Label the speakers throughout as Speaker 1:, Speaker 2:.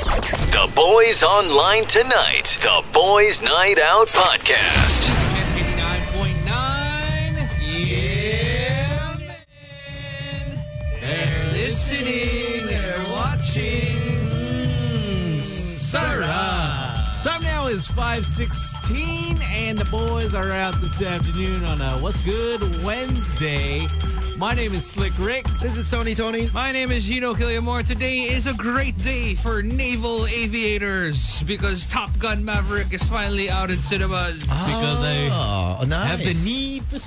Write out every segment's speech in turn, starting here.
Speaker 1: the boys online tonight. The Boys Night Out Podcast.
Speaker 2: 89.9. Yeah. man. They're listening, they're watching. Mm, Sarah. Time now is 516, and the boys are out this afternoon on a What's Good Wednesday. My name is Slick Rick.
Speaker 3: This is Tony Tony.
Speaker 2: My name is Gino Killiamore. Today is a great day for naval aviators because Top Gun Maverick is finally out in cinemas.
Speaker 3: oh, nice.
Speaker 2: have the
Speaker 3: need for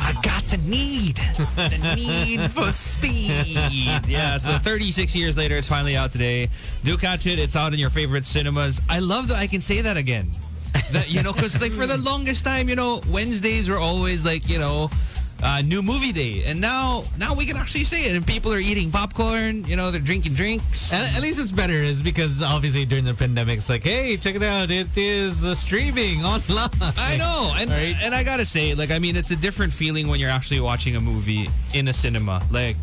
Speaker 2: I got the need. The need for speed.
Speaker 4: Yeah, so 36 years later, it's finally out today. Do catch it. It's out in your favorite cinemas. I love that I can say that again. That, you know, because like for the longest time, you know, Wednesdays were always like, you know, uh, new movie day. And now now we can actually say it. And people are eating popcorn, you know, they're drinking drinks.
Speaker 2: At, at least it's better, is because obviously during the pandemic, it's like, hey, check it out. It is uh, streaming online.
Speaker 4: I know, and and I gotta say, like, I mean, it's a different feeling when you're actually watching a movie in a cinema. Like,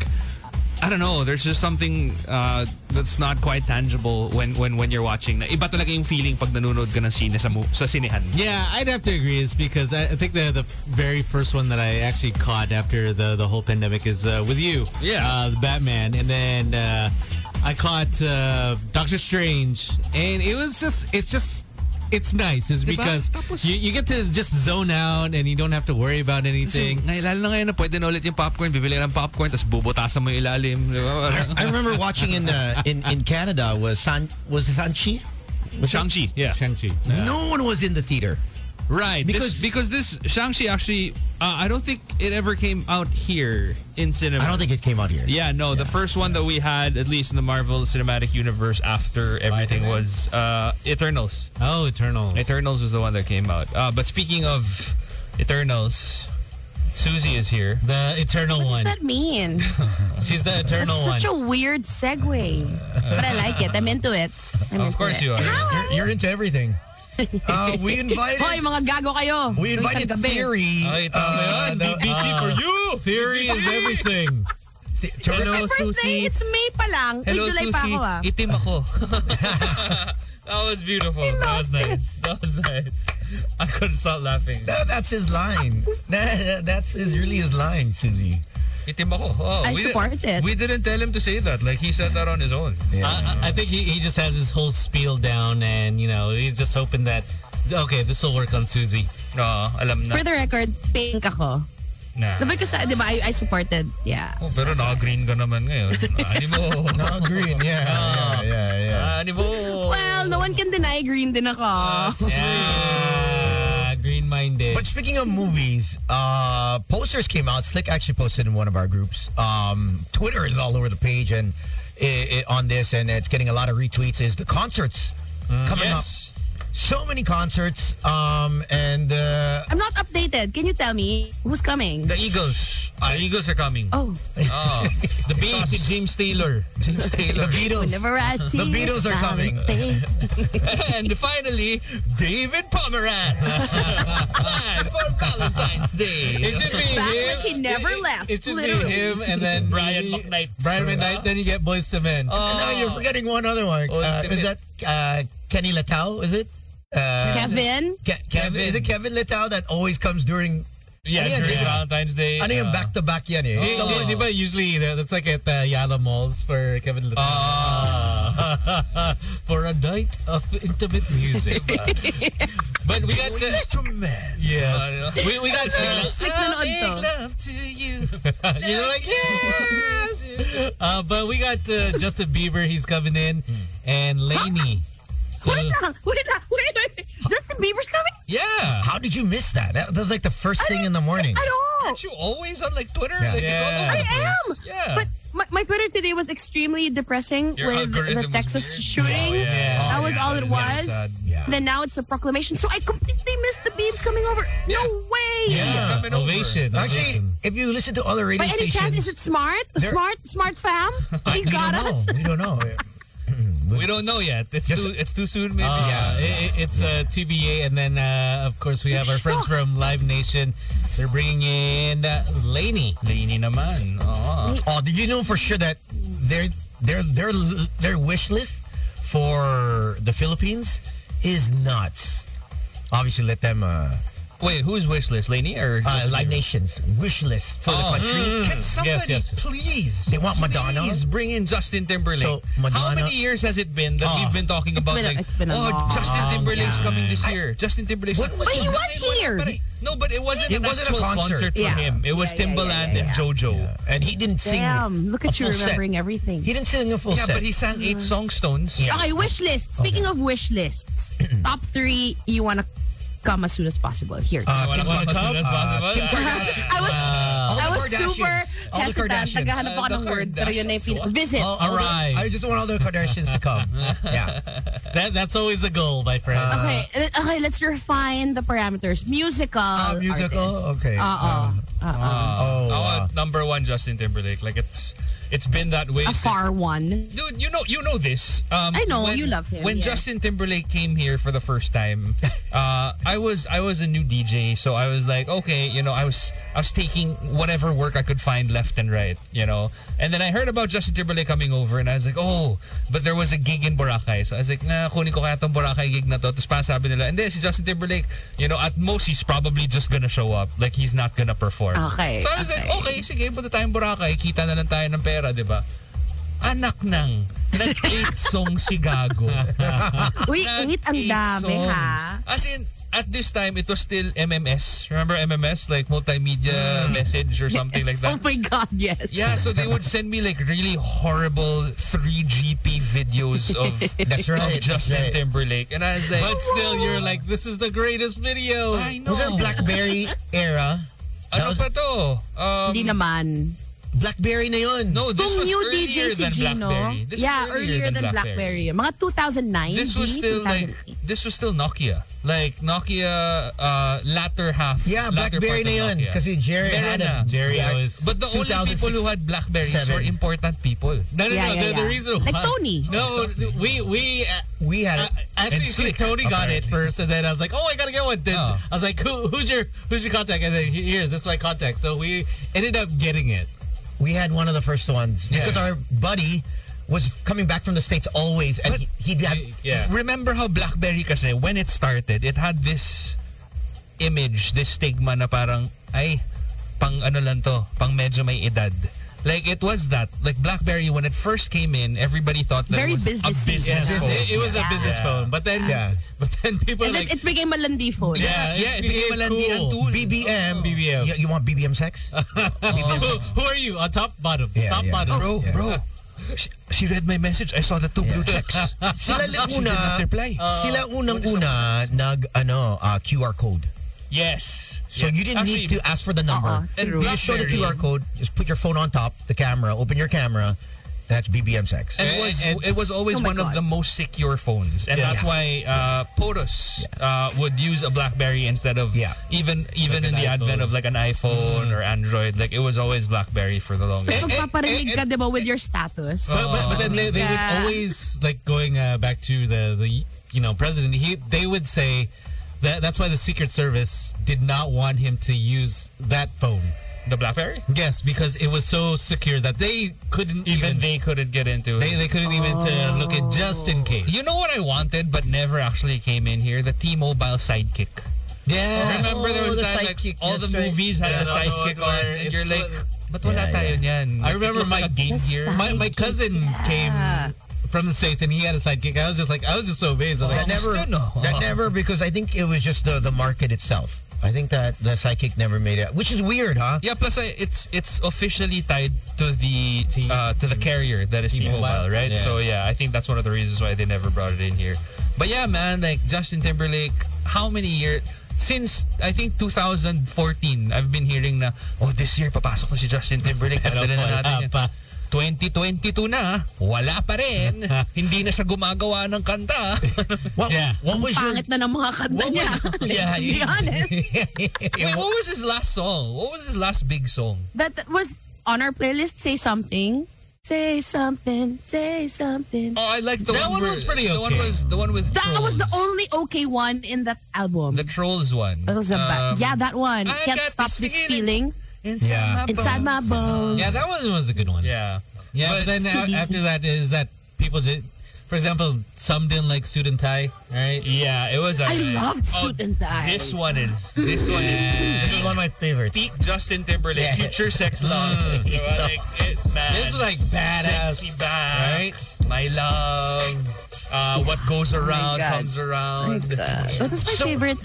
Speaker 4: I don't know, there's just something uh, that's not quite tangible when when when you're watching. Na iba talaga yung feeling pag nanonood ka ng sine sa mo- sa sinehan.
Speaker 2: Yeah, I'd have to agree. It's because I, I think the the very first one that I actually caught after the the whole pandemic is uh, with you.
Speaker 4: Yeah.
Speaker 2: uh, the Batman, and then uh, I caught uh, Doctor Strange, and it was just it's just. It's nice, is
Speaker 4: Diba?
Speaker 2: because
Speaker 4: Tapos-
Speaker 2: you, you get to just zone out and you don't have to worry about anything.
Speaker 4: Kasi Nailala na ngayon na pwede na ulit yung popcorn, bibili ng popcorn, tapos bubutasan mo yung ilalim. Di ba? Parang-
Speaker 3: I remember watching in uh, in in Canada was San was it Sanchi? Was it-
Speaker 4: Shang-Chi, yeah.
Speaker 2: Shang-Chi.
Speaker 3: No one was in the theater.
Speaker 4: Right,
Speaker 3: Because-
Speaker 4: because because this Shang-Chi actually, uh, I don't think it ever came out here in cinema.
Speaker 3: I don't think it came out here.
Speaker 4: Yeah, no, the first one that we had, at least in the Marvel Cinematic Universe, after everything was uh, Eternals.
Speaker 2: Oh, Eternals.
Speaker 4: Eternals was the one that came out. Uh, but speaking of Eternals, Susie is here.
Speaker 2: the Eternal one.
Speaker 5: What does that mean?
Speaker 2: She's the Eternal one.
Speaker 5: Such a weird segue. But I like it. I'm into it. I'm
Speaker 4: Of course you are.
Speaker 5: How?
Speaker 6: You're into everything. Uh, we invited
Speaker 5: Hoy, mga gago kayo.
Speaker 6: we
Speaker 5: Nung isang
Speaker 6: invited
Speaker 5: gabi.
Speaker 6: Theory.
Speaker 4: Ay, tama yun.
Speaker 6: the-
Speaker 4: BBC for you!
Speaker 2: Theory is everything.
Speaker 6: th- to-
Speaker 4: Hello,
Speaker 5: Birthday,
Speaker 4: Susie.
Speaker 5: it's May pa lang.
Speaker 4: Hello,
Speaker 5: Uy, July pa
Speaker 4: Susie.
Speaker 5: ako ah.
Speaker 4: Itim ako. that was beautiful. That was nice. That was nice. I couldn't stop laughing.
Speaker 6: No, that's his line. Nah, nah, that's his, really his line, Susie.
Speaker 4: Itim ako. Oh,
Speaker 5: I
Speaker 4: we didn't-
Speaker 5: support it.
Speaker 4: We didn't tell him to say that. Like, he said that on his own.
Speaker 2: I, I I think he, he just has his whole spiel down, and you know he's just hoping that okay, this will work on Susie.
Speaker 4: No, alam na.
Speaker 5: For the record, pink ako.
Speaker 4: Nah.
Speaker 5: Diba kasi, di ba, I, I supported. Yeah.
Speaker 4: Oh, pero naka-green ka naman ngayon. Ani mo.
Speaker 6: Oh, green. Yeah,
Speaker 4: uh,
Speaker 6: yeah, yeah, yeah.
Speaker 4: Ani mo.
Speaker 5: Well, no one can deny green din ako.
Speaker 4: Uh,
Speaker 2: Yeah, green-minded.
Speaker 6: But speaking of movies, uh, posters came out. Slick actually posted in one of our groups. Um, Twitter is all over the page and i i on this, and it's getting a lot of retweets. Is the concerts coming
Speaker 4: Mm, Yes.
Speaker 6: up? So many concerts, um, and uh,
Speaker 5: I'm not updated. Can you tell me who's coming?
Speaker 4: The Eagles. The Eagles are coming.
Speaker 5: Oh,
Speaker 4: Oh. The Beatles. Si James Taylor. James Taylor.
Speaker 6: the Beatles.
Speaker 5: whenever I see
Speaker 6: The Beatles are coming.
Speaker 5: something's-
Speaker 4: and finally, David Pomerantz. Live for Valentine's Day.
Speaker 2: it should be
Speaker 5: Back
Speaker 2: him.
Speaker 5: like he never
Speaker 2: it,
Speaker 5: left,
Speaker 2: It, it should
Speaker 5: literally.
Speaker 2: be him, and then
Speaker 4: Brian
Speaker 2: maybe-
Speaker 4: McKnight.
Speaker 2: Brian McKnight. Then you get Boys to Men.
Speaker 6: Oh, No, you're forgetting one other one.
Speaker 4: Oh,
Speaker 6: Uh, is that uh, Kenny Letau? Is it? Uh,
Speaker 5: Kevin?
Speaker 6: Ke- Kevin. Is it Kevin Letau that always comes during?
Speaker 4: yeah,
Speaker 6: Ano yan,
Speaker 4: during
Speaker 6: di ba?
Speaker 4: Valentine's Day.
Speaker 6: I know
Speaker 4: uh,
Speaker 6: him back to back yan eh.
Speaker 2: Di-
Speaker 6: Someone-
Speaker 2: di- di ba usually that- that's like at the Yala malls for Kevin Lathan.
Speaker 4: Ah.
Speaker 2: for a night of intimate music. but we got to,
Speaker 6: Instrument.
Speaker 2: yes, we, we got to,
Speaker 5: Slick na noon to.
Speaker 6: Love to you.
Speaker 2: You're like, yes! uh, but we got uh, Justin Bieber, he's coming in,
Speaker 4: Hmm.
Speaker 2: and Lainey. So,
Speaker 5: Wait lang, wait lang, wait, wait. Justin Bieber's coming?
Speaker 4: Yeah.
Speaker 6: How did you miss that? That that was like the first thing in the morning.
Speaker 5: At all.
Speaker 4: you always on like Twitter?
Speaker 6: Yeah.
Speaker 4: Like,
Speaker 2: Yeah.
Speaker 4: It's all over.
Speaker 5: I
Speaker 4: the place. Yeah.
Speaker 5: But my, my Twitter today was extremely depressing
Speaker 4: Your
Speaker 5: with
Speaker 4: algorithm
Speaker 5: the
Speaker 4: was
Speaker 5: Texas
Speaker 4: weird.
Speaker 5: shooting.
Speaker 2: yeah.
Speaker 5: That was all it
Speaker 4: Oh,
Speaker 5: was.
Speaker 6: Yeah.
Speaker 5: Then now it's the proclamation. So I completely missed the beams coming over. No way.
Speaker 2: yeah,
Speaker 4: Coming over.
Speaker 2: ovation.
Speaker 6: Actually,
Speaker 2: ovation.
Speaker 6: if you listen to other radio
Speaker 5: By any
Speaker 6: stations,
Speaker 5: chance, is it smart?
Speaker 6: There-
Speaker 5: smart, smart fam? They
Speaker 6: we don't
Speaker 5: got
Speaker 6: know.
Speaker 5: us.
Speaker 6: We don't know.
Speaker 4: We don't know yet. It's
Speaker 6: Just-
Speaker 4: too it's too soon maybe.
Speaker 2: Uh,
Speaker 6: yeah.
Speaker 2: it, it- it's uh, TBA, and then uh, of course we have our friends
Speaker 5: Sure.
Speaker 2: from Live Nation. They're bringing in uh, Lainey.
Speaker 4: Lainey naman. Ah. Oo.
Speaker 6: Oh, did you know for sure that their their their their wish list for the Philippines is nuts. Obviously, let them uh,
Speaker 4: Wait, who's wish list, Laney or
Speaker 6: uh, Live Nation's wish list for the
Speaker 4: Oh,
Speaker 6: country.
Speaker 4: Can somebody
Speaker 6: yes.
Speaker 4: please?
Speaker 6: They want Madonna?
Speaker 4: Please bring in Justin Timberlake.
Speaker 6: So,
Speaker 4: How
Speaker 6: Madonna-
Speaker 4: many years has it been that
Speaker 6: Oh.
Speaker 4: we've been talking about
Speaker 5: been a-
Speaker 4: like,
Speaker 5: it's been a
Speaker 4: oh,
Speaker 5: long
Speaker 4: Justin Timberlake's coming this
Speaker 6: I-
Speaker 4: year. Justin Timberlake's.
Speaker 6: When was
Speaker 5: But he
Speaker 6: his-
Speaker 5: was here.
Speaker 4: But it- no, but it wasn't.
Speaker 6: It
Speaker 4: an
Speaker 6: wasn't a
Speaker 4: actual
Speaker 6: concert.
Speaker 4: for
Speaker 5: Yeah.
Speaker 4: him. It was
Speaker 5: Yeah, yeah, yeah,
Speaker 4: Timbaland
Speaker 5: yeah,
Speaker 4: and
Speaker 5: yeah.
Speaker 4: JoJo.
Speaker 6: and he didn't sing.
Speaker 5: Damn, look
Speaker 6: a
Speaker 5: at you
Speaker 6: full set.
Speaker 5: remembering everything.
Speaker 6: He didn't sing a full
Speaker 4: Yeah,
Speaker 6: set.
Speaker 4: but he sang eight song stones.
Speaker 6: Yeah.
Speaker 5: Okay, wish list. Speaking of wish lists, top three you want to come as soon as possible. Here.
Speaker 6: Uh,
Speaker 4: Wala
Speaker 6: Kim
Speaker 4: naman
Speaker 6: Kardashian,
Speaker 4: masunas,
Speaker 6: uh,
Speaker 4: masunas.
Speaker 6: Kim Kardashian.
Speaker 5: I was
Speaker 6: all
Speaker 5: I
Speaker 6: the
Speaker 5: was
Speaker 6: Kardashians.
Speaker 5: super
Speaker 6: All the
Speaker 5: hesitant.
Speaker 6: Kardashians.
Speaker 5: Naghahanap ako
Speaker 4: Uh,
Speaker 5: ng
Speaker 4: the
Speaker 5: word. Pero yun na yung
Speaker 4: Kardashians,
Speaker 5: pin- Visit.
Speaker 2: Oh, uh,
Speaker 6: All- all the-
Speaker 2: Alright.
Speaker 6: Oh, I just want all the Kardashians to come. yeah. Uh,
Speaker 2: That, that's always a goal, my friend.
Speaker 4: Ah.
Speaker 5: okay, uh, okay, let's refine the parameters. Musical.
Speaker 6: Ah, musical, okay.
Speaker 5: Uh-oh.
Speaker 4: Uh-huh.
Speaker 5: Uh-oh.
Speaker 6: Oh,
Speaker 4: I
Speaker 6: uh,
Speaker 4: want number one Justin Timberlake. Like it's it's been that way.
Speaker 5: A
Speaker 4: since-
Speaker 5: far one.
Speaker 4: Dude, you know you know this. Um,
Speaker 5: I know, you love him,
Speaker 4: When
Speaker 5: yeah.
Speaker 4: Justin Timberlake came here for the first time, uh, I was I was a new DJ, so I was like, okay, you know, I was I was taking whatever work I could find left and right, you know. And then I heard about Justin Timberlake coming over, and I was like, oh, but there was a gig in Boracay, so I was like, nah, kunin ko kaya tong Boracay gig na to. Tapos parang sabi nila, and then si Justin Timberlake, you know, at most he's probably just gonna show up, like he's not gonna perform.
Speaker 5: Okay,
Speaker 4: So I was like, okay,
Speaker 5: Eh, okay.
Speaker 4: sige, punta tayong Boracay, kita na lang tayo ng pera, di ba? anak ng nag-eight songs si Gago.
Speaker 5: Uy, eight ang
Speaker 4: Nag-eight
Speaker 5: dami
Speaker 4: songs.
Speaker 5: ha.
Speaker 4: As in, at this time, it was still MMS. Remember MMS? Like multimedia message or something like
Speaker 5: Oh
Speaker 4: that.
Speaker 5: my God, yes.
Speaker 4: Yeah, um, so they would send me like really horrible 3GP videos of,
Speaker 6: that's right.
Speaker 4: of
Speaker 6: that's
Speaker 4: Justin
Speaker 6: right.
Speaker 4: Timberlake. And I was like,
Speaker 2: But still, you're like, this is the greatest video.
Speaker 4: I know.
Speaker 6: Was there Blackberry era?
Speaker 4: Ano pa to? Um,
Speaker 5: Hindi naman.
Speaker 6: Blackberry na yun.
Speaker 4: No, this
Speaker 5: Kung
Speaker 4: was
Speaker 5: new
Speaker 4: earlier
Speaker 5: DJ si
Speaker 4: than
Speaker 5: Gino.
Speaker 4: Blackberry. This was
Speaker 5: yeah, earlier, than, Blackberry. Mga 2009.
Speaker 4: this was still like this was still Nokia. Like Nokia uh latter half.
Speaker 6: Yeah,
Speaker 4: latter part
Speaker 6: Blackberry na
Speaker 4: of
Speaker 6: yun.
Speaker 4: Nokia.
Speaker 6: Kasi Jerry
Speaker 4: Meron
Speaker 6: had
Speaker 4: na.
Speaker 6: a...
Speaker 2: Jerry
Speaker 6: Black-
Speaker 2: was-
Speaker 4: But the only
Speaker 6: 2006
Speaker 4: people who had Blackberries
Speaker 6: Seven.
Speaker 4: were important people.
Speaker 2: No, no, no.
Speaker 5: Yeah, yeah,
Speaker 2: the,
Speaker 5: yeah.
Speaker 2: the reason
Speaker 5: Like
Speaker 2: why-
Speaker 5: Tony.
Speaker 2: No, we we uh,
Speaker 6: We
Speaker 2: uh,
Speaker 6: had it.
Speaker 4: And
Speaker 2: actually see,
Speaker 4: Slick,
Speaker 2: Tony got it
Speaker 4: apparently.
Speaker 2: first, and then I was like, oh, I gotta get one. Then
Speaker 4: Oh.
Speaker 2: I was like, Who, who's your who's your contact? And then here, this is my contact. So we ended up getting it.
Speaker 6: We had one of the first ones
Speaker 4: Yeah.
Speaker 6: because our buddy was coming back from the states always, and
Speaker 4: But-
Speaker 6: he, he'd have
Speaker 2: Yeah.
Speaker 4: Remember how Blackberry kasi when it started, it had this image, this stigma na parang ay pang ano lang to, pang medyo may edad. Like it was that. Like BlackBerry when it first came in, everybody thought that
Speaker 5: Very
Speaker 4: it was a
Speaker 5: businessy.
Speaker 4: business
Speaker 2: Yes,
Speaker 4: phone.
Speaker 2: it, it was
Speaker 5: Yeah.
Speaker 2: a business phone. But then,
Speaker 6: Yeah.
Speaker 2: but then people
Speaker 5: And then
Speaker 2: like
Speaker 5: it became a landi phone.
Speaker 2: Yeah,
Speaker 4: Uh, yeah,
Speaker 2: it
Speaker 4: it became a
Speaker 2: became
Speaker 4: landian
Speaker 2: cool.
Speaker 4: tool.
Speaker 6: BBM.
Speaker 2: BBM.
Speaker 6: You, you want BBM sex?
Speaker 2: who, "Oh, who are you? On top, bottom,
Speaker 6: Yeah,
Speaker 2: top,
Speaker 6: yeah.
Speaker 2: bottom.
Speaker 4: Bro,
Speaker 6: Yeah.
Speaker 4: bro. She, she read my message. I saw the two blue checks.
Speaker 6: sila lang
Speaker 4: She did
Speaker 6: una, Uh,
Speaker 4: not reply.
Speaker 6: sila unang una nag ano uh, QR code.
Speaker 2: Yes.
Speaker 6: So you didn't
Speaker 4: Actually,
Speaker 6: need to ask for the number.
Speaker 5: Uh-uh, true.
Speaker 6: you just show the
Speaker 4: BlackBerry.
Speaker 6: QR code. Just put your phone on top, the camera. Open your camera. That's BBM sex.
Speaker 4: And it was
Speaker 2: And-
Speaker 4: it was always
Speaker 5: Oh my
Speaker 4: one of
Speaker 5: God.
Speaker 4: the most secure phones, and
Speaker 6: Yeah.
Speaker 4: that's why uh, Potus uh, would use a BlackBerry instead of
Speaker 6: Yeah.
Speaker 4: even even in
Speaker 2: Like an
Speaker 4: the advent
Speaker 2: iPhone.
Speaker 4: of like an iPhone or Android. Like it was always BlackBerry for the longest.
Speaker 5: So, magpaparinig ka, di ba, with your status?
Speaker 2: But, but, but then they, they
Speaker 5: Yeah.
Speaker 2: would always like going uh, back to the the you know president. He they would say that that's why the Secret Service did not want him to use that phone.
Speaker 4: the BlackBerry,
Speaker 2: Yes, because it was so secure that they couldn't
Speaker 4: even
Speaker 2: even,
Speaker 4: they couldn't get into.
Speaker 2: they
Speaker 4: it.
Speaker 2: they couldn't even
Speaker 6: Oh.
Speaker 2: to look at just in case.
Speaker 4: You know what I wanted, but never actually came in here. The T-Mobile Sidekick.
Speaker 2: yeah.
Speaker 4: Remember there was
Speaker 6: Oh, the
Speaker 4: time, like,
Speaker 6: Sidekick,
Speaker 4: all the
Speaker 6: that's right.
Speaker 4: movies had
Speaker 2: Yeah,
Speaker 4: a
Speaker 2: no, no,
Speaker 4: Sidekick
Speaker 2: no,
Speaker 4: on, and
Speaker 2: it's
Speaker 4: you're like,
Speaker 2: like-
Speaker 4: but wala
Speaker 6: Yeah,
Speaker 4: tayo niyan.
Speaker 2: I
Speaker 4: It
Speaker 2: remember
Speaker 4: looked like
Speaker 2: my-
Speaker 4: a game gear.
Speaker 2: My my cousin came from the states and he had a sidekick. I was just like I was just so amazed. I'm
Speaker 6: that
Speaker 2: like,
Speaker 6: never,
Speaker 4: gusto, no?
Speaker 6: that never, because I think it was just the, the market itself. I think that the psychic never made it, which is weird, huh?
Speaker 4: Yeah, plus I, it's it's officially tied to the uh, to the carrier that is T-Mobile,
Speaker 2: T-Mobile,
Speaker 4: right?
Speaker 2: yeah.
Speaker 4: So yeah, I think that's one of the reasons why they never brought it in here. But yeah, man, like Justin Timberlake, how many years since I think 2014, I've been hearing na oh this year papasok na si Justin Timberlake. Padala na
Speaker 2: wala
Speaker 4: natin yan."
Speaker 6: uh,
Speaker 2: pa.
Speaker 4: 2022 na, wala pa rin. Hindi na siya gumagawa ng kanta.
Speaker 6: What,
Speaker 2: Yeah.
Speaker 6: what was your
Speaker 5: Pangit na ng mga kanta
Speaker 6: what
Speaker 5: niya.
Speaker 6: was-
Speaker 5: Let's be
Speaker 6: yeah,
Speaker 5: honest.
Speaker 4: Wait, what was his last song? What was his last big song?
Speaker 5: That was on our playlist, Say Something. Say something, say something.
Speaker 4: Oh, I like the
Speaker 2: That
Speaker 4: one.
Speaker 2: one
Speaker 4: where-
Speaker 2: was pretty
Speaker 4: The one
Speaker 2: okay.
Speaker 4: was the one with
Speaker 5: That was the
Speaker 4: Trolls.
Speaker 5: only okay one in that album.
Speaker 4: The Trolls one.
Speaker 5: It was a bad.
Speaker 4: Um,
Speaker 5: Yeah, that one.
Speaker 4: I
Speaker 5: Can't
Speaker 4: got
Speaker 5: stop
Speaker 4: this
Speaker 5: this
Speaker 4: feeling
Speaker 5: feeling
Speaker 4: Inside
Speaker 6: Yeah.
Speaker 4: my
Speaker 5: inside my
Speaker 4: bones.
Speaker 5: bones.
Speaker 2: yeah, that one was a good one.
Speaker 4: Yeah.
Speaker 2: Yeah, but, then a- after that is that people did for example, some didn't like suit and tie. All right.
Speaker 4: Yeah, it was.
Speaker 5: I
Speaker 4: alright.
Speaker 5: loved suit and tie.
Speaker 4: This one is. This one
Speaker 6: This
Speaker 4: is.
Speaker 6: is one of my favorites.
Speaker 4: Peak Justin Timberlake,
Speaker 6: Yeah.
Speaker 4: future sex love. Diba? like, it, man.
Speaker 2: This is like badass.
Speaker 4: Sexy back.
Speaker 2: Right?
Speaker 4: My love. Uh, what goes around
Speaker 5: God.
Speaker 4: comes
Speaker 5: Oh
Speaker 4: around.
Speaker 5: What is my
Speaker 6: So-
Speaker 5: favorite?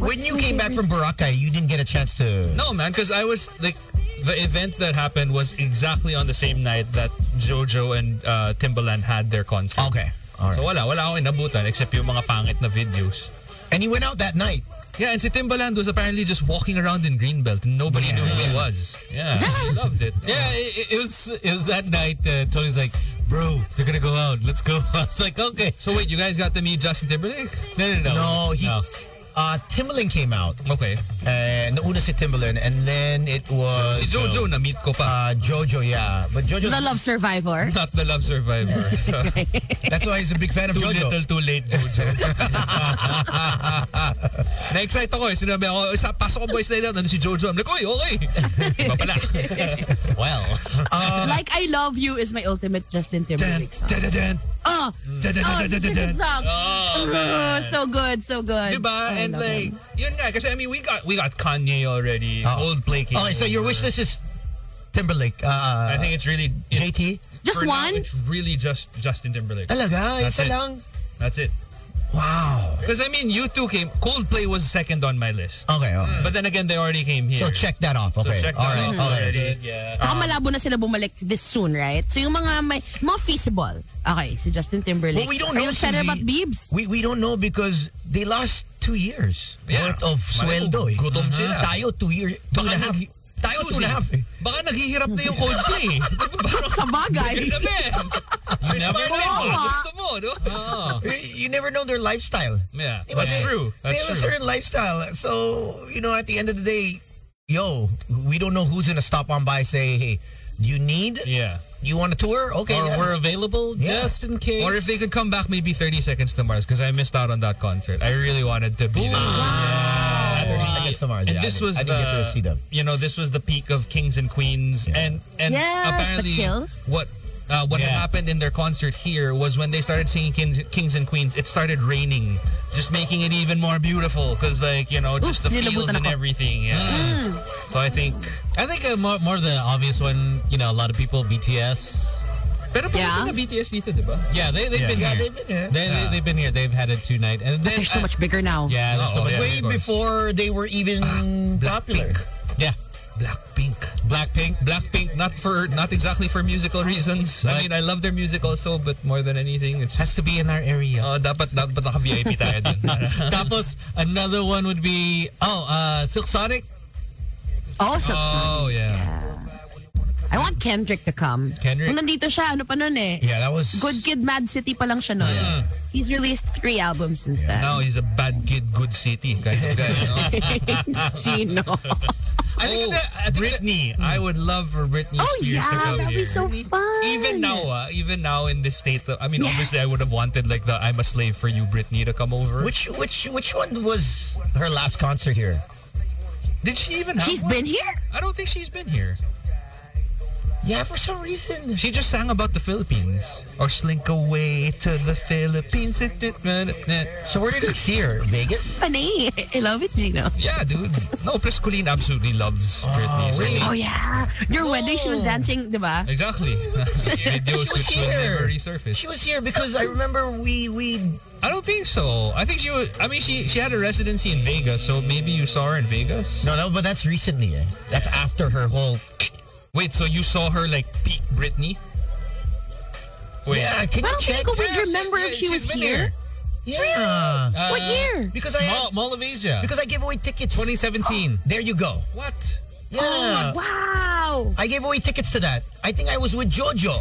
Speaker 6: When you came back from Boracay, you didn't get a chance to.
Speaker 4: No, man, because I was like, the event that happened was exactly on the same night that JoJo and uh, Timbaland had their concert.
Speaker 6: Okay. All
Speaker 4: So
Speaker 6: right.
Speaker 4: wala, wala akong inabutan except yung mga pangit na videos.
Speaker 6: And you went out that night.
Speaker 4: Yeah, and si Timbaland was apparently just walking around in Greenbelt and nobody knew who he was. Yeah, I loved it.
Speaker 2: Yeah, it, it was it was that night. Uh, Tony's like, bro, they're gonna go out. Let's go. I was like, okay.
Speaker 4: So wait, you guys got to meet Justin Timberlake?
Speaker 2: No, no, no.
Speaker 6: No, he. Uh, Timbaland came out.
Speaker 4: Okay.
Speaker 6: And nauna si Timbaland. And then it was.
Speaker 4: Si Jojo, na-meet ko pa.
Speaker 6: Uh, Jojo, yeah. But Jojo.
Speaker 5: The Love Survivor.
Speaker 4: Not the love survivor. So,
Speaker 6: That's why he's a big fan of
Speaker 4: too
Speaker 6: Jojo.
Speaker 4: little, too late, Jojo. Na-excite ako eh. Sinabi ako, sa pasok ko boys night out, nandun si Jojo. I'm like, uy, okay. Iba pala. well.
Speaker 5: like I Love You is my ultimate Justin Timberlake song.
Speaker 4: Dun-dun-dun.
Speaker 5: Oh, oh, such a good song.
Speaker 4: Ah,
Speaker 5: Oh, so good, so good.
Speaker 4: Diba?
Speaker 5: I
Speaker 4: And
Speaker 5: love
Speaker 4: like,
Speaker 5: him.
Speaker 4: yun nga. Kasi I mean, we got we got Kanye already. Coldplay came
Speaker 6: Ah. Okay, Oh, so your
Speaker 4: over.
Speaker 6: wish list is Timberlake. Uh,
Speaker 4: I think it's really... it-
Speaker 6: JT.
Speaker 5: Just
Speaker 4: for now,
Speaker 5: one?
Speaker 4: it's really just Justin Timberlake.
Speaker 6: Talaga,
Speaker 4: That's
Speaker 6: isa
Speaker 4: it.
Speaker 6: lang.
Speaker 4: That's it.
Speaker 6: Wow.
Speaker 4: Because I mean, you two came. Coldplay was second on my list.
Speaker 6: Okay, okay.
Speaker 4: Mm. But then again, they already came here.
Speaker 6: Ah. So check that off.
Speaker 4: So
Speaker 6: Okay.
Speaker 4: check that
Speaker 6: All right.
Speaker 4: off
Speaker 6: All right.
Speaker 4: already. Yeah.
Speaker 5: Baka malabo na sila bumalik this soon, right? So yung mga may, mga feasible. Okay, si Justin Timberlake.
Speaker 6: Well, we don't
Speaker 5: Are
Speaker 6: know,
Speaker 5: you excited
Speaker 6: Suzy.
Speaker 5: about Biebs?
Speaker 6: We we don't know because they lost two years
Speaker 4: Yeah.
Speaker 6: worth of
Speaker 4: Malay
Speaker 6: sweldo.
Speaker 4: ko,
Speaker 6: Eh.
Speaker 4: gutom sila.
Speaker 6: Tayo two years, two
Speaker 4: Baka
Speaker 6: and a half.
Speaker 4: nag-
Speaker 6: Tayo two and a half. eh.
Speaker 4: Baka naghihirap na yung Coldplay. Di ba? Parang
Speaker 5: Sa bagay.
Speaker 4: yun na, man. You never know.
Speaker 5: Oo,
Speaker 4: Kung
Speaker 5: ah.
Speaker 4: Gusto mo, no?
Speaker 6: You you never know their lifestyle.
Speaker 4: Yeah.
Speaker 6: Ah. They
Speaker 4: That's
Speaker 6: have-
Speaker 4: true.
Speaker 6: they
Speaker 4: That's
Speaker 6: have a
Speaker 4: true.
Speaker 6: certain lifestyle. So, you know, at the end of the day, yo, we don't know who's going to stop on by say, hey, do you need,
Speaker 4: Yeah.
Speaker 6: you want a tour? Okay.
Speaker 2: or
Speaker 6: yeah.
Speaker 2: we're available
Speaker 6: Yeah.
Speaker 2: just in case.
Speaker 4: Or if they could come back maybe 30 Seconds to Mars because I missed out on that concert. I really wanted to be there.
Speaker 6: Ah, 30 seconds to Mars.
Speaker 4: And
Speaker 6: Yeah,
Speaker 4: this
Speaker 6: I did-
Speaker 4: was
Speaker 6: I
Speaker 4: the,
Speaker 6: didn't get to see them.
Speaker 4: you know, this was the peak of Kings and Queens, and and
Speaker 5: Yes, the
Speaker 4: apparently
Speaker 5: Kills.
Speaker 4: what uh, what had happened in their concert here was when they started singing Kings, Kings and Queens, it started raining, just making it even more beautiful because like you know just
Speaker 5: Oof,
Speaker 4: the feels
Speaker 5: nilabutan
Speaker 4: and
Speaker 5: ako.
Speaker 4: everything. Yeah.
Speaker 5: Mm.
Speaker 4: So I think.
Speaker 2: I think uh, more more the obvious one. You know, a lot of people BTS.
Speaker 4: Pero
Speaker 5: Yeah.
Speaker 4: pumunta na BTS dito, di ba?
Speaker 2: Yeah, they they've been
Speaker 6: yeah,
Speaker 2: here.
Speaker 6: they've been here.
Speaker 2: They, they, they've been here. They've had a two night, and then
Speaker 5: They're so
Speaker 2: uh,
Speaker 5: much bigger now.
Speaker 2: yeah, there's
Speaker 4: Oh,
Speaker 2: so
Speaker 4: yeah,
Speaker 2: much
Speaker 6: Way
Speaker 4: of course.
Speaker 6: before they were even Ah, popular.
Speaker 2: yeah.
Speaker 4: Blackpink.
Speaker 2: Blackpink.
Speaker 4: Blackpink, not for not exactly for musical reasons. I
Speaker 2: Right.
Speaker 4: mean, I love their music also, but more than anything, it's
Speaker 2: has to be in our area.
Speaker 4: oh, dapat dapat naka VIP tayo dun.
Speaker 2: Tapos another one would be oh uh Silk Sonic.
Speaker 5: Oh, so,
Speaker 4: oh yeah.
Speaker 5: I want Kendrick to come.
Speaker 2: Kendrick?
Speaker 5: Kung nandito siya, ano pa nun eh.
Speaker 6: Yeah, that was
Speaker 5: Good Kid, Mad City pa lang siya nun. He's released three albums since then.
Speaker 4: Now he's a bad kid, good city kind of guy. no?
Speaker 5: Gino.
Speaker 4: I
Speaker 6: oh.
Speaker 4: think that, I think Britney. I would love for Britney
Speaker 5: oh
Speaker 4: Spears to
Speaker 5: yeah,
Speaker 4: come
Speaker 5: that'd
Speaker 4: here.
Speaker 5: be so fun.
Speaker 4: even now, ah, even now in this state, of, I mean,
Speaker 5: Yes.
Speaker 4: obviously, I would have wanted like the "I'm a slave for you" Britney to come over.
Speaker 6: Which which which one was her last concert here?
Speaker 4: did she even? Have
Speaker 5: She's
Speaker 4: one?
Speaker 5: been here?
Speaker 4: I don't think she's been here.
Speaker 6: Yeah, for some reason.
Speaker 4: She just sang about the Philippines
Speaker 6: Oh,
Speaker 4: or slink away to the Philippines.
Speaker 6: So where did we see her? Vegas?
Speaker 5: Funny. I love it, Gino.
Speaker 4: Yeah, dude. No, plus Colleen absolutely loves Britney. so-
Speaker 6: Ah, really?
Speaker 5: Oh yeah. Your wedding, she was dancing, di ba?
Speaker 4: Exactly. Videos
Speaker 6: was
Speaker 4: which will
Speaker 6: here.
Speaker 4: never resurface.
Speaker 6: She was here because I remember we we
Speaker 4: I don't think so. I think she was. I mean, she she had a residency in Vegas, so maybe you saw her in Vegas.
Speaker 6: no no but that's recently eh. that's after her whole
Speaker 4: Wait, so you saw her like peak Britney? Wait,
Speaker 6: yeah can
Speaker 5: I
Speaker 6: you
Speaker 5: don't
Speaker 6: check
Speaker 5: think I would
Speaker 4: Yes,
Speaker 5: remember if
Speaker 4: yes,
Speaker 5: she
Speaker 4: she's
Speaker 5: was
Speaker 4: been
Speaker 5: here.
Speaker 6: yeah
Speaker 5: What year?
Speaker 6: Uh, because I had,
Speaker 2: Mall of Asia.
Speaker 6: because I gave away tickets
Speaker 2: 2017.
Speaker 6: there you go
Speaker 4: Oh,
Speaker 6: Ah.
Speaker 4: What?
Speaker 6: yeah
Speaker 5: Wow.
Speaker 6: I gave away tickets to that I think I was with Jojo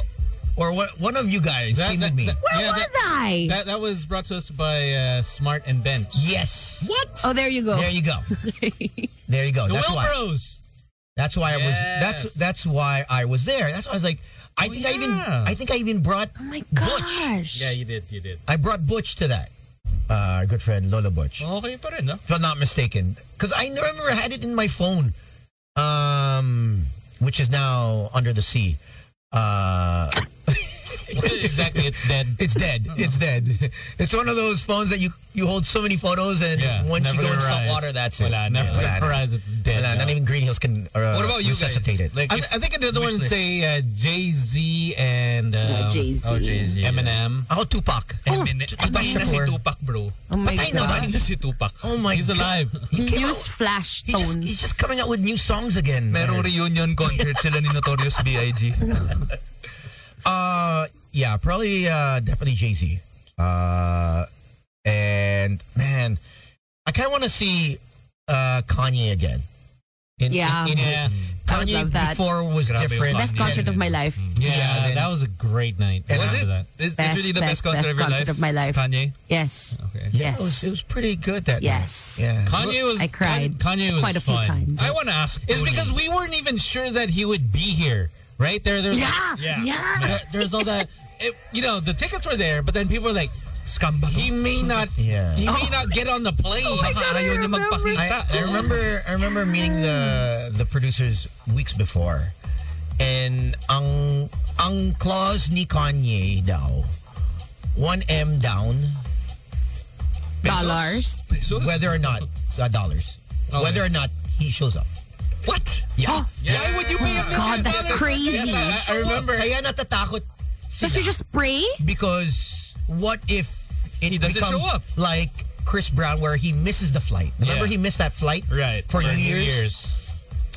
Speaker 6: or what, one of you guys
Speaker 2: That-
Speaker 6: came
Speaker 2: that-
Speaker 6: with me
Speaker 2: that-
Speaker 5: Where
Speaker 2: yeah,
Speaker 5: was
Speaker 2: that,
Speaker 5: I?
Speaker 2: that that was brought to us by uh, Smart and Bench.
Speaker 6: yes what
Speaker 5: oh, there you go.
Speaker 6: there you go there you go
Speaker 2: The
Speaker 6: that's
Speaker 2: Will
Speaker 6: why
Speaker 2: Bros.
Speaker 6: that's why I was that's
Speaker 2: Yes. Oh,
Speaker 6: that's why I was there that's why I was like I think I even
Speaker 4: yeah.
Speaker 6: I think I even brought
Speaker 5: oh my
Speaker 6: Butch.
Speaker 5: gosh.
Speaker 2: Yeah, you did. You did.
Speaker 6: I brought Butch to that. Uh, our good friend Lola Butch,
Speaker 4: Okay pa rin, ah.
Speaker 6: if I'm not mistaken, because I remember I had it in my phone, um, which is now under the sea. Uh,
Speaker 2: exactly, it's dead.
Speaker 6: It's dead. It's dead. It's one of those phones that you you hold so many photos and
Speaker 2: Yeah, it's
Speaker 6: once you
Speaker 2: never
Speaker 6: go in
Speaker 2: gonna
Speaker 6: salt
Speaker 2: rise.
Speaker 6: water, that's it.
Speaker 2: Wala,
Speaker 6: It's
Speaker 2: never
Speaker 6: dead. Wala
Speaker 2: gonna
Speaker 6: na.
Speaker 2: rise, it's dead
Speaker 6: Wala,
Speaker 2: now.
Speaker 6: Not even Green Hills can uh,
Speaker 7: What about you guys?
Speaker 6: resuscitate it. Like,
Speaker 2: I, I think another one would say uh, Jay Z and um,
Speaker 5: Jay-Z.
Speaker 2: oh, Jay-Z, Eminem.
Speaker 6: ako Tupac.
Speaker 4: Patay na si Tupac, bro.
Speaker 5: Oh my
Speaker 6: Patay na ba?
Speaker 5: God.
Speaker 4: Patay na si Tupac.
Speaker 6: Oh my
Speaker 2: He's alive.
Speaker 6: He came out-
Speaker 5: Use flash
Speaker 6: He just, he's
Speaker 5: tones.
Speaker 6: just coming out with new songs again.
Speaker 4: Merong reunion concert sila ni Notorious B.I.G.
Speaker 6: Uh, yeah, probably uh, definitely Jay Z. Uh, and man, I kind of want to see uh, Kanye again. In,
Speaker 5: Yeah.
Speaker 2: Yeah.
Speaker 5: I would
Speaker 6: Kanye
Speaker 5: love that.
Speaker 6: before was
Speaker 4: Grabe yung
Speaker 6: different.
Speaker 5: Best
Speaker 4: Kanye.
Speaker 5: concert of my life.
Speaker 2: Yeah,
Speaker 6: Yeah, then-
Speaker 2: that was a great night.
Speaker 6: And
Speaker 2: was
Speaker 4: Was it?
Speaker 2: That.
Speaker 4: It's, it's
Speaker 5: Best,
Speaker 4: really the best,
Speaker 5: best,
Speaker 4: concert
Speaker 5: best
Speaker 4: of your
Speaker 5: concert
Speaker 4: life.
Speaker 5: of my life.
Speaker 4: Kanye.
Speaker 5: Yes.
Speaker 4: Okay.
Speaker 6: Yeah, it, was,
Speaker 5: Yes.
Speaker 6: it was pretty good that night.
Speaker 5: Yes.
Speaker 6: Yeah.
Speaker 2: Kanye was.
Speaker 5: I cried
Speaker 2: Kanye was
Speaker 5: quite a few
Speaker 2: fun.
Speaker 5: times.
Speaker 4: I want to ask.
Speaker 2: It's because we weren't even sure that he would be here, right? There, there's
Speaker 5: Yeah,
Speaker 2: yeah,
Speaker 5: yeah.
Speaker 2: There, there's all that. It, you know, the tickets were there, but then people were like, "Scum, he may not,
Speaker 6: Yeah.
Speaker 2: he
Speaker 5: Oh
Speaker 2: may not get on the plane."
Speaker 4: Ayaw niya magpakita.
Speaker 6: I, I remember I remember meeting the the producers weeks before. And ang ang clause ni Kanye daw 1M down
Speaker 5: Dollars.
Speaker 4: Pesos?
Speaker 6: whether or not uh, dollars. Whether or not he shows up.
Speaker 4: What?
Speaker 6: Yeah.
Speaker 4: Why would you pay a million
Speaker 5: God, that's
Speaker 4: dollars?
Speaker 5: crazy.
Speaker 2: I, I remember.
Speaker 6: Kaya natatakot
Speaker 5: Does you
Speaker 6: sila
Speaker 5: just pray?
Speaker 6: because what if it
Speaker 4: He doesn't
Speaker 6: becomes
Speaker 4: show up.
Speaker 6: like Chris Brown where he misses the flight. Remember
Speaker 2: Yeah.
Speaker 6: he missed that flight
Speaker 2: Right
Speaker 6: for, New Year's,
Speaker 2: years.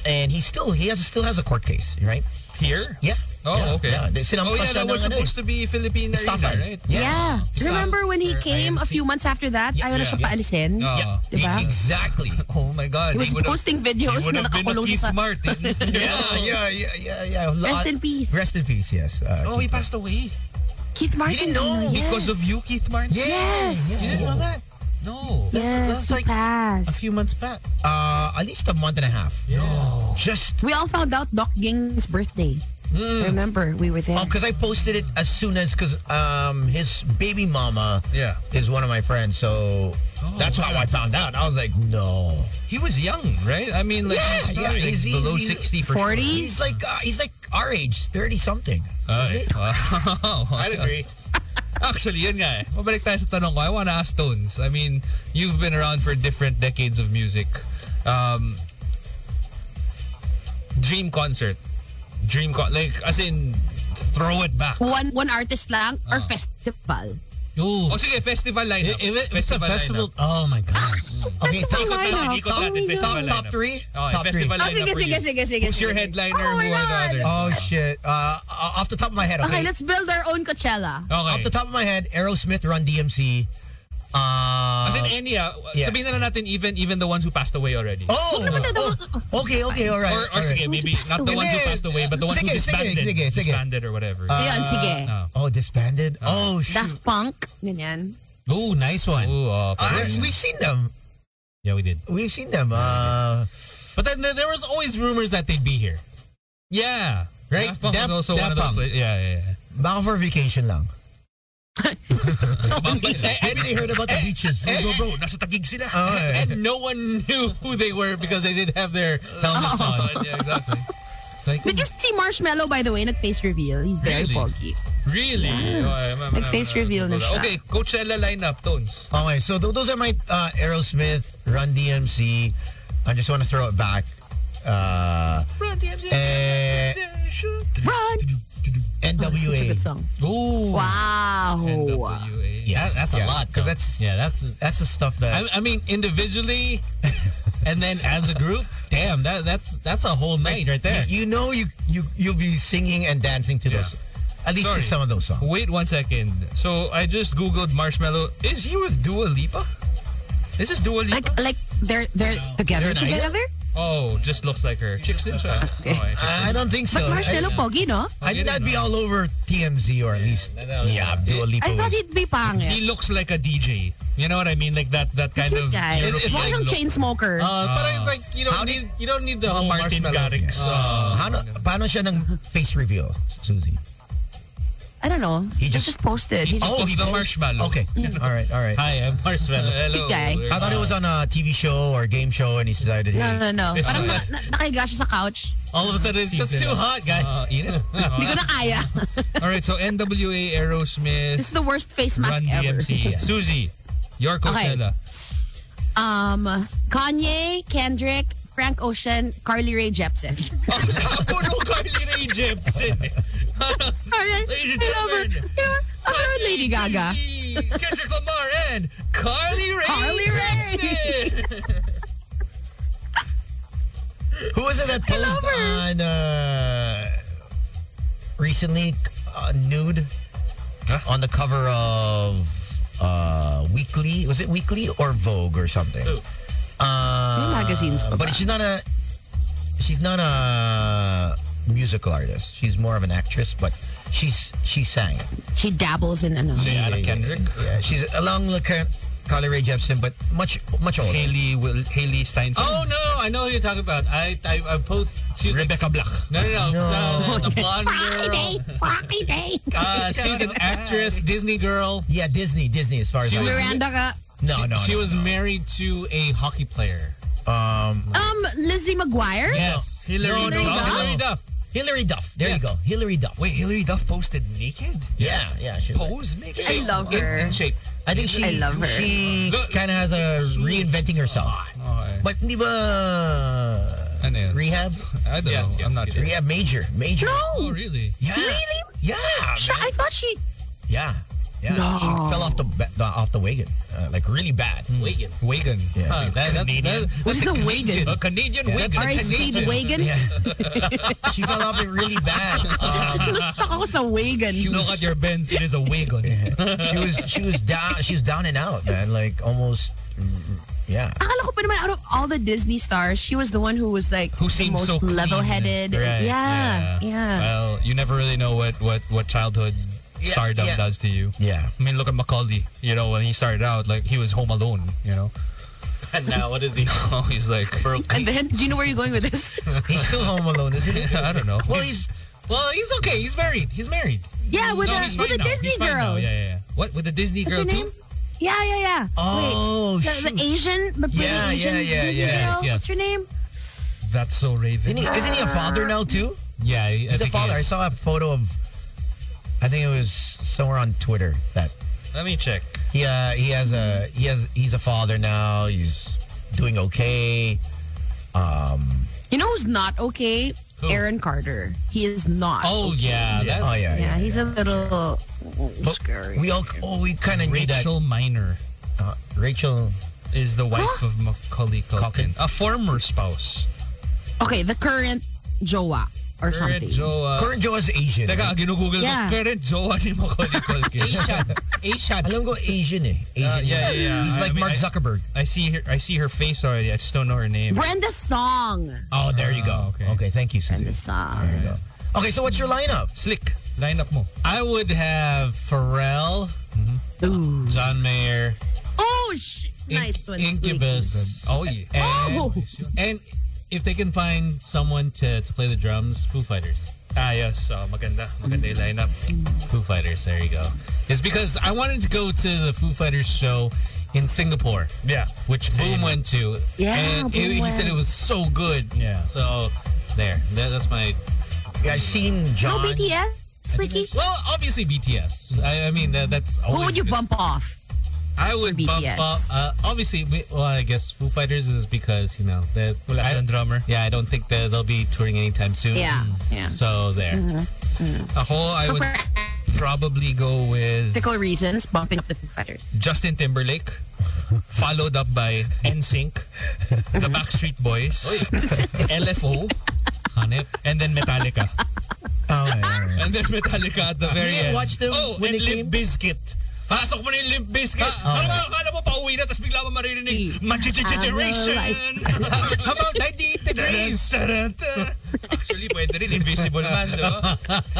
Speaker 6: and he still he has still has a court case, right?
Speaker 4: Here?
Speaker 6: Yeah.
Speaker 4: Oh,
Speaker 6: yeah,
Speaker 4: okay.
Speaker 6: Yeah. They-
Speaker 4: Oh,
Speaker 6: Sinampas
Speaker 4: yeah, that
Speaker 6: siya
Speaker 4: was
Speaker 6: ng ano
Speaker 4: supposed to be Philippine
Speaker 6: eh, stop
Speaker 4: Arena,
Speaker 6: sign.
Speaker 4: right?
Speaker 5: Yeah. Remember when he
Speaker 2: Or
Speaker 5: came a
Speaker 2: IMC.
Speaker 5: few months after that? Ayaw na siya
Speaker 6: yeah.
Speaker 5: paalisin.
Speaker 4: Oh.
Speaker 6: Yeah.
Speaker 5: Diba?
Speaker 6: E- Exactly.
Speaker 4: Oh my God.
Speaker 5: He
Speaker 4: He
Speaker 5: was
Speaker 4: would've-
Speaker 5: posting
Speaker 4: he
Speaker 5: videos
Speaker 4: would've
Speaker 5: na
Speaker 4: been a
Speaker 5: nakakulong
Speaker 4: Keith
Speaker 5: siya sa...
Speaker 4: Martin.
Speaker 6: yeah, yeah, yeah, yeah, yeah.
Speaker 5: Rest in peace.
Speaker 6: Rest in peace, yes. Uh,
Speaker 4: Oh, he passed away.
Speaker 5: Keith
Speaker 6: didn't
Speaker 5: Martin.
Speaker 6: know
Speaker 5: yes.
Speaker 4: Because of you, Keith Martin?
Speaker 6: Yeah,
Speaker 5: Yes.
Speaker 6: Yeah. You didn't know that?
Speaker 2: No,
Speaker 5: Yes,
Speaker 6: that's
Speaker 5: he
Speaker 6: like-
Speaker 2: a
Speaker 5: passed.
Speaker 2: few months back.
Speaker 6: Uh, at least a month and a half. Yeah. Just
Speaker 5: We all found out Doc Ging's birthday. Remember, we were there.
Speaker 6: because oh, I posted it as soon as because um his baby mama
Speaker 4: Yeah.
Speaker 6: is one of my friends, so
Speaker 2: Oh,
Speaker 6: that's how I found out. I was like, no,
Speaker 4: He was young, right? I mean, like,
Speaker 6: Yeah,
Speaker 4: he's not,
Speaker 6: yeah,
Speaker 4: like,
Speaker 6: he's- he's-
Speaker 4: below
Speaker 6: he's-
Speaker 4: 60 for sure.
Speaker 5: 40s?
Speaker 6: he's like uh, he's like our age, thirty something.
Speaker 4: Ay, wow.
Speaker 2: I'd agree.
Speaker 4: Actually, yun nga eh. Mabalik tayo sa tanong ko. I wanna ask Tones. I mean, you've been around for different decades of music. Um, dream concert. Dream con- Like, as in, throw it back.
Speaker 5: one one artist lang or festival.
Speaker 2: Ooh,
Speaker 4: O
Speaker 5: Oh,
Speaker 4: sige, festival lineup.
Speaker 6: Eh,
Speaker 2: If it- if it's a festival. Oh my gosh.
Speaker 6: Ah. Okay,
Speaker 5: Festival
Speaker 6: top,
Speaker 5: lineup.
Speaker 6: top,
Speaker 4: Ikot natin,
Speaker 5: Oh my
Speaker 4: festival
Speaker 6: top,
Speaker 4: lineup.
Speaker 6: top three.
Speaker 4: Okay,
Speaker 6: top three.
Speaker 4: festival
Speaker 5: Oh,
Speaker 4: lineup
Speaker 5: sige,
Speaker 4: for
Speaker 5: sige,
Speaker 4: you.
Speaker 5: sige, sige.
Speaker 4: Who's your
Speaker 5: sige.
Speaker 4: headliner?
Speaker 5: Oh my
Speaker 4: Who are the
Speaker 5: God.
Speaker 4: others?
Speaker 6: Oh shit! Uh, off the top of my head,
Speaker 5: Okay, let's build our own Coachella.
Speaker 2: Okay.
Speaker 6: Off the top of my head, Aerosmith, Run DMC. Uh,
Speaker 4: As in any, ah,
Speaker 6: yeah.
Speaker 4: sabihin na lang natin even even the ones who passed away already.
Speaker 6: oh, oh, okay, okay, all right.
Speaker 4: or or
Speaker 6: all right.
Speaker 4: sige, maybe
Speaker 5: passed
Speaker 4: not the
Speaker 5: away?
Speaker 4: ones who passed away, but the ones who
Speaker 6: Sige, sige,
Speaker 4: disbanded,
Speaker 6: sige, sige.
Speaker 4: disbanded or whatever.
Speaker 2: Uh,
Speaker 5: Ayun, sige.
Speaker 6: Oh, disbanded?
Speaker 4: Ah.
Speaker 6: Oh, shoot.
Speaker 5: Daft Punk, ganyan.
Speaker 2: Ooh, nice one.
Speaker 4: Ooh, oh, pa-
Speaker 6: Uh, we've seen them.
Speaker 2: Yeah, we did.
Speaker 6: We've seen them. Uh,
Speaker 2: But then there there was always rumors that they'd be here.
Speaker 4: yeah.
Speaker 2: Right?
Speaker 4: Daft Punk was
Speaker 2: Daft-
Speaker 4: also one
Speaker 2: Daft
Speaker 4: of those
Speaker 2: Punk.
Speaker 4: places. Yeah, yeah, yeah.
Speaker 6: baka for vacation lang.
Speaker 4: Eh, eh,
Speaker 6: Maybe they heard about the beaches.
Speaker 4: eh, bro, bro, nasa tagig sila.
Speaker 6: Oh, eh.
Speaker 2: And no one knew who they were because they didn't have their
Speaker 4: eh,
Speaker 2: helmets on.
Speaker 4: Oh, yeah, exactly.
Speaker 5: Did you see Marshmallow, by the way, nag-face reveal? He's very
Speaker 4: Really?
Speaker 5: pogi.
Speaker 4: Really?
Speaker 2: Oh,
Speaker 5: Nag-face
Speaker 2: uh,
Speaker 5: reveal na siya.
Speaker 4: Okay, Coachella lineup, Tones.
Speaker 6: Okay, so th- those are my uh, Aerosmith, Run DMC. I just want to throw it back. Uh, eh,
Speaker 5: Run! Oh, such a
Speaker 6: NWA.
Speaker 5: good song.
Speaker 2: Ooh.
Speaker 5: Wow.
Speaker 4: NWA.
Speaker 6: Yeah,
Speaker 2: That- that's a
Speaker 6: yeah,
Speaker 2: lot.
Speaker 6: Because
Speaker 2: though.
Speaker 6: that's
Speaker 2: yeah, that's.
Speaker 6: that's the stuff that
Speaker 2: I, I mean, individually, and then as a group. Damn, that that's that's a whole night right there.
Speaker 6: you know you you you'll be singing and dancing to those, at least
Speaker 4: Sorry.
Speaker 6: to some of those songs.
Speaker 4: Wait one second. So I just googled Marshmallow. Is he with Dua Lipa? Is this Dua Lipa?
Speaker 5: Like, like they're they're together
Speaker 6: They're an idol?
Speaker 5: together.
Speaker 4: oh, just looks like her. Chicks din siya.
Speaker 5: Ah, Okay.
Speaker 4: Oh, eh, chicks din.
Speaker 6: I don't think so.
Speaker 5: But Marshmallow pogi, no?
Speaker 6: I, I think that'd be all over TMZ or at least
Speaker 2: that was-
Speaker 6: yeah, Dua Lipa.
Speaker 5: I
Speaker 6: was-
Speaker 5: thought he'd be pangit.
Speaker 4: He looks like a DJ. You know what I mean? Like that that kind
Speaker 5: Cute
Speaker 4: of
Speaker 5: guy.
Speaker 4: European
Speaker 5: Mukhang siyang
Speaker 4: look. Oh,
Speaker 5: chain smoker.
Speaker 2: Uh, but it's like you don't need you don't need the whole
Speaker 4: Martin uh,
Speaker 6: Uh,
Speaker 4: Garrix.
Speaker 2: marshmallow.
Speaker 6: How na, paano siya ng face reveal, Susie?
Speaker 5: I don't know.
Speaker 6: He
Speaker 5: He
Speaker 6: just-
Speaker 5: just, posted. He just
Speaker 6: Oh,
Speaker 5: posted.
Speaker 6: he
Speaker 4: the
Speaker 6: posted-
Speaker 4: marshmallow.
Speaker 6: Okay. All right. All right.
Speaker 2: Hi, I'm Marshmallow.
Speaker 4: Hello.
Speaker 5: guy.
Speaker 4: there.
Speaker 6: I thought it was on a TV show or a game show, and he decided.
Speaker 5: No,
Speaker 6: hey,
Speaker 5: no, no.
Speaker 2: It's
Speaker 5: Parang
Speaker 2: just-
Speaker 5: na, na, nakahiga siya sa couch.
Speaker 2: All of a sudden, it's just too hot, guys.
Speaker 4: Uh, eat it.
Speaker 5: Hindi ko na kaya.
Speaker 4: All right, so NWA, Aerosmith,
Speaker 5: This is the worst face
Speaker 4: Run
Speaker 5: mask ever.
Speaker 4: DMC. Susie, your Coachella.
Speaker 5: Um, Kanye, Kendrick, Frank Ocean, Carly Rae Jepsen.
Speaker 4: Puro Carly Rae Jepsen.
Speaker 5: Sorry.
Speaker 4: Ladies and
Speaker 5: I love her.
Speaker 4: gentlemen,
Speaker 5: Yeah, I love her, Lady Gaga.
Speaker 4: Jay-Z, Kendrick Lamar and Carly Rae
Speaker 5: Carly Rae.
Speaker 4: Jepsen.
Speaker 6: Who was it that posted on uh, recently uh, nude on the cover of uh, Weekly? Was it Weekly or Vogue or something?
Speaker 5: May
Speaker 6: Uh,
Speaker 5: magazines pa
Speaker 6: but
Speaker 5: ba?
Speaker 6: she's not a she's not a musical artist. She's more of an actress, but she's she sang.
Speaker 5: She dabbles in ano.
Speaker 6: Yeah, yeah, yeah.
Speaker 4: Kendrick?
Speaker 6: Yeah, she's along with Ken- Carly Rae Jepsen, but much much older.
Speaker 4: Haley, Will, Haley Steinfeld.
Speaker 2: Oh no, I know who you're talking about. I I, I post. She's
Speaker 4: Rebecca
Speaker 2: like, Black. No, no, no,
Speaker 6: Oh, No.
Speaker 2: no, no, the blonde girl.
Speaker 5: Friday, Friday.
Speaker 2: Uh, she's an actress, Disney girl.
Speaker 6: Yeah, Disney, Disney. As far
Speaker 2: She
Speaker 6: as I
Speaker 2: was-
Speaker 6: know.
Speaker 5: Miranda ka.
Speaker 6: no, no,
Speaker 2: She-
Speaker 6: no,
Speaker 2: She was
Speaker 6: no.
Speaker 2: married to a hockey player.
Speaker 6: um,
Speaker 5: Um, Lizzie McGuire?
Speaker 6: Yes.
Speaker 2: Hillary
Speaker 5: Hillary
Speaker 2: Duff.
Speaker 5: Duff?
Speaker 2: Hillary Duff.
Speaker 6: Hillary Duff. There
Speaker 2: Yes.
Speaker 6: you go. Hillary Duff.
Speaker 4: Wait, Hillary Duff posted naked?
Speaker 6: Yeah, yeah. She
Speaker 4: Pose naked?
Speaker 5: I love
Speaker 2: In,
Speaker 5: her.
Speaker 2: in shape.
Speaker 6: I think she
Speaker 5: I love her.
Speaker 6: she
Speaker 2: Look.
Speaker 6: kind of has a reinventing herself.
Speaker 4: Okay.
Speaker 6: But hindi ba
Speaker 4: Ano yun?
Speaker 6: rehab?
Speaker 4: I don't
Speaker 2: Yes,
Speaker 4: know.
Speaker 2: yes,
Speaker 4: I'm not
Speaker 2: yes.
Speaker 4: sure.
Speaker 6: Rehab major, major.
Speaker 5: No!
Speaker 2: really?
Speaker 6: Yeah.
Speaker 5: Really?
Speaker 6: Yeah.
Speaker 5: Siya, I
Speaker 6: man.
Speaker 5: thought she...
Speaker 6: Yeah. Yeah.
Speaker 5: No.
Speaker 6: She fell off the, ba- the off the wagon, uh, like really bad.
Speaker 4: Hmm.
Speaker 2: Wigan.
Speaker 4: Wagon.
Speaker 6: Yeah.
Speaker 2: Huh, that- that's, that's,
Speaker 5: What is a wagon?
Speaker 4: A Canadian wagon.
Speaker 5: R.I.C. the wagon?
Speaker 6: Yeah. she fell off it really bad. Um,
Speaker 5: Siya ako sa wagon.
Speaker 4: Look at your Benz. It is a wagon.
Speaker 6: she was she was down she was down and out, man. Like almost. mm, Yeah.
Speaker 5: Akala ko pa naman, out of all the Disney stars, she was the one who was like
Speaker 4: Who
Speaker 5: the
Speaker 4: seemed
Speaker 5: most
Speaker 4: so clean.
Speaker 5: level-headed.
Speaker 4: Right,
Speaker 5: Yeah, yeah.
Speaker 4: Well, you never really know what what what childhood
Speaker 6: Yeah,
Speaker 4: stardom
Speaker 6: yeah.
Speaker 4: does to you.
Speaker 6: Yeah.
Speaker 4: I mean, look at Macaulay. You know, when he started out, like he was home alone. You know,
Speaker 2: and now what is he?
Speaker 4: oh, he's like,
Speaker 5: And then, do you know where you're going with this?
Speaker 6: He's still home alone, isn't he?
Speaker 4: I don't know.
Speaker 6: Well, he's
Speaker 2: Well, he's okay. He's married. He's married.
Speaker 5: yeah, with
Speaker 4: No,
Speaker 5: a,
Speaker 4: he's
Speaker 5: with
Speaker 4: fine
Speaker 5: a
Speaker 4: now.
Speaker 5: Disney
Speaker 4: He's fine now.
Speaker 5: girl.
Speaker 4: Yeah, yeah, yeah. What with the Disney
Speaker 5: What's
Speaker 4: girl
Speaker 5: her name?
Speaker 4: too?
Speaker 5: Yeah, yeah, yeah.
Speaker 6: oh
Speaker 5: Wait,
Speaker 6: shoot.
Speaker 5: the, the Asian, the pretty
Speaker 6: Yeah, yeah,
Speaker 5: Asian
Speaker 6: yeah,
Speaker 5: Disney
Speaker 6: yeah.
Speaker 2: Yes,
Speaker 5: girl.
Speaker 2: yes.
Speaker 5: What's her name?
Speaker 4: That's so Raven.
Speaker 6: Isn't he, isn't he a father now too?
Speaker 2: Yeah, I- I
Speaker 6: He's a
Speaker 2: think he
Speaker 6: father. I
Speaker 2: is.
Speaker 6: saw a photo of. I think it was somewhere on Twitter that
Speaker 4: Let me check.
Speaker 6: he uh, he has a he has he's a father now. He's doing okay.
Speaker 5: You know who's not okay? Aaron Carter. He is not.
Speaker 2: Oh yeah, that-
Speaker 6: Oh yeah,
Speaker 5: yeah,
Speaker 6: yeah.
Speaker 5: he's a little scary.
Speaker 6: We all oh we kind of need that.
Speaker 4: Rachel Miner
Speaker 6: Uh, Rachel.
Speaker 4: is the wife
Speaker 5: Huh?
Speaker 4: of Macaulay Culkin,
Speaker 6: Culkin.
Speaker 4: a former spouse.
Speaker 5: okay, the current Joa or
Speaker 4: Current
Speaker 5: something.
Speaker 4: jowa.
Speaker 6: Current Joe is Asian.
Speaker 4: Teka, ginugugol
Speaker 5: Yeah.
Speaker 4: ko. Current jowa ni Macaulay Culkin.
Speaker 6: Asian. Alam ko Asian eh. Asian.
Speaker 4: Uh, yeah, yeah, yeah.
Speaker 6: He's
Speaker 4: I
Speaker 6: like
Speaker 4: mean, I-
Speaker 6: Mark Zuckerberg.
Speaker 4: I see her. I see her face already. I just don't know her name.
Speaker 5: Brenda Song.
Speaker 6: Oh, there you
Speaker 4: Ah,
Speaker 6: go.
Speaker 4: okay.
Speaker 6: okay. thank you, Susie.
Speaker 5: Brenda Song.
Speaker 6: There you go. Okay, so what's your lineup?
Speaker 4: Slick. Line up mo.
Speaker 2: I would have Pharrell,
Speaker 5: Ooh.
Speaker 2: John Mayer,
Speaker 5: Oh, sh- nice one. Sneaky.
Speaker 2: Incubus.
Speaker 4: Oh yeah.
Speaker 2: And,
Speaker 5: Oh.
Speaker 2: and if they can find someone to, to play the drums, Foo Fighters.
Speaker 4: Ah yes. Oh, maganda. Maganda yung lineup.
Speaker 2: Foo Fighters, there you go. It's because I wanted to go to the Foo Fighters show in Singapore,
Speaker 4: Yeah.
Speaker 2: which Boom went to.
Speaker 5: Yeah,
Speaker 2: and
Speaker 5: Boom
Speaker 2: it- he said
Speaker 5: went.
Speaker 2: it was so good.
Speaker 4: Yeah.
Speaker 2: So there, that, that's my.
Speaker 6: Yeah, I've seen
Speaker 5: No
Speaker 6: John.
Speaker 5: BTS. Slicky.
Speaker 2: Well, obviously BTS. I, I mean, that, that's.
Speaker 5: Who
Speaker 2: always
Speaker 5: would you
Speaker 2: good.
Speaker 5: bump off?
Speaker 2: I would
Speaker 5: for
Speaker 2: bump
Speaker 5: BTS?
Speaker 2: up. Uh, obviously, we- well, I guess Foo Fighters is because you know that. I-
Speaker 4: silang drummer.
Speaker 2: Yeah, I don't think that they'll be touring anytime soon.
Speaker 5: Yeah, yeah. Mm-hmm.
Speaker 2: So there.
Speaker 4: Ako, I
Speaker 5: So
Speaker 4: would
Speaker 5: for
Speaker 4: probably go with
Speaker 5: ethical reasons, bumping up the Foo Fighters.
Speaker 4: Justin Timberlake, followed up by NSYNC, the Backstreet Boys, LFO, Hanep, and then Metallica.
Speaker 6: Oh, yeah, yeah, yeah.
Speaker 4: And then Metallica at the very
Speaker 6: didn't
Speaker 4: end.
Speaker 6: watch them
Speaker 4: oh,
Speaker 6: when
Speaker 4: and
Speaker 6: they
Speaker 4: Limp Bizkit. Pasok mo na yung Limp Bizkit. Ano ba, akala mo pauwi na, tapos bigla mo maririnig, Machichichiration! How about 98 degrees? Actually, pwede rin, Invisible Man, di ba?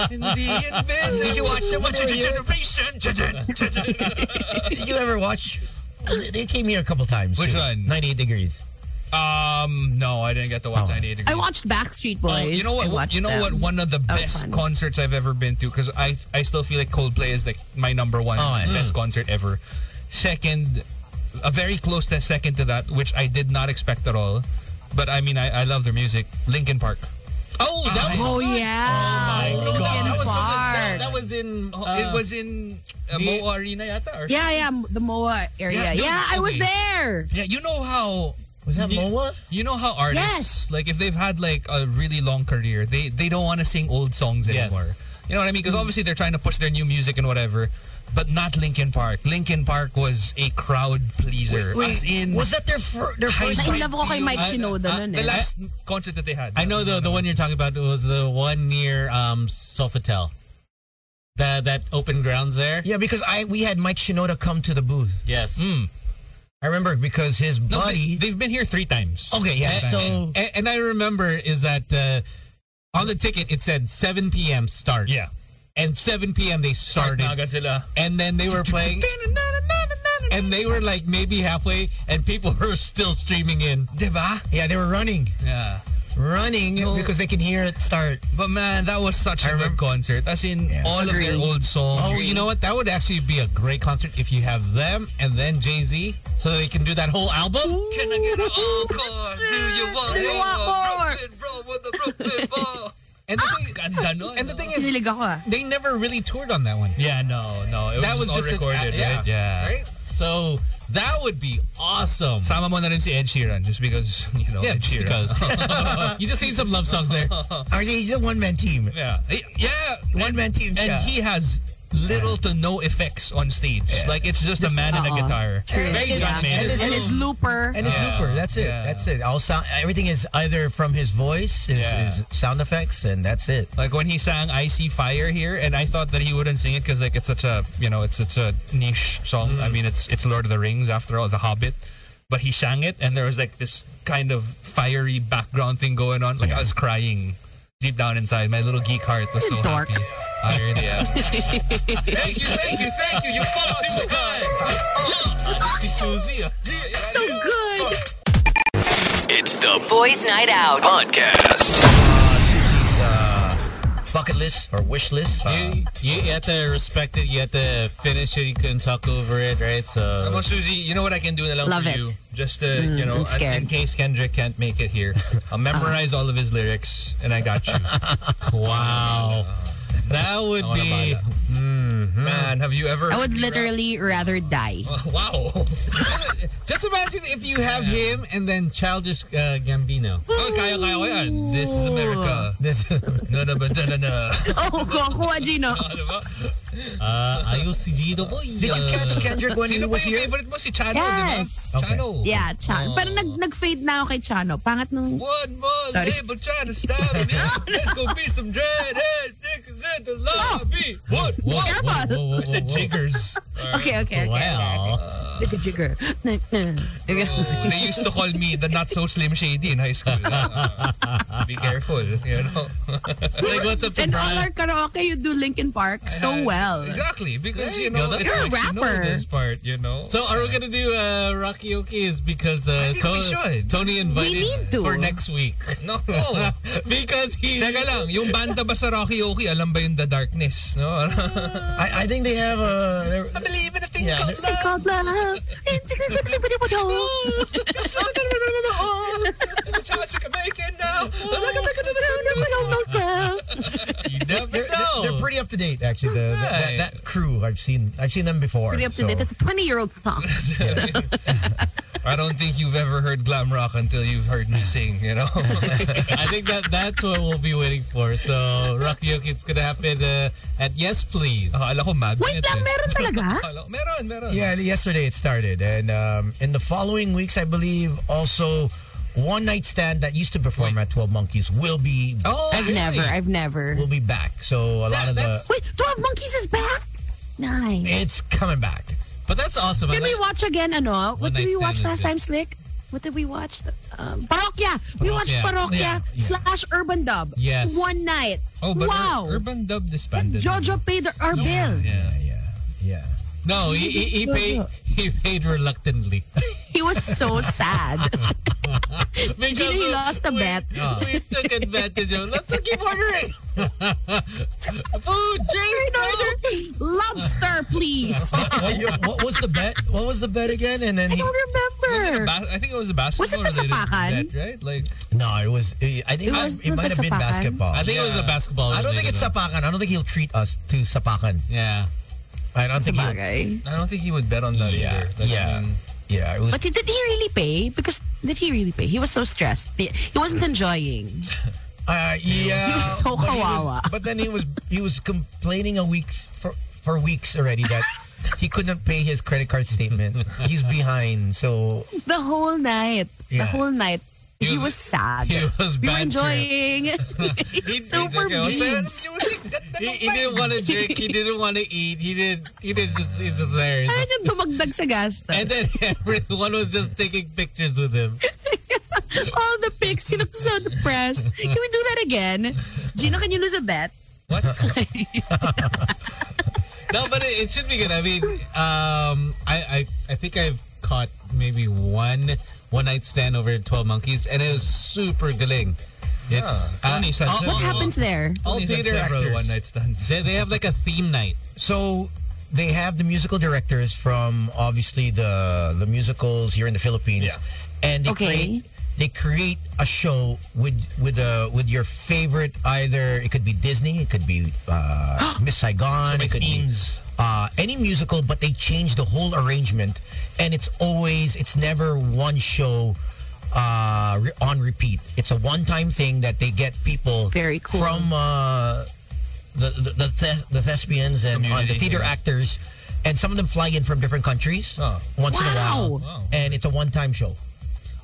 Speaker 4: Hindi invisible.
Speaker 6: Did you watch them when they were here?
Speaker 4: Machichichiration!
Speaker 6: Did you ever watch? They came here a couple times.
Speaker 4: Which
Speaker 6: too.
Speaker 4: one?
Speaker 6: 98 Degrees.
Speaker 4: Um, no, I didn't get to watch 98 Degrees.
Speaker 5: I watched Backstreet
Speaker 4: Oh,
Speaker 5: Boys.
Speaker 4: you know
Speaker 5: I
Speaker 4: what?
Speaker 5: watched
Speaker 4: You know
Speaker 5: them.
Speaker 4: what? One of the
Speaker 5: That was
Speaker 4: best
Speaker 5: fun.
Speaker 4: concerts I've ever been to because I I still feel like Coldplay is like my number one
Speaker 6: Oh, yeah.
Speaker 4: best concert ever. Second, a very close to second to that, which I did not expect at all. But I mean, I, I love their music. Linkin Park.
Speaker 2: Oh, that was.
Speaker 5: Oh yeah.
Speaker 2: Oh, no,
Speaker 5: Linkin
Speaker 2: that, that was so good.
Speaker 5: Park.
Speaker 2: That, that was in. Uh,
Speaker 4: Oh, it was in uh,
Speaker 2: the-
Speaker 4: Mo Arena yata. Or
Speaker 5: Yeah, yeah, m- the MOA area.
Speaker 4: Yeah,
Speaker 5: Yeah,
Speaker 4: dude,
Speaker 5: I was
Speaker 4: okay.
Speaker 5: there.
Speaker 4: Yeah, you know how
Speaker 6: Was that Moa?
Speaker 4: you know how artists
Speaker 5: Yes.
Speaker 4: like if they've had like a really long career, they they don't want to sing old songs
Speaker 2: Yes.
Speaker 4: anymore. You know what I mean? Because obviously they're trying to push their new music and whatever. But not Linkin Park. Linkin Park was a crowd pleaser. As in
Speaker 6: was that their fir- their
Speaker 4: High
Speaker 6: first?
Speaker 5: Sa in love ako kay Mike
Speaker 2: I-
Speaker 5: Shinoda
Speaker 4: uh,
Speaker 5: nun
Speaker 4: the
Speaker 5: eh.
Speaker 4: last concert that they had.
Speaker 2: I know the the one you're talking about was the one near um Sofitel. That that open grounds there.
Speaker 6: Yeah, because I we had Mike Shinoda come to the booth.
Speaker 2: Yes.
Speaker 6: I remember because his
Speaker 4: No,
Speaker 6: buddy.
Speaker 4: they, have been Mm. here three times.
Speaker 6: okay, yeah.
Speaker 2: And-
Speaker 6: So
Speaker 2: and, and I remember is that uh, on the ticket it said 7 p.m. start.
Speaker 4: Yeah.
Speaker 2: And 7 p.m. they started,
Speaker 4: Naga sila.
Speaker 2: and then they were playing, and they were like maybe halfway, and people were still streaming in.
Speaker 4: Diba?
Speaker 6: yeah, they were running,
Speaker 4: Yeah.
Speaker 6: running
Speaker 4: No.
Speaker 6: because they can hear it start.
Speaker 4: But man, that was such a good concert. As in all of their old songs.
Speaker 2: Oh, you know what? That would actually be a great concert if you have them and then Jay Z, so they can do that whole album.
Speaker 4: Can I get an encore? Do you want Ah,
Speaker 5: Do you want more?
Speaker 4: Brooklyn bro with the Brooklyn ball.
Speaker 2: And the thing,
Speaker 4: Ganda no?
Speaker 2: and the thing is,
Speaker 5: Sinilig ako ah.
Speaker 2: they never really toured on that one.
Speaker 4: Yeah, no, no. It
Speaker 2: that was just, an-
Speaker 4: recorded,
Speaker 2: yeah,
Speaker 4: right? Yeah.
Speaker 2: right? So that would be awesome.
Speaker 4: Sama mo na rin si Ed Sheeran just because, you know,
Speaker 2: yeah,
Speaker 4: Ed
Speaker 2: just
Speaker 4: Sheeran.
Speaker 2: because you just need some love songs there.
Speaker 4: Oh.
Speaker 6: Are they- He's a one man team.
Speaker 4: Yeah. Eh, Yeah.
Speaker 6: One man team.
Speaker 4: And
Speaker 6: yeah.
Speaker 4: he has little to no effects on stage. Like, it's just a man and a
Speaker 5: Uh-uh.
Speaker 4: guitar. Very
Speaker 6: And
Speaker 4: John
Speaker 6: his-
Speaker 4: Mayer.
Speaker 6: And his,
Speaker 5: And his looper.
Speaker 6: and his looper. That's it.
Speaker 4: Yeah.
Speaker 6: That's it. All sound. Everything is either from his voice, his,
Speaker 4: Yeah.
Speaker 6: his sound effects, and that's it.
Speaker 4: Like when he sang "I See Fire" here, and I thought that he wouldn't sing it because like it's such a you know it's it's a niche song. I mean it's it's Lord of the Rings after all, The Hobbit. But he sang it, and there was like this kind of fiery background thing going on. Like I was crying deep down inside. My little geek heart was so
Speaker 5: Dork.
Speaker 4: happy. I really am. thank you, thank you, thank you. You fought too hard.
Speaker 2: Si Suzy.
Speaker 5: So good.
Speaker 1: It's the
Speaker 8: Boys Night Out.
Speaker 1: podcast.
Speaker 6: Susie's uh, bucket list or wish list. Uh,
Speaker 2: You, you have to respect it. You have to finish it. You couldn't talk over it, right?
Speaker 4: Come
Speaker 2: So
Speaker 4: on, Susie. You know what I can do in a
Speaker 5: Love
Speaker 4: for
Speaker 5: it. Mm,
Speaker 4: you. Just to you know,
Speaker 5: I'm scared.
Speaker 4: in
Speaker 5: Uh-huh.
Speaker 4: case Kendrick can't make it here, I'll memorize all of his lyrics, and I got you.
Speaker 2: wow, that would
Speaker 4: Ako na
Speaker 2: be.
Speaker 4: bahala. Mm-hmm. Man, have you ever?
Speaker 5: I would literally rather die.
Speaker 4: Wow.
Speaker 2: Just imagine if you have him and then Childish uh, Gambino.
Speaker 4: oh, kaya kaya ko yan. This is America.
Speaker 6: this,
Speaker 4: No, no, but no, no.
Speaker 5: Oh, kuha Gino.
Speaker 2: Uh, ayos si Gino boy.
Speaker 6: did you catch Kendrick when he
Speaker 4: Sino ba
Speaker 6: was
Speaker 4: yung
Speaker 6: here?
Speaker 4: favorite mo? Si Chano,
Speaker 5: Yes.
Speaker 4: di ba? Chano.
Speaker 5: Yeah, Chano. Pero
Speaker 2: Ah.
Speaker 5: nag, nag-fade na ako kay Chano. Pangat nung...
Speaker 4: One more
Speaker 5: Sorry.
Speaker 4: label trying to stop me. There's gonna be some dreadhead niggas in the lobby. What? What?
Speaker 6: Oh,
Speaker 4: I said jiggers.
Speaker 5: Okay, okay, okay.
Speaker 2: Wow. Oh,
Speaker 5: Like a jigger. Okay.
Speaker 4: Oh, they used to call me the not so slim shady in high school. Uh, be careful, you know. It's like what's up to
Speaker 5: And all
Speaker 4: Brian?
Speaker 5: our karaoke, you do Linkin Park so well.
Speaker 4: Exactly, because you
Speaker 2: go.
Speaker 4: know it's
Speaker 5: You're a
Speaker 4: like she knows
Speaker 5: rapper.
Speaker 4: this part, you know.
Speaker 2: So are we gonna do uh, Rocky Okies because uh,
Speaker 4: think we should.
Speaker 2: Tony invited
Speaker 5: need to.
Speaker 2: for next week
Speaker 4: no.
Speaker 2: because he.
Speaker 4: Teka lang, yung banda ba sa Rocky Oki, alam ba yung The Darkness? No?
Speaker 6: Ah. I, I think they have a.
Speaker 4: I believe in a thing
Speaker 6: Yeah.
Speaker 4: called love.
Speaker 5: Called love.
Speaker 4: Just listen to the mama Oh. all. There's a chance you can make it now. Look at the
Speaker 2: You never
Speaker 6: They're,
Speaker 2: know.
Speaker 6: they're pretty up to date, actually. The, the-
Speaker 4: Right.
Speaker 6: that, that crew, I've seen, I've seen them before.
Speaker 5: Pretty up to date. That's a 20-year-old song.
Speaker 4: I don't think you've ever heard glam rock until you've heard me sing, you know?
Speaker 2: I think that that's what we'll be waiting for. So Rocky Okies it's gonna happen uh, at Yes Please.
Speaker 4: Akala ko magnet.
Speaker 5: Wait lang,
Speaker 4: eh.
Speaker 5: meron talaga?
Speaker 4: Akala- Meron, meron.
Speaker 6: Yeah, yesterday it started, and um, in the following weeks, I believe also one night stand that used to perform at Twelve Monkeys will be
Speaker 4: Oh,
Speaker 5: I've never, I've never.
Speaker 6: will be back. So a lot of the
Speaker 5: Wait, 12 Monkeys is back? Nice.
Speaker 6: it's coming back.
Speaker 2: But that's awesome. I
Speaker 5: Did we
Speaker 2: like-
Speaker 5: watch again ano? What
Speaker 2: One
Speaker 5: did we
Speaker 2: Night
Speaker 5: watch
Speaker 2: Stand is
Speaker 5: last
Speaker 2: good.
Speaker 5: time, Slick? What did we watch? Um, Parokya. We watched
Speaker 6: Yeah,
Speaker 5: Parokya
Speaker 6: yeah.
Speaker 5: slash Urban Dub.
Speaker 2: Yes.
Speaker 5: One night.
Speaker 4: Oh, but
Speaker 5: wow.
Speaker 4: Ur- Urban Dub disbanded.
Speaker 5: Jojo paid our bill.
Speaker 6: Yeah, yeah, yeah.
Speaker 2: no, he, he, he paid he paid reluctantly.
Speaker 5: He he was so sad.
Speaker 2: Because
Speaker 5: you know he
Speaker 2: of-
Speaker 5: lost a
Speaker 2: we-
Speaker 5: bet?
Speaker 2: We took advantage of. Let's keep ordering. Food, drinks, go.
Speaker 5: Lobster, please. I
Speaker 6: what, what was the bet? What was the bet again? And then he,
Speaker 5: don't remember.
Speaker 4: Bas- I think it was a
Speaker 5: Was
Speaker 4: basketball.
Speaker 5: it the sapakan?
Speaker 4: related bet, right? Like
Speaker 6: no, it was. I think it,
Speaker 5: It
Speaker 6: might-
Speaker 5: was
Speaker 6: it
Speaker 5: not
Speaker 6: might
Speaker 5: the
Speaker 6: have been
Speaker 5: sapakan.
Speaker 6: basketball.
Speaker 2: I think it was a basketball.
Speaker 6: I don't think it's
Speaker 2: related
Speaker 6: sapakan. I don't think he'll treat us to sapakan.
Speaker 2: one. Yeah.
Speaker 6: I don't think. He'll,
Speaker 5: Bagay.
Speaker 4: I don't think he would bet on that
Speaker 6: Yeah,
Speaker 4: either. That's-
Speaker 6: yeah.
Speaker 4: I mean,
Speaker 6: yeah, it was.
Speaker 5: But did did he really pay? Because did he really pay? He was so stressed. He he wasn't enjoying.
Speaker 6: Uh, yeah,
Speaker 5: He was so
Speaker 6: but he was-
Speaker 5: kawawa.
Speaker 6: but then he was he was complaining a weeks for for weeks already that he couldn't pay his credit card statement. He's behind, so
Speaker 5: The whole night.
Speaker 6: Yeah.
Speaker 5: The whole night. He,
Speaker 2: was-
Speaker 5: was, sad.
Speaker 2: He was
Speaker 5: we were
Speaker 2: bad trip.
Speaker 5: enjoying. Super
Speaker 2: okay, what's that?
Speaker 5: memes.
Speaker 2: He, he didn't want to drink. He didn't want to eat. He did. He did just. He just there.
Speaker 5: Ay,
Speaker 2: Just-
Speaker 5: nang bumagdag sa gastos.
Speaker 2: and then everyone was just taking pictures with him.
Speaker 5: All the pics. He looked so depressed. Can we do that again? Gino, can you lose a bet?
Speaker 2: What? no, but it, it should be good. I mean, um, I, I I think I've caught maybe one one night stand over at Twelve Monkeys, and it was super galing. It's uh,
Speaker 4: Yeah. Tony Sanchez.
Speaker 2: all-
Speaker 5: What
Speaker 2: all-
Speaker 5: happens there?
Speaker 2: All
Speaker 4: he's
Speaker 2: theater
Speaker 4: several
Speaker 2: actors.
Speaker 4: one night stands.
Speaker 2: They, they have like a theme night.
Speaker 6: so they have the musical directors from obviously the the musicals here in the Philippines,
Speaker 4: Yeah.
Speaker 6: and they
Speaker 5: Okay.
Speaker 6: create they create a show with with a with your favorite either it could be Disney, it could be uh, Miss Saigon, it could be uh, any musical, but they change the whole arrangement, and it's always it's never one show. Uh, re- on repeat. It's a one-time thing that they get people
Speaker 5: Very cool.
Speaker 6: from uh, the the the, thes- the thespians and uh, the
Speaker 4: Community,
Speaker 6: theater
Speaker 4: yeah.
Speaker 6: actors, and some of them fly in from different countries
Speaker 4: Oh.
Speaker 6: once in a while,
Speaker 5: Wow.
Speaker 4: Wow.
Speaker 6: and it's a one-time show.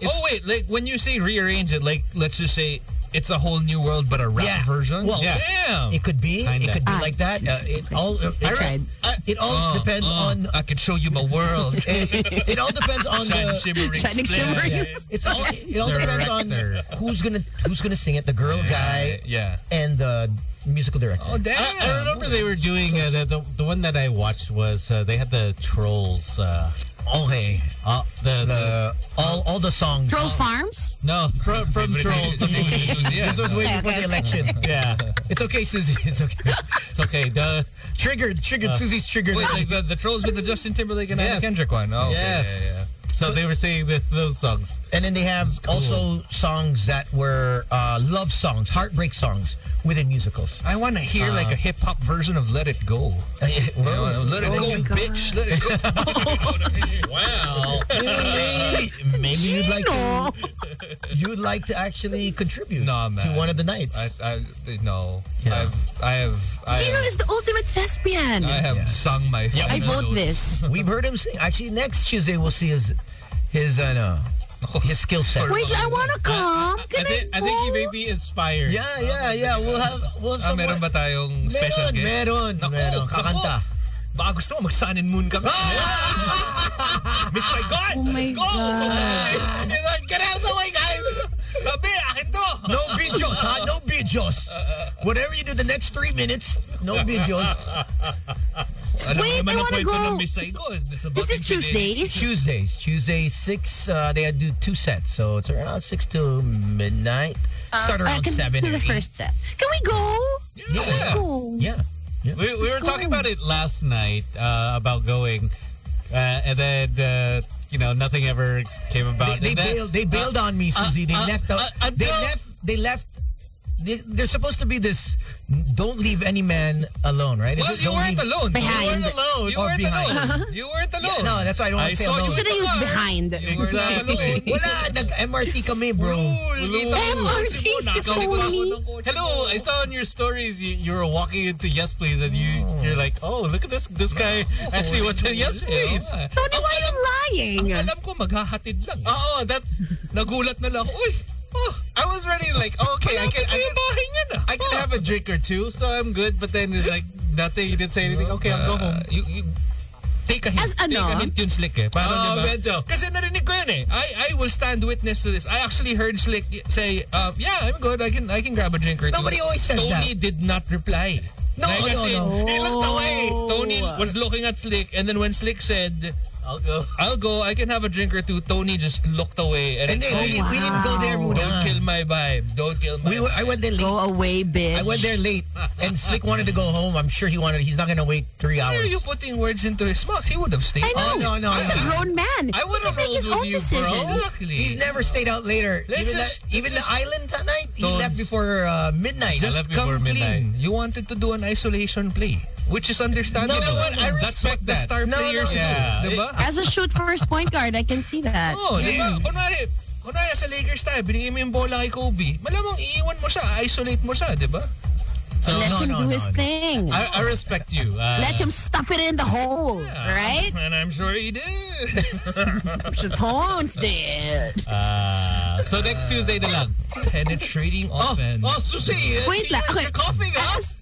Speaker 4: oh wait, like when you say rearrange it, like let's just say it's a whole new world, but a rap
Speaker 6: Yeah.
Speaker 4: version.
Speaker 6: Well,
Speaker 4: yeah. damn.
Speaker 6: It could be,
Speaker 2: Kinda.
Speaker 6: it could be
Speaker 5: Ah.
Speaker 6: like that. Uh, it all uh,
Speaker 5: I
Speaker 6: it,
Speaker 5: tried.
Speaker 6: uh, it all
Speaker 4: Uh,
Speaker 6: depends
Speaker 4: uh,
Speaker 6: on.
Speaker 4: I could show you my world.
Speaker 6: It, it all depends on
Speaker 4: Shining,
Speaker 6: the.
Speaker 4: shimmering,
Speaker 5: Shining
Speaker 4: splendor.
Speaker 5: shimmering.
Speaker 6: yeah, It's all. It all depends on
Speaker 2: Director.
Speaker 6: who's gonna who's gonna sing it. The girl guy
Speaker 4: Yeah.
Speaker 6: and the musical director.
Speaker 4: Oh damn!
Speaker 2: I, I remember they were doing uh, the, the the one that I watched was uh, they had the trolls. Uh,
Speaker 4: Oh,
Speaker 6: Okay.
Speaker 2: uh, the, the
Speaker 6: The all all the songs.
Speaker 5: Troll Farms?
Speaker 2: no from, from trolls the movie.
Speaker 6: This was waiting for the election.
Speaker 2: Yeah,
Speaker 6: It's okay, Susie. It's okay.
Speaker 2: it's okay. The
Speaker 6: Triggered, triggered. Susie's triggered.
Speaker 4: Wait, like the, the trolls with the Justin Timberlake and Anna
Speaker 2: Yes.
Speaker 4: Kendrick one. Oh, okay,
Speaker 2: yes.
Speaker 4: yeah, yeah.
Speaker 2: So, they were saying that those songs.
Speaker 6: And then they have also songs that were uh, love songs, heartbreak songs within musicals.
Speaker 4: I want to hear like a hip hop version of "Let It Go."
Speaker 6: Well,
Speaker 4: Let it go, bitch. Let it go.
Speaker 2: Wow.
Speaker 6: Maybe you'd like to,
Speaker 5: No.
Speaker 6: you'd like to actually contribute
Speaker 4: No, man.
Speaker 6: to one of the nights.
Speaker 4: I, I no.
Speaker 6: Yeah.
Speaker 4: I've I have I
Speaker 5: Gino is
Speaker 4: have,
Speaker 5: the ultimate thespian.
Speaker 4: I have sung my.
Speaker 5: I
Speaker 4: final
Speaker 5: vote
Speaker 4: notes.
Speaker 5: this.
Speaker 6: We've heard him sing. Actually, next Tuesday we'll see his his uh, no, his skill set.
Speaker 5: Wait, I wanna come.
Speaker 2: I,
Speaker 5: Can I,
Speaker 2: thi- I think he may be inspired.
Speaker 6: Yeah, yeah, yeah. We'll have we'll have
Speaker 4: Ah, meron
Speaker 6: someone.
Speaker 4: ba tayong special guest?
Speaker 6: meron,
Speaker 4: Naku,
Speaker 6: meron. Kakanta.
Speaker 4: Baka gusto mo mag-sun and moon ka.
Speaker 6: Ah!
Speaker 4: Miss Saigon,
Speaker 5: Oh my
Speaker 4: let's go!
Speaker 5: God.
Speaker 4: He's like, Get out of the way, guys! Babe, akin to!
Speaker 6: No videos, huh? No videos. Whatever you do the next three minutes, no videos.
Speaker 4: Alam
Speaker 5: Wait,
Speaker 4: naman ang kwento
Speaker 5: I wanna go.
Speaker 4: ng Miss Saigon. It's about
Speaker 5: This is
Speaker 4: infidelity.
Speaker 5: Tuesdays.
Speaker 6: Tuesdays. Tuesday six. Uh, they do two sets, so it's around six till midnight. Start
Speaker 5: Uh, I
Speaker 6: around
Speaker 5: can
Speaker 6: seven.
Speaker 5: do
Speaker 6: or
Speaker 5: the
Speaker 6: eight.
Speaker 5: first set. Can we go?
Speaker 6: Yeah.
Speaker 5: Go.
Speaker 6: Yeah.
Speaker 2: We, we were
Speaker 5: go.
Speaker 2: talking about it last night uh, about going, uh, and then uh, you know nothing ever came about.
Speaker 6: They, they
Speaker 2: And then-
Speaker 6: bailed. They bailed on me, Susie. They
Speaker 2: uh,
Speaker 6: left. Out,
Speaker 2: uh,
Speaker 6: they
Speaker 2: until-
Speaker 6: left. They left. They, there's supposed to be this. "Don't leave any man alone," right? Is
Speaker 4: Well,
Speaker 6: it
Speaker 4: you
Speaker 6: don't
Speaker 4: weren't
Speaker 6: leave-
Speaker 4: alone.
Speaker 5: Behind.
Speaker 4: You weren't alone. You
Speaker 6: Or
Speaker 4: weren't
Speaker 6: behind.
Speaker 4: alone. You weren't alone.
Speaker 6: No, that's why I don't
Speaker 2: I
Speaker 6: want to say
Speaker 2: saw
Speaker 6: alone.
Speaker 2: you-
Speaker 5: Should I use behind?
Speaker 4: You weren't alone.
Speaker 6: Wala, nag-MRT kami, bro.
Speaker 5: MRT si Tony.
Speaker 2: Hello, I saw on your stories you, you were walking into Yes Please, and you you're like, oh look at this this guy
Speaker 4: Oh,
Speaker 2: actually went to Yes Please.
Speaker 5: Tony, why are you lying?
Speaker 4: Alam ko, maghahatid lang. ah.
Speaker 2: Oh, that's.
Speaker 4: Nagulat na lang. ako. Uy, oh,
Speaker 2: I was ready like oh, okay, I can I can, I can have a drink or two, so I'm good. But then it's like nothing. You didn't say anything. Okay, I'll go home.
Speaker 4: Ah, you, you, take a hint.
Speaker 5: As
Speaker 4: take
Speaker 5: ano?
Speaker 4: a hint yun, Slick eh. Parang,
Speaker 2: Oh,
Speaker 4: diba?
Speaker 2: medyo.
Speaker 4: Kasi narinig ko yun eh. I, I will stand witness to this. I actually heard Slick say, uh, yeah, I'm good. I can I can grab a drink or two.
Speaker 6: Nobody always says
Speaker 4: Tony did not reply.
Speaker 6: No, no,
Speaker 4: Like, as in,
Speaker 6: no.
Speaker 4: He looked away.
Speaker 5: Oh.
Speaker 4: Tony was looking at Slick and then when Slick said,
Speaker 2: I'll go.
Speaker 4: I'll go. I can have a drink or two. Tony just looked away. And,
Speaker 6: And then, we, didn't- we didn't go there muna.
Speaker 4: Don't kill my vibe. Don't kill my
Speaker 6: We were, I went there late.
Speaker 5: Go away, bitch.
Speaker 6: I went there late, and Slick wanted to go home. I'm sure he wanted. He's not gonna wait three
Speaker 4: Why are
Speaker 6: hours.
Speaker 4: you putting words into his mouth? He would have stayed.
Speaker 5: I
Speaker 6: Oh
Speaker 5: know.
Speaker 6: no, no,
Speaker 5: He's a
Speaker 6: no.
Speaker 5: grown man.
Speaker 4: I would have
Speaker 5: He can make
Speaker 4: rolled
Speaker 5: his
Speaker 4: with
Speaker 5: own
Speaker 4: you, bro.
Speaker 5: decisions.
Speaker 4: Exactly.
Speaker 6: He's never stayed out later.
Speaker 4: Let's
Speaker 6: even
Speaker 4: just-
Speaker 6: that, even the
Speaker 4: let's
Speaker 6: island that night, he
Speaker 4: Don't-
Speaker 6: left before uh, midnight.
Speaker 4: Just
Speaker 2: left
Speaker 4: come
Speaker 2: before midnight.
Speaker 4: clean. You wanted to do an isolation play, which is understandable.
Speaker 6: No, no, no,
Speaker 4: I
Speaker 6: no.
Speaker 4: respect
Speaker 2: That's
Speaker 4: the star
Speaker 2: what that-
Speaker 6: No, no,
Speaker 4: players
Speaker 6: no.
Speaker 4: do.
Speaker 2: Yeah.
Speaker 4: Diba?
Speaker 5: As a shoot first point guard, I can see that.
Speaker 4: Oo, di ba? Kunwari, kunwari sa Lakers tayo, binigay mo yung bola kay Kobe, malamang iiwan mo siya, isolate mo siya, di ba?
Speaker 6: so,
Speaker 5: Let
Speaker 6: no,
Speaker 5: him
Speaker 6: no,
Speaker 5: do
Speaker 6: no,
Speaker 5: his
Speaker 6: no.
Speaker 5: thing.
Speaker 2: I, I respect you. Uh,
Speaker 5: Let him stuff it in the hole, right?
Speaker 4: And I'm sure he did.
Speaker 5: Tones did.
Speaker 2: uh, so next Tuesday na lang.
Speaker 4: Penetrating offense.
Speaker 2: Oh, Susie! eh,
Speaker 5: Wait lang. Okay.
Speaker 2: You're coughing, ah?
Speaker 5: As,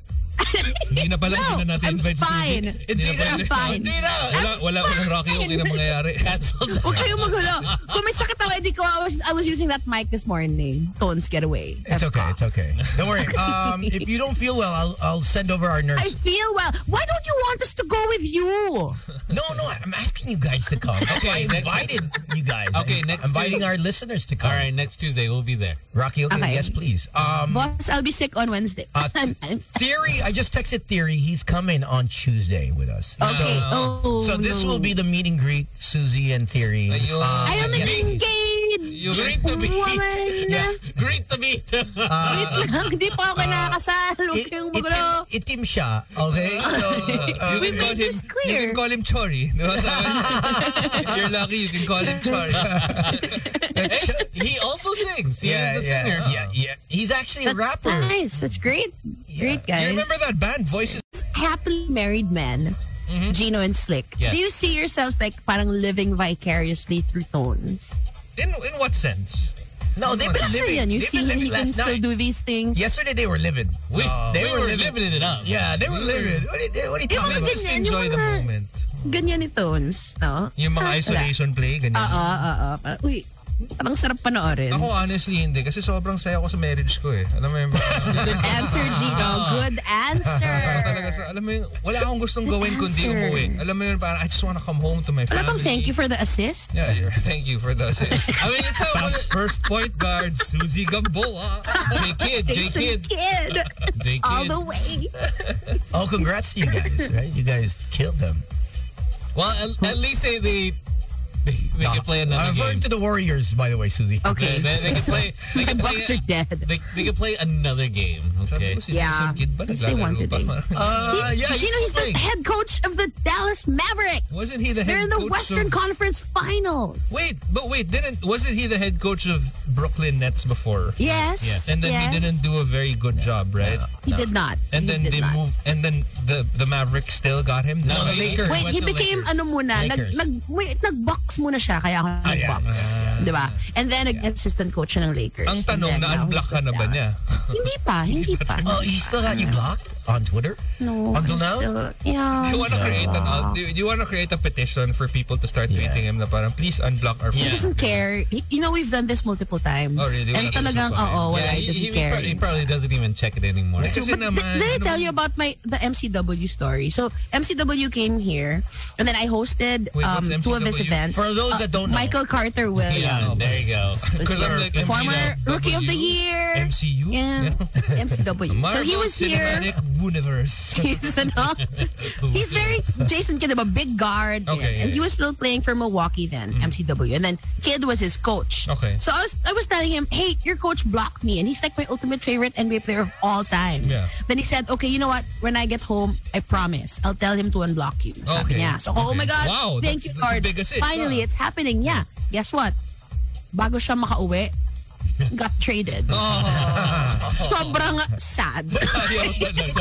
Speaker 4: Hindi na pala,
Speaker 5: No,
Speaker 4: hindi na natin
Speaker 5: I'm
Speaker 4: invite si Suzy.
Speaker 5: fine.
Speaker 4: Hindi na pala.
Speaker 5: I'm fine.
Speaker 4: Hindi na. Wala, wala walang Rocky, okay na mangyayari. Cancel na.
Speaker 5: Huwag kayong magulo. Kung may sakit ako, hindi ko. I was, I was using that mic this morning. Tones, get away.
Speaker 6: It's okay. It's okay. Don't worry. Um, if you don't feel well, I'll, I'll send over our nurse.
Speaker 5: I feel well. Why don't you want us to go with you?
Speaker 6: no, no. I'm asking you guys to come. That's why I invited you guys.
Speaker 2: Okay,
Speaker 6: I'm
Speaker 2: next
Speaker 6: inviting
Speaker 2: Tuesday.
Speaker 6: our listeners to come.
Speaker 2: All right, next Tuesday we'll be there.
Speaker 6: Rocky. Okay,
Speaker 5: Okay.
Speaker 6: Yes, please. Um,
Speaker 5: Boss, I'll be sick on Wednesday.
Speaker 6: Uh, Theory. I just texted Theory. He's coming on Tuesday with us.
Speaker 5: okay. oh,
Speaker 6: So this
Speaker 5: no.
Speaker 6: will be the meet and greet, Susie and Theory.
Speaker 2: Ayun.
Speaker 6: Uh,
Speaker 5: I am an engaged
Speaker 2: You greet the
Speaker 5: woman.
Speaker 2: Yeah, great to meet.
Speaker 5: Wait lang, hindi po ako nakakasal. Huwag
Speaker 6: Uh, it,
Speaker 5: kayong
Speaker 6: itim,
Speaker 5: magulo.
Speaker 6: itim siya. Okay? So, uh,
Speaker 4: You can call
Speaker 5: made
Speaker 4: him,
Speaker 5: this
Speaker 4: you
Speaker 5: clear.
Speaker 4: can call him Chori. Di ba? If you're lucky, you can call him Chori.
Speaker 2: he also sings. He
Speaker 6: yeah,
Speaker 2: is a
Speaker 6: yeah,
Speaker 2: singer.
Speaker 6: yeah, yeah. He's actually a
Speaker 5: That's
Speaker 6: rapper.
Speaker 5: nice. That's great. Great, guys.
Speaker 4: You remember that band, Voices?
Speaker 5: happily married men,
Speaker 6: Mm-hmm.
Speaker 5: Gino and Slick,
Speaker 2: Yes.
Speaker 5: do you see yourselves like parang living vicariously through tones?
Speaker 4: In in what sense?
Speaker 6: No, they've been
Speaker 5: Actually,
Speaker 6: living.
Speaker 5: yan, you
Speaker 6: They've been
Speaker 5: see, he
Speaker 6: living
Speaker 5: can
Speaker 6: last
Speaker 5: still
Speaker 6: night.
Speaker 5: do these things.
Speaker 6: Yesterday they were living.
Speaker 2: We,
Speaker 6: they
Speaker 2: we
Speaker 6: were
Speaker 2: were
Speaker 6: living.
Speaker 2: living it up.
Speaker 6: Yeah, they were living. What are you, what are you talking
Speaker 5: Yung mga
Speaker 6: about?
Speaker 4: Just
Speaker 5: ganyan,
Speaker 4: enjoy
Speaker 5: yung
Speaker 4: the
Speaker 5: mga,
Speaker 4: moment.
Speaker 5: ganyan ni tones, no?
Speaker 4: Yung mga
Speaker 5: Ah, wala.
Speaker 4: isolation play, ganyan.
Speaker 5: Oo, oo, oo. ah. Uy, parang sarap panoorin.
Speaker 4: Ako honestly hindi kasi sobrang saya ko sa marriage ko eh. Alam mo yung
Speaker 5: Good answer, Gino. Good answer.
Speaker 4: talaga sa alam mo yung wala akong gustong gawin kundi
Speaker 5: answer.
Speaker 4: umuwi. Alam mo yun parang I just wanna come home to my
Speaker 5: Wala
Speaker 4: family.
Speaker 5: bang thank you for the assist?
Speaker 4: Yeah, you're, thank you for the assist. I mean, it's how
Speaker 2: Taos
Speaker 4: first point guard Susie Gamboa.
Speaker 2: J-Kid, J-Kid,
Speaker 5: Jason Kidd. All
Speaker 2: J-Kid.
Speaker 5: the way.
Speaker 6: Oh, congrats to you guys. Right? You guys killed them.
Speaker 2: Well, at, at least they they, they, they can play
Speaker 6: I'm
Speaker 2: another
Speaker 6: referring
Speaker 2: game.
Speaker 6: to the Warriors, by the way, Susie.
Speaker 5: Okay.
Speaker 2: They, they can play. They can
Speaker 5: Bucks
Speaker 2: play.
Speaker 5: are dead.
Speaker 2: They, they can play another game. Okay.
Speaker 5: Yeah.
Speaker 4: Kid ba
Speaker 5: Yes, they
Speaker 4: naglalaro
Speaker 5: wanted
Speaker 4: pa?
Speaker 5: it.
Speaker 6: Uh, yeah, he's
Speaker 5: Gino, he's the
Speaker 6: playing.
Speaker 5: head coach of the Dallas Mavericks.
Speaker 4: Wasn't he the head
Speaker 5: They're in the
Speaker 4: coach
Speaker 5: Western
Speaker 4: of-
Speaker 5: Conference Finals.
Speaker 4: Wait, but wait, didn't wasn't he the head coach of Brooklyn Nets before?
Speaker 5: Yes.
Speaker 4: And then
Speaker 5: yes.
Speaker 4: he didn't do a very good job, right?
Speaker 5: He did not.
Speaker 4: And
Speaker 5: He
Speaker 4: then
Speaker 5: did
Speaker 4: they
Speaker 5: not.
Speaker 4: moved and then the the Mavericks still got him.
Speaker 6: No, the Lakers.
Speaker 5: Wait,
Speaker 6: Went
Speaker 5: he
Speaker 6: to
Speaker 5: became
Speaker 6: Lakers.
Speaker 5: ano muna, nag,
Speaker 6: Lakers.
Speaker 5: nag, wait, nag-box muna siya, kaya ako nag-box. Di ba? And then, nag-assistant coach siya ng Lakers.
Speaker 4: Ang
Speaker 5: And
Speaker 4: tanong,
Speaker 5: then, now
Speaker 4: na-unblock
Speaker 5: he's
Speaker 4: ka
Speaker 5: with
Speaker 4: na ba niya?
Speaker 5: Dallas. hindi pa, hindi pa.
Speaker 6: Oh, he still got you blocked on Twitter?
Speaker 5: No.
Speaker 6: Until
Speaker 5: I'm
Speaker 6: now?
Speaker 5: still- yeah.
Speaker 4: Do you
Speaker 5: I'm
Speaker 4: want to
Speaker 5: still-
Speaker 4: create an uh, do, do you want to create a petition for people to start
Speaker 6: Yeah.
Speaker 4: tweeting him na parang please unblock our
Speaker 5: He doesn't care. He- you know, we've done this multiple times.
Speaker 4: Oh, really?
Speaker 5: And
Speaker 4: Wala
Speaker 5: talagang,
Speaker 4: siya pa rin.
Speaker 5: oo, wala,
Speaker 2: he,
Speaker 5: he Oh, doesn't
Speaker 2: he,
Speaker 5: care.
Speaker 2: probably, he probably doesn't even check it anymore.
Speaker 4: Kasi
Speaker 5: So, but th-
Speaker 4: naman,
Speaker 5: did I
Speaker 4: ano
Speaker 5: tell you
Speaker 4: naman-
Speaker 5: about my the MCW story? So MCW came here, and then I hosted
Speaker 4: Wait,
Speaker 5: um,
Speaker 4: what's
Speaker 5: two of his
Speaker 4: MCW?
Speaker 5: events.
Speaker 6: For those that don't know.
Speaker 5: Michael Carter Williams.
Speaker 2: Yeah, there you go.
Speaker 5: was
Speaker 4: Because I'm
Speaker 5: here.
Speaker 4: like
Speaker 5: former
Speaker 4: MCW.
Speaker 5: Rookie of the Year.
Speaker 4: MCU?
Speaker 5: Yeah, MCW. so
Speaker 4: Marvel
Speaker 5: he was here.
Speaker 4: Cinematic Universe.
Speaker 5: He's ano, he's very Jason Kidd, a big guard,
Speaker 4: Okay, yeah, Mm.
Speaker 5: and he was still playing for Milwaukee then, MCW, and then Kidd was his coach.
Speaker 4: Okay.
Speaker 5: So I was I was telling him, hey, your coach blocked me, and he's like my ultimate favorite NBA player of all time.
Speaker 4: Yeah.
Speaker 5: Then he said, okay, you know what? When I get home, I promise I'll tell him to unblock you.
Speaker 4: Okay.
Speaker 5: Sabi niya. So
Speaker 4: Okay.
Speaker 5: oh my god,
Speaker 4: Wow,
Speaker 5: thank
Speaker 4: that's-
Speaker 5: you,
Speaker 4: that's a
Speaker 5: Lord.
Speaker 4: big assist,
Speaker 5: Finally,
Speaker 4: ah.
Speaker 5: it's happening. Yeah. Guess what? Bago siya makauwi, got traded.
Speaker 4: Oh.
Speaker 5: Sobrang sad.
Speaker 2: so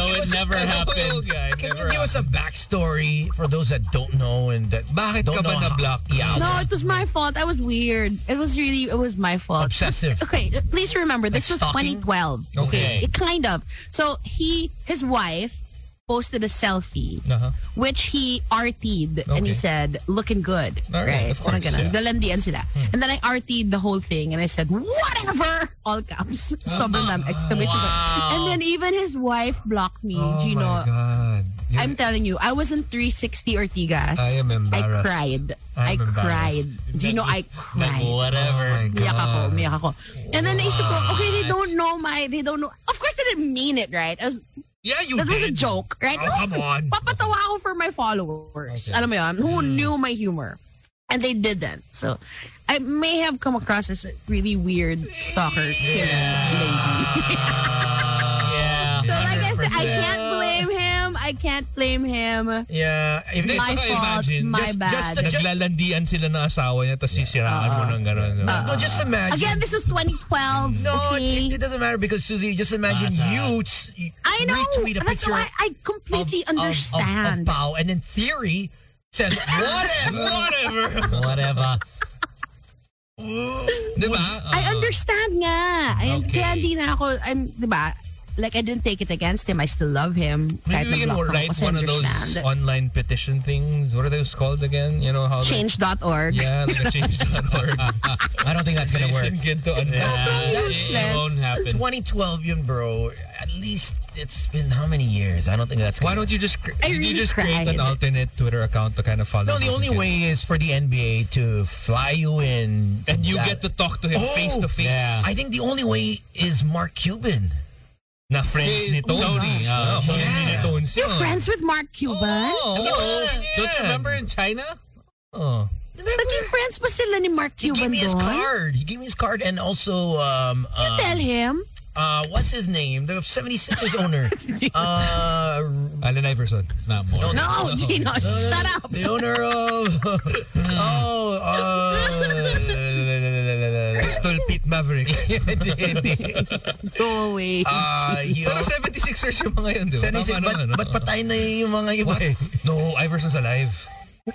Speaker 2: it never happened.
Speaker 6: Can you give us a backstory for those that don't know and that
Speaker 4: Bakit
Speaker 6: don't
Speaker 4: ka ba
Speaker 6: know how-
Speaker 4: na-block?
Speaker 6: Yeah.
Speaker 5: No, it was my fault. I was weird. It was really, it was my fault.
Speaker 6: Obsessive.
Speaker 5: Okay, uh, please remember, this
Speaker 6: Like
Speaker 5: was
Speaker 6: stalking?
Speaker 5: 2012.
Speaker 4: Okay.
Speaker 5: It kind of. So he, his wife, posted a selfie,
Speaker 4: Uh-huh.
Speaker 5: which he RT'd, and
Speaker 4: Okay.
Speaker 5: he said, looking good.
Speaker 4: All right, of
Speaker 5: Parang
Speaker 4: course,
Speaker 5: ganun.
Speaker 4: yeah.
Speaker 5: Dalandian sila. And then I RT'd the whole thing, and I said, whatever! All caps.
Speaker 6: Oh
Speaker 5: Sobrang dami. Exclamation. mark. And then even his wife blocked me, Gino.
Speaker 4: God.
Speaker 5: I'm telling you, I was in 360 Ortigas.
Speaker 2: I am embarrassed.
Speaker 5: I
Speaker 2: I
Speaker 5: cried. I
Speaker 2: am
Speaker 5: cried.
Speaker 2: embarrassed.
Speaker 5: Do you know,
Speaker 2: Like,
Speaker 5: I cried.
Speaker 2: whatever.
Speaker 5: Umiyak ako,
Speaker 6: Ah.
Speaker 5: umiyak ako. And then naisip ko, okay, they don't know my, they don't know. Of course, I didn't mean it, right? I was,
Speaker 4: Yeah, you
Speaker 5: that
Speaker 4: did.
Speaker 5: was a joke, right?
Speaker 4: Oh, come on.
Speaker 5: Papatawa ako for my followers. Alam mo yun? Who
Speaker 6: Hmm.
Speaker 5: knew my humor. And they didn't. So, I may have come across as a really weird stalker lady.
Speaker 6: Yeah.
Speaker 5: so, like I said, I can't blame him. I can't blame him.
Speaker 6: Yeah. If
Speaker 4: Hindi,
Speaker 6: they,
Speaker 5: My
Speaker 4: tsaka
Speaker 5: fault,
Speaker 4: imagine,
Speaker 5: my
Speaker 4: just-
Speaker 5: bad.
Speaker 6: just-
Speaker 4: Naglalandian sila ng asawa niya tapos
Speaker 5: Uh-uh.
Speaker 4: sisiraan mo ng gano'n.
Speaker 6: Uh, no, just imagine.
Speaker 5: Again, this was 2012.
Speaker 6: no,
Speaker 5: okay?
Speaker 6: it, it doesn't matter because Susie, just imagine
Speaker 4: Basa.
Speaker 6: you t-
Speaker 5: I know.
Speaker 6: retweet a
Speaker 5: That's
Speaker 6: picture
Speaker 5: why I
Speaker 6: of,
Speaker 5: completely
Speaker 6: of, of, of
Speaker 5: understand.
Speaker 6: Pao, and then theory says whatever.
Speaker 4: Whatever.
Speaker 2: Whatever.
Speaker 4: diba?
Speaker 5: I understand nga. I, Kaya hindi na ako, I'm, di ba? Like, I didn't take it against him. I still love him.
Speaker 4: Maybe
Speaker 5: Kahit
Speaker 4: we can
Speaker 5: na-block ako
Speaker 4: write
Speaker 5: kasi
Speaker 4: one of those
Speaker 5: understand.
Speaker 4: online petition things. What are those called again? You know how they-
Speaker 5: Change.org.
Speaker 4: Yeah, like a change.org.
Speaker 6: I don't think that's gonna work.
Speaker 4: Petition kid to unfollow.
Speaker 5: Useless.
Speaker 2: It won't happen.
Speaker 6: 2012, yun, bro. At least it's been how many years? I don't think that's.
Speaker 4: Why
Speaker 6: gonna-
Speaker 4: don't you just cre-
Speaker 5: I
Speaker 4: you
Speaker 5: really
Speaker 4: just create
Speaker 5: cried.
Speaker 4: an alternate Twitter account to kind of follow?
Speaker 6: No, the
Speaker 4: those
Speaker 6: only
Speaker 4: kids?
Speaker 6: way is for the NBA to fly you in,
Speaker 4: and you
Speaker 6: Yeah.
Speaker 4: get to talk to him
Speaker 6: Oh!
Speaker 4: face to face.
Speaker 2: Yeah.
Speaker 6: I think the only way is Mark Cuban.
Speaker 4: Na friends
Speaker 2: Si
Speaker 4: ni Tony.
Speaker 2: Tony,
Speaker 4: Ah,
Speaker 2: oh,
Speaker 4: friends ni
Speaker 6: yeah.
Speaker 4: Tony
Speaker 5: You're
Speaker 4: siya.
Speaker 5: friends with Mark Cuban?
Speaker 4: Oh,
Speaker 2: Don't you
Speaker 4: yeah.
Speaker 2: remember in China?
Speaker 4: Oh.
Speaker 5: Naging friends pa sila ni Mark
Speaker 6: He gave
Speaker 5: Cuban
Speaker 6: me his
Speaker 5: doon?
Speaker 6: card. He gave me his card and also um uh,
Speaker 5: Tell him.
Speaker 6: uh what's his name? The 76ers owner. Uh
Speaker 4: Allen Iverson.
Speaker 2: It's not
Speaker 4: Oh,
Speaker 2: more.
Speaker 6: Oh.
Speaker 5: No, Gino, shut up.
Speaker 6: the owner of Oh uh
Speaker 4: Pistol Pete Maverick.
Speaker 5: Go away.
Speaker 6: uh yun.
Speaker 4: Pero 76ers yung mga yun, di ba?
Speaker 6: 76
Speaker 4: Tama
Speaker 6: ba't,
Speaker 4: naman,
Speaker 6: ba't
Speaker 4: ah.
Speaker 6: patay na yung mga iba?
Speaker 4: What? No, Iverson's alive.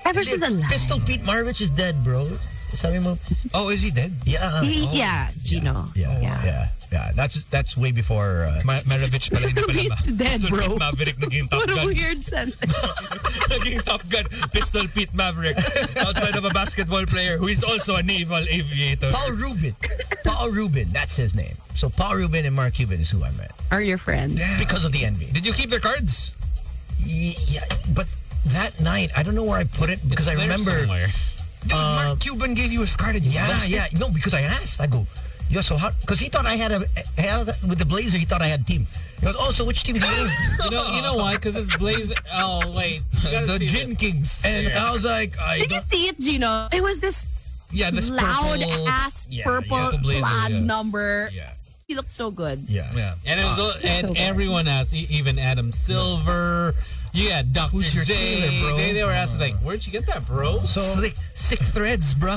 Speaker 5: Ever since the last.
Speaker 6: Pistol Pete Marvich is dead, bro. Sabi mo,
Speaker 4: Oh, is he dead?
Speaker 6: yeah.
Speaker 4: Oh,
Speaker 5: Yeah, Gino.
Speaker 6: Yeah, yeah,
Speaker 5: Yeah.
Speaker 6: yeah. That's that's way before uh,
Speaker 4: Ma- Maravich pala hindi pala ma.
Speaker 5: He's dead,
Speaker 4: Pistol
Speaker 5: bro.
Speaker 4: Pete Maverick naging Top
Speaker 5: What a
Speaker 4: Gun.
Speaker 5: weird sentence.
Speaker 4: naging Top Gun. Pistol Pete Maverick. Outside of a basketball player who is also a naval aviator.
Speaker 6: Paul Rubin. Paul Rubin, that's his name. So Paul Rubin and Mark Cuban is who I met
Speaker 5: Are your friends?
Speaker 6: because of the NBA.
Speaker 4: Did you keep their cards?
Speaker 6: Y- Yeah, but that night I don't know where I put it because I
Speaker 2: There's
Speaker 6: remember. uh,
Speaker 2: somewhere.
Speaker 4: Dude, Mark Cuban gave you his card and you
Speaker 6: Yeah,
Speaker 4: lost it.
Speaker 6: yeah, no, because I asked. I go, yo, so how? Because he thought I had a I had a- with the Blazer. He thought I had team. He goes, oh, so which team do you? own?"
Speaker 2: You know, you know why? Because it's Blaze. Oh wait, you gotta
Speaker 4: The
Speaker 2: see
Speaker 4: Gin Kings.
Speaker 6: And I was like, I
Speaker 5: Did
Speaker 6: don't,
Speaker 5: you see it, Gino? It was this
Speaker 4: yeah, this
Speaker 5: loud
Speaker 4: purple-
Speaker 5: ass
Speaker 4: Yeah,
Speaker 5: purple
Speaker 4: yeah, blazer,
Speaker 5: plaid
Speaker 4: yeah.
Speaker 5: number.
Speaker 4: Yeah.
Speaker 5: He looked so good.
Speaker 6: yeah,
Speaker 4: Yeah.
Speaker 2: this. And it was, all- and everyone asked, e- even Adam Silver. You had Dr.
Speaker 4: Who's your
Speaker 2: J.
Speaker 4: tailor, bro? Ah.
Speaker 2: They, they were asking like, where'd you get that, bro?
Speaker 6: So
Speaker 4: Slick, sick threads, bruh.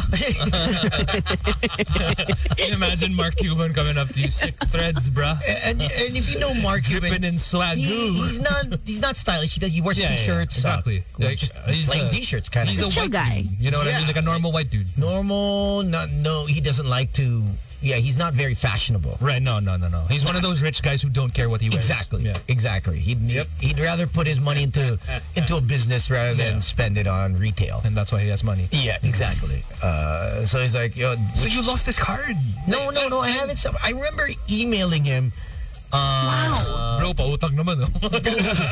Speaker 4: Can you imagine Mark Cuban coming up to you, sick threads, bruh.
Speaker 6: and and if you know Mark
Speaker 4: Dripping
Speaker 6: Cuban.
Speaker 4: in swag.
Speaker 6: He, he's not. He's not stylish. He, does, he wears
Speaker 4: Yeah, yeah,
Speaker 6: t-shirts.
Speaker 4: exactly.
Speaker 6: Uh,
Speaker 4: Like,
Speaker 6: just
Speaker 4: he's
Speaker 6: plain
Speaker 4: a-
Speaker 6: t-shirts kind
Speaker 4: He's
Speaker 6: of.
Speaker 4: a
Speaker 5: chill
Speaker 4: white
Speaker 5: guy.
Speaker 4: dude. You know what I
Speaker 6: Yeah.
Speaker 4: mean? Like a normal white dude.
Speaker 6: normal. Not, no, he doesn't like to. Yeah, he's not very fashionable.
Speaker 4: Right? No, no, no, no. He's one of those rich guys who don't care what he wears.
Speaker 6: Exactly.
Speaker 4: Yeah.
Speaker 6: Exactly. He'd he'd rather put his money into into a business rather than
Speaker 4: Yeah.
Speaker 6: spend it on retail.
Speaker 4: And that's why he has money.
Speaker 6: Yeah, exactly. Uh, so he's like, yo,
Speaker 4: So
Speaker 6: which-
Speaker 4: you lost this card,
Speaker 6: no, no, no. I haven't. some- I remember emailing him. Uh,
Speaker 4: bro? Pautang naman. Oh.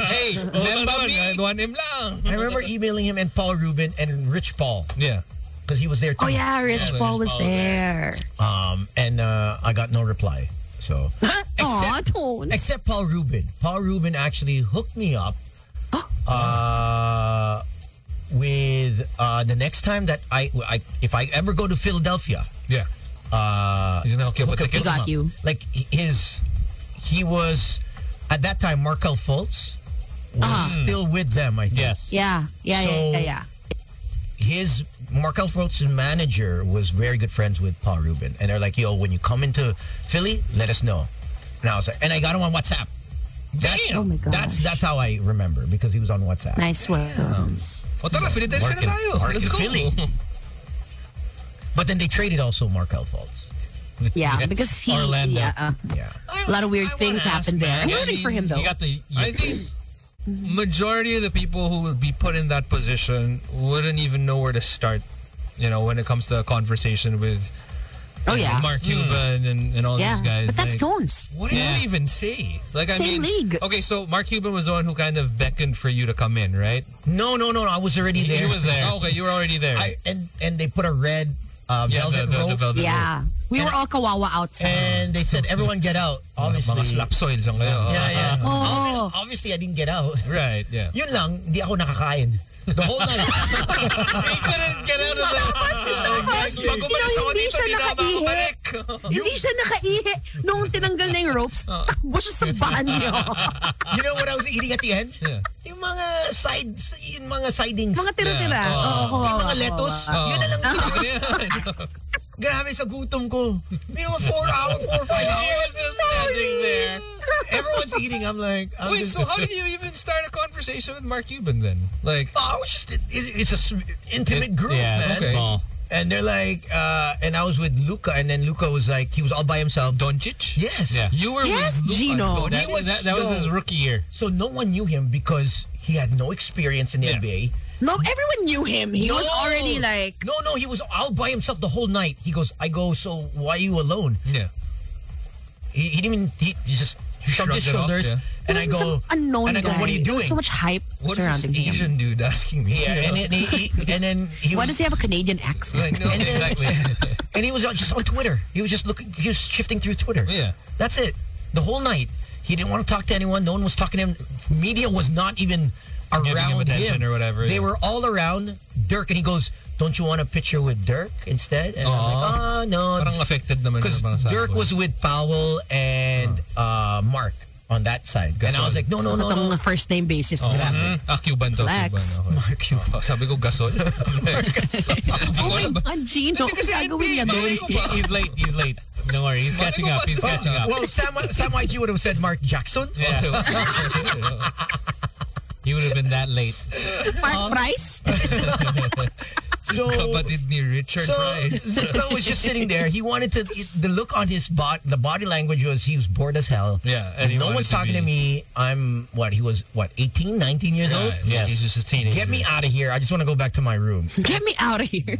Speaker 2: hey,
Speaker 4: Pautang
Speaker 2: remember
Speaker 4: naman,
Speaker 2: me?
Speaker 4: kahit 1M lang.
Speaker 6: I remember emailing him and Paul Rubin and Rich Paul
Speaker 4: Yeah.
Speaker 6: because he was there too.
Speaker 5: Oh yeah, Rich
Speaker 2: Yeah,
Speaker 5: Paul
Speaker 2: Rich
Speaker 5: was
Speaker 2: Paul was
Speaker 5: there.
Speaker 6: Um, and uh, I got no reply. So
Speaker 5: Aw, Tones.
Speaker 6: except Paul Rubin. Paul Rubin actually hooked me up uh, with uh, the next time that I, I if I ever go to Philadelphia,
Speaker 4: Yeah.
Speaker 6: uh,
Speaker 4: He's gonna hook you up with tickets.
Speaker 6: hook up- hook
Speaker 5: Got
Speaker 6: him up.
Speaker 5: you.
Speaker 6: Like his, he was at that time Markel Fultz was
Speaker 5: Uh-huh.
Speaker 6: still with them. I think
Speaker 2: Yes.
Speaker 5: Yeah, yeah, yeah,
Speaker 6: So-
Speaker 5: yeah, yeah.
Speaker 6: his Markel Fultz's manager was very good friends with Paul Rubin, and they're like, "Yo, when you come into Philly, let us know." And I was like, and I got him on WhatsApp. That's,
Speaker 5: Oh my gosh.
Speaker 6: That's that's how I remember because he was on WhatsApp.
Speaker 5: Nice work. Tones.
Speaker 4: O tara, Philadelphia na
Speaker 6: Mark in-
Speaker 4: tayo.
Speaker 6: Mark
Speaker 4: Let's
Speaker 6: in
Speaker 4: go.
Speaker 6: Philly. But then they traded also Markel Fultz.
Speaker 5: Yeah, because he,
Speaker 2: Orlando.
Speaker 5: yeah, uh,
Speaker 6: Yeah.
Speaker 5: a lot of weird things happened there. I'm rooting for him though.
Speaker 2: You got the.
Speaker 4: I think majority of the people who would be put in that position wouldn't even know where to start. You know, when it comes to a conversation with
Speaker 5: Oh, yeah.
Speaker 4: Mark Cuban and, and all
Speaker 5: Yeah.
Speaker 4: these guys.
Speaker 5: But that's
Speaker 4: like,
Speaker 5: Tones.
Speaker 4: What do
Speaker 2: Yeah.
Speaker 4: you even say? Like I
Speaker 5: Same
Speaker 4: mean,
Speaker 5: league.
Speaker 4: okay, so Mark Cuban was the one who kind of beckoned for you to come in, right?
Speaker 6: No, no, no, no. I was already there.
Speaker 4: He was there. Oh, okay, you were already there.
Speaker 6: I, and and they put a red uh,
Speaker 4: yeah, the, the,
Speaker 6: velvet
Speaker 4: the
Speaker 6: rope,
Speaker 4: velvet rope.
Speaker 5: Yeah. We were all kawawa outside.
Speaker 6: and they said, "Everyone get out." Obviously,
Speaker 4: Mga slap soils ang kayo.
Speaker 6: yeah, yeah.
Speaker 5: Oh.
Speaker 6: Obviously, I didn't get out.
Speaker 4: Right, yeah.
Speaker 6: Yun lang, hindi ako nakakain. The whole night. Oh.
Speaker 4: Exactly. Bago
Speaker 5: You know,
Speaker 4: malis ako
Speaker 5: hindi
Speaker 4: dito,
Speaker 5: siya
Speaker 4: di na ako
Speaker 5: nakaihi.
Speaker 4: makakabalik.
Speaker 5: Hindi siya nakaihi. Noong tinanggal na yung ropes, takbo siya sa banyo.
Speaker 6: you know what I was eating at the end?
Speaker 4: Yeah.
Speaker 6: Yung mga side, yung mga sidings.
Speaker 5: Mga tira-tira.
Speaker 4: Yeah.
Speaker 5: Oo, kawawa,
Speaker 6: Yung mga
Speaker 5: kawawa.
Speaker 6: lettuce. Yun na lang.
Speaker 4: Ano yan?
Speaker 6: Grabe sa gutom ko. You know, four hours, four or five
Speaker 4: He
Speaker 6: hours.
Speaker 4: was just standing there.
Speaker 6: Everyone's eating. I'm like, I'm
Speaker 4: Wait,
Speaker 6: just-
Speaker 4: so how did you even start a conversation with Mark Cuban then? Like,
Speaker 6: Oh, I was just, it, it's a s- intimate group, man.
Speaker 4: okay.
Speaker 7: Small.
Speaker 6: And they're like, uh, and I was with Luca, and then Luca was like, he was all by himself.
Speaker 4: Doncic?
Speaker 6: Yes.
Speaker 2: Yeah.
Speaker 4: You were
Speaker 5: Yes,
Speaker 4: with Luka
Speaker 5: Gino.
Speaker 4: Doncic.
Speaker 2: That,
Speaker 6: He was-
Speaker 2: that, that was his
Speaker 6: yo.
Speaker 2: rookie year.
Speaker 6: So no one knew him because he had no experience in the NBA.
Speaker 5: No, everyone knew him. He was already like,
Speaker 6: No, no, he was all by himself the whole night. He goes, I go, so why are you alone?
Speaker 4: Yeah.
Speaker 6: He, he didn't even, he, he just shrugged his
Speaker 4: Shrugged it off,
Speaker 6: shoulders.
Speaker 4: yeah.
Speaker 6: And I go,
Speaker 5: some unknown
Speaker 6: and I go,
Speaker 5: guy.
Speaker 6: what are you
Speaker 5: There was
Speaker 6: doing?
Speaker 5: So much hype
Speaker 4: What is
Speaker 5: surrounding
Speaker 4: this
Speaker 5: him.
Speaker 4: Asian dude asking me?
Speaker 6: yeah, and, then he, he- and then he
Speaker 5: Why
Speaker 6: was,
Speaker 5: does he have a Canadian accent?
Speaker 4: Like, no, exactly.
Speaker 6: and he was on- just on Twitter. He was just looking, he was shifting through Twitter.
Speaker 4: Yeah.
Speaker 6: That's it. The whole night. He didn't want to talk to anyone. No one was talking to him. Media was not even around
Speaker 4: Giving him attention or whatever,
Speaker 6: They
Speaker 4: yeah.
Speaker 6: were all around Dirk, and he goes, "Don't you want a picture with Dirk instead?" And I'm like, "Ah,
Speaker 4: Parang
Speaker 6: no,"
Speaker 4: affected naman siya
Speaker 6: because
Speaker 4: parang sa
Speaker 6: Dirk
Speaker 4: akin. Ah.
Speaker 6: was with Powell and uh, Mark on that side, and I was like, "No, no, no,
Speaker 5: Itong
Speaker 6: no." Uh-huh.
Speaker 5: first name basis.
Speaker 4: Oh,
Speaker 5: grabe.
Speaker 4: mm, ah, Cuban to.
Speaker 5: Flex.
Speaker 4: Cuban. Okay. Oh, sabi ko, gasol.
Speaker 5: Oh my God, Gino. Ang
Speaker 4: kasi
Speaker 5: gagawin niya
Speaker 4: NBA,
Speaker 5: doon.
Speaker 4: Malay ko ba?
Speaker 2: He's late. He's late. Don't worry. He's catching up. He's catching up.
Speaker 6: Well, Sam, Sam YG would have said Mark Jackson.
Speaker 2: He would have been that late.
Speaker 6: um,
Speaker 5: Park Price?
Speaker 6: So,
Speaker 4: Kapatid ni Richard
Speaker 6: So
Speaker 4: Price.
Speaker 6: Zito was just sitting there. He wanted to. The look on his bot, the body language was he was bored as hell.
Speaker 4: Yeah, and he
Speaker 6: no
Speaker 4: wanted
Speaker 6: one's
Speaker 4: to
Speaker 6: talking to me. I'm what? He was what? 18, 19 years old.
Speaker 4: Yeah, he's just a teenager.
Speaker 6: Get me out of here. I just want to go back to my room.
Speaker 5: Get me out of here.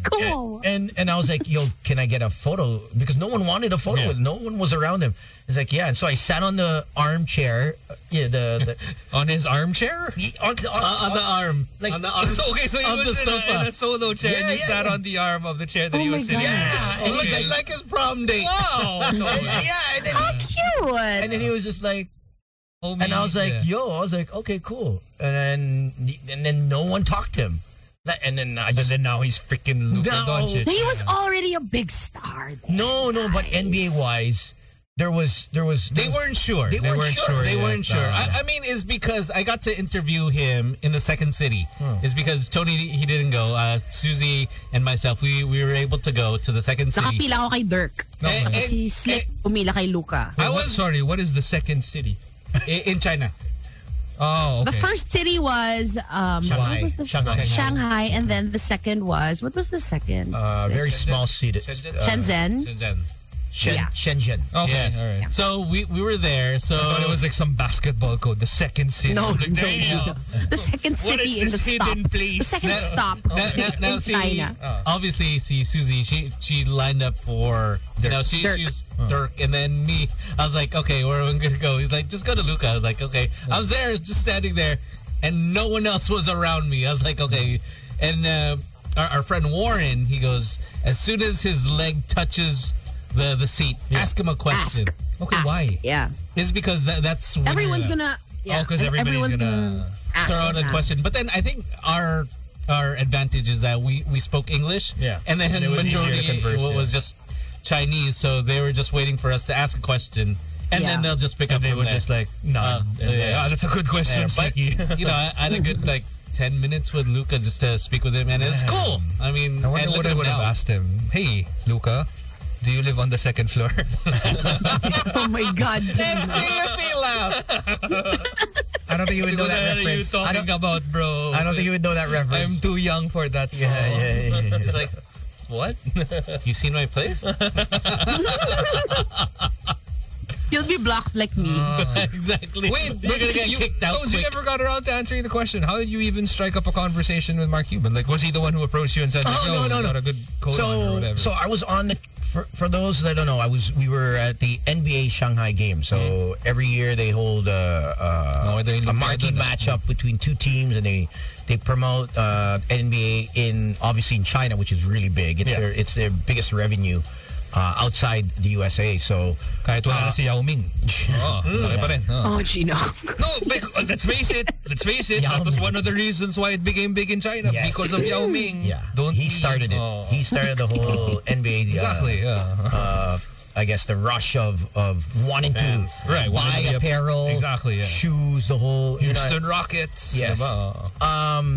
Speaker 6: Oh.
Speaker 5: Cool.
Speaker 6: And and I was like, yo, can I get a photo? Because no one wanted a photo. with No one was around him. He's like, yeah. And so I sat on the armchair. uh, Yeah, the,
Speaker 4: On his armchair?
Speaker 6: the he- on, the- Uh, on-
Speaker 4: Uh,
Speaker 2: On the arm.
Speaker 6: like
Speaker 2: on the arm.
Speaker 4: So, okay, so he
Speaker 6: On
Speaker 4: was in, a,
Speaker 6: the
Speaker 4: in
Speaker 6: sofa.
Speaker 4: a solo chair and
Speaker 6: Yeah,
Speaker 4: you
Speaker 6: yeah,
Speaker 4: sat
Speaker 6: yeah.
Speaker 4: on the arm of the chair that
Speaker 5: Oh
Speaker 4: he
Speaker 5: my
Speaker 4: was sitting
Speaker 5: God.
Speaker 4: Yeah.
Speaker 2: It was
Speaker 4: Okay.
Speaker 2: like, like his prom date.
Speaker 4: Wow.
Speaker 6: yeah, and then he,
Speaker 5: Cute.
Speaker 6: and then he was just like.
Speaker 4: Homie,
Speaker 6: And I was like,
Speaker 4: yeah.
Speaker 6: yo, I was like, okay, cool. And then and then no one talked to him. That- And then I just
Speaker 4: And now he's freaking Luka
Speaker 6: No.
Speaker 4: Doncic.
Speaker 5: he was already a big star. then.
Speaker 6: no, no, but
Speaker 5: Nice.
Speaker 6: NBA wise, there was there was
Speaker 2: They weren't sure.
Speaker 6: They weren't sure. Uh,
Speaker 2: They
Speaker 4: yet.
Speaker 2: weren't sure.
Speaker 4: No, no.
Speaker 2: I, I mean, it's because I got to interview him in the second city. It's because Tony he didn't go. Uh, Susie and myself we, we were able to go to the second city.
Speaker 5: Nakapila ako kay Dirk.
Speaker 2: Eh, eh,
Speaker 5: Si Slick pumila kay Luca.
Speaker 6: Oh,
Speaker 2: I was-
Speaker 4: sorry. What is the second city?
Speaker 2: eh, in China.
Speaker 4: Oh,
Speaker 5: The
Speaker 4: okay.
Speaker 5: first city was um
Speaker 6: Shanghai.
Speaker 5: what was the
Speaker 6: Shanghai.
Speaker 5: Shanghai, and then the second was what was the second?
Speaker 6: uh, very small seated uh,
Speaker 5: Shenzhen.
Speaker 2: Shenzhen.
Speaker 6: Shen,
Speaker 5: Yeah.
Speaker 6: Shenzhen.
Speaker 4: Okay,
Speaker 2: Yes.
Speaker 4: all right.
Speaker 2: So we, we were there. So
Speaker 4: But it was like some basketball code. The second city.
Speaker 5: No,
Speaker 4: like,
Speaker 5: no,
Speaker 4: damn.
Speaker 5: no. the second
Speaker 4: What
Speaker 5: city
Speaker 4: is
Speaker 5: in the
Speaker 4: this
Speaker 5: stop.
Speaker 4: hidden
Speaker 5: The
Speaker 4: place?
Speaker 5: second stop
Speaker 2: Now, now, now
Speaker 5: in
Speaker 2: see, uh,
Speaker 5: China.
Speaker 2: obviously, see Susie. She she lined up for Dirk. no, she
Speaker 5: Dirk.
Speaker 2: she's Dirk, and then me. I was like, okay, where am I gonna go? He's like, just go to Luca. I was like, okay. I was there, just standing there, and no one else was around me. I was like, okay. And uh, our, our friend Warren, he goes, as soon as his leg touches the the seat, ask him a question.
Speaker 5: Ask.
Speaker 2: Okay,
Speaker 5: Ask.
Speaker 2: why?
Speaker 5: Yeah.
Speaker 2: It's because that, that's when
Speaker 5: Everyone's
Speaker 2: you're-
Speaker 5: gonna yeah.
Speaker 2: oh, because
Speaker 5: and
Speaker 2: everybody's gonna,
Speaker 5: everyone's ask
Speaker 2: throw out
Speaker 5: them
Speaker 2: a
Speaker 5: that.
Speaker 2: question. But then I think our our advantage is that we we spoke English.
Speaker 4: Yeah.
Speaker 2: and then
Speaker 4: And it
Speaker 2: the
Speaker 4: was easier to
Speaker 2: majority
Speaker 4: converse,
Speaker 2: wa- was just Chinese, so they were just waiting for us to ask a question, and then
Speaker 5: Yeah.
Speaker 2: they'll just pick up.
Speaker 4: They
Speaker 2: from
Speaker 4: were
Speaker 2: there.
Speaker 4: just like, no.
Speaker 2: Uh, yeah.
Speaker 4: that's a good question,
Speaker 2: Yeah, but,
Speaker 4: Slicky.
Speaker 2: you know, I, I had a good like ten minutes with Luca just to speak with him, and it's cool. I mean,
Speaker 4: I wonder
Speaker 2: and
Speaker 4: what I
Speaker 2: look at him
Speaker 4: would have
Speaker 2: now.
Speaker 4: asked him. Hey, Luca, do you live on the second floor?
Speaker 5: Oh my god.
Speaker 6: I don't think you would know
Speaker 4: what
Speaker 6: that
Speaker 4: are you
Speaker 6: reference. I
Speaker 4: talking
Speaker 6: don't,
Speaker 4: about, bro?
Speaker 6: I don't think you would know that
Speaker 4: I'm
Speaker 6: reference.
Speaker 4: too young for that song.
Speaker 6: yeah, yeah, yeah, yeah.
Speaker 2: It's like, what? you seen my place?
Speaker 5: You'll be blocked like me.
Speaker 2: exactly.
Speaker 4: Wait,
Speaker 2: we're
Speaker 4: but
Speaker 2: gonna get
Speaker 4: you,
Speaker 2: kicked out.
Speaker 4: Tones, you
Speaker 2: quick.
Speaker 4: never got around to answering the question. How did you even strike up a conversation with Mark Cuban? Like, was he the one who approached you and said, like,
Speaker 6: Oh,
Speaker 4: "Yo,
Speaker 6: no, no,
Speaker 4: you
Speaker 6: no.
Speaker 4: got a good code on or
Speaker 6: so
Speaker 4: whatever"?
Speaker 6: so I was on the for, for those that don't know, I was we were at the NBA Shanghai game. So
Speaker 4: Mm-hmm.
Speaker 6: every year they hold a,
Speaker 2: Oh,
Speaker 6: a,
Speaker 2: ito yung
Speaker 6: a
Speaker 2: Olympiada
Speaker 6: marquee
Speaker 2: na.
Speaker 6: matchup between two teams, and they they promote uh, NBA in obviously in China, which is really big. It's their it's their biggest revenue uh, outside the USA. So
Speaker 4: Kahit wala na si Yao Ming. Oo, laki pa rin. ah. oo.
Speaker 5: Oh, Gino.
Speaker 4: Hmm. No, bec- uh, let's face it. Let's face it.
Speaker 6: Yao
Speaker 4: That was
Speaker 6: Ming.
Speaker 4: one of the reasons why it became big in China
Speaker 6: Yes.
Speaker 4: because of Yao Ming.
Speaker 6: yeah,
Speaker 4: Don't
Speaker 6: he started it.
Speaker 4: Oh.
Speaker 6: He started the whole NBA. uh,
Speaker 4: Exactly. Yeah.
Speaker 6: uh, I guess the rush of of wanting
Speaker 4: Fans.
Speaker 6: to
Speaker 4: Right, wanting
Speaker 6: buy
Speaker 4: to be a-
Speaker 6: apparel,
Speaker 4: Exactly, yeah.
Speaker 6: shoes, the whole. you know,
Speaker 4: Houston Rockets.
Speaker 6: Yes.
Speaker 4: diba? Oo.
Speaker 6: um.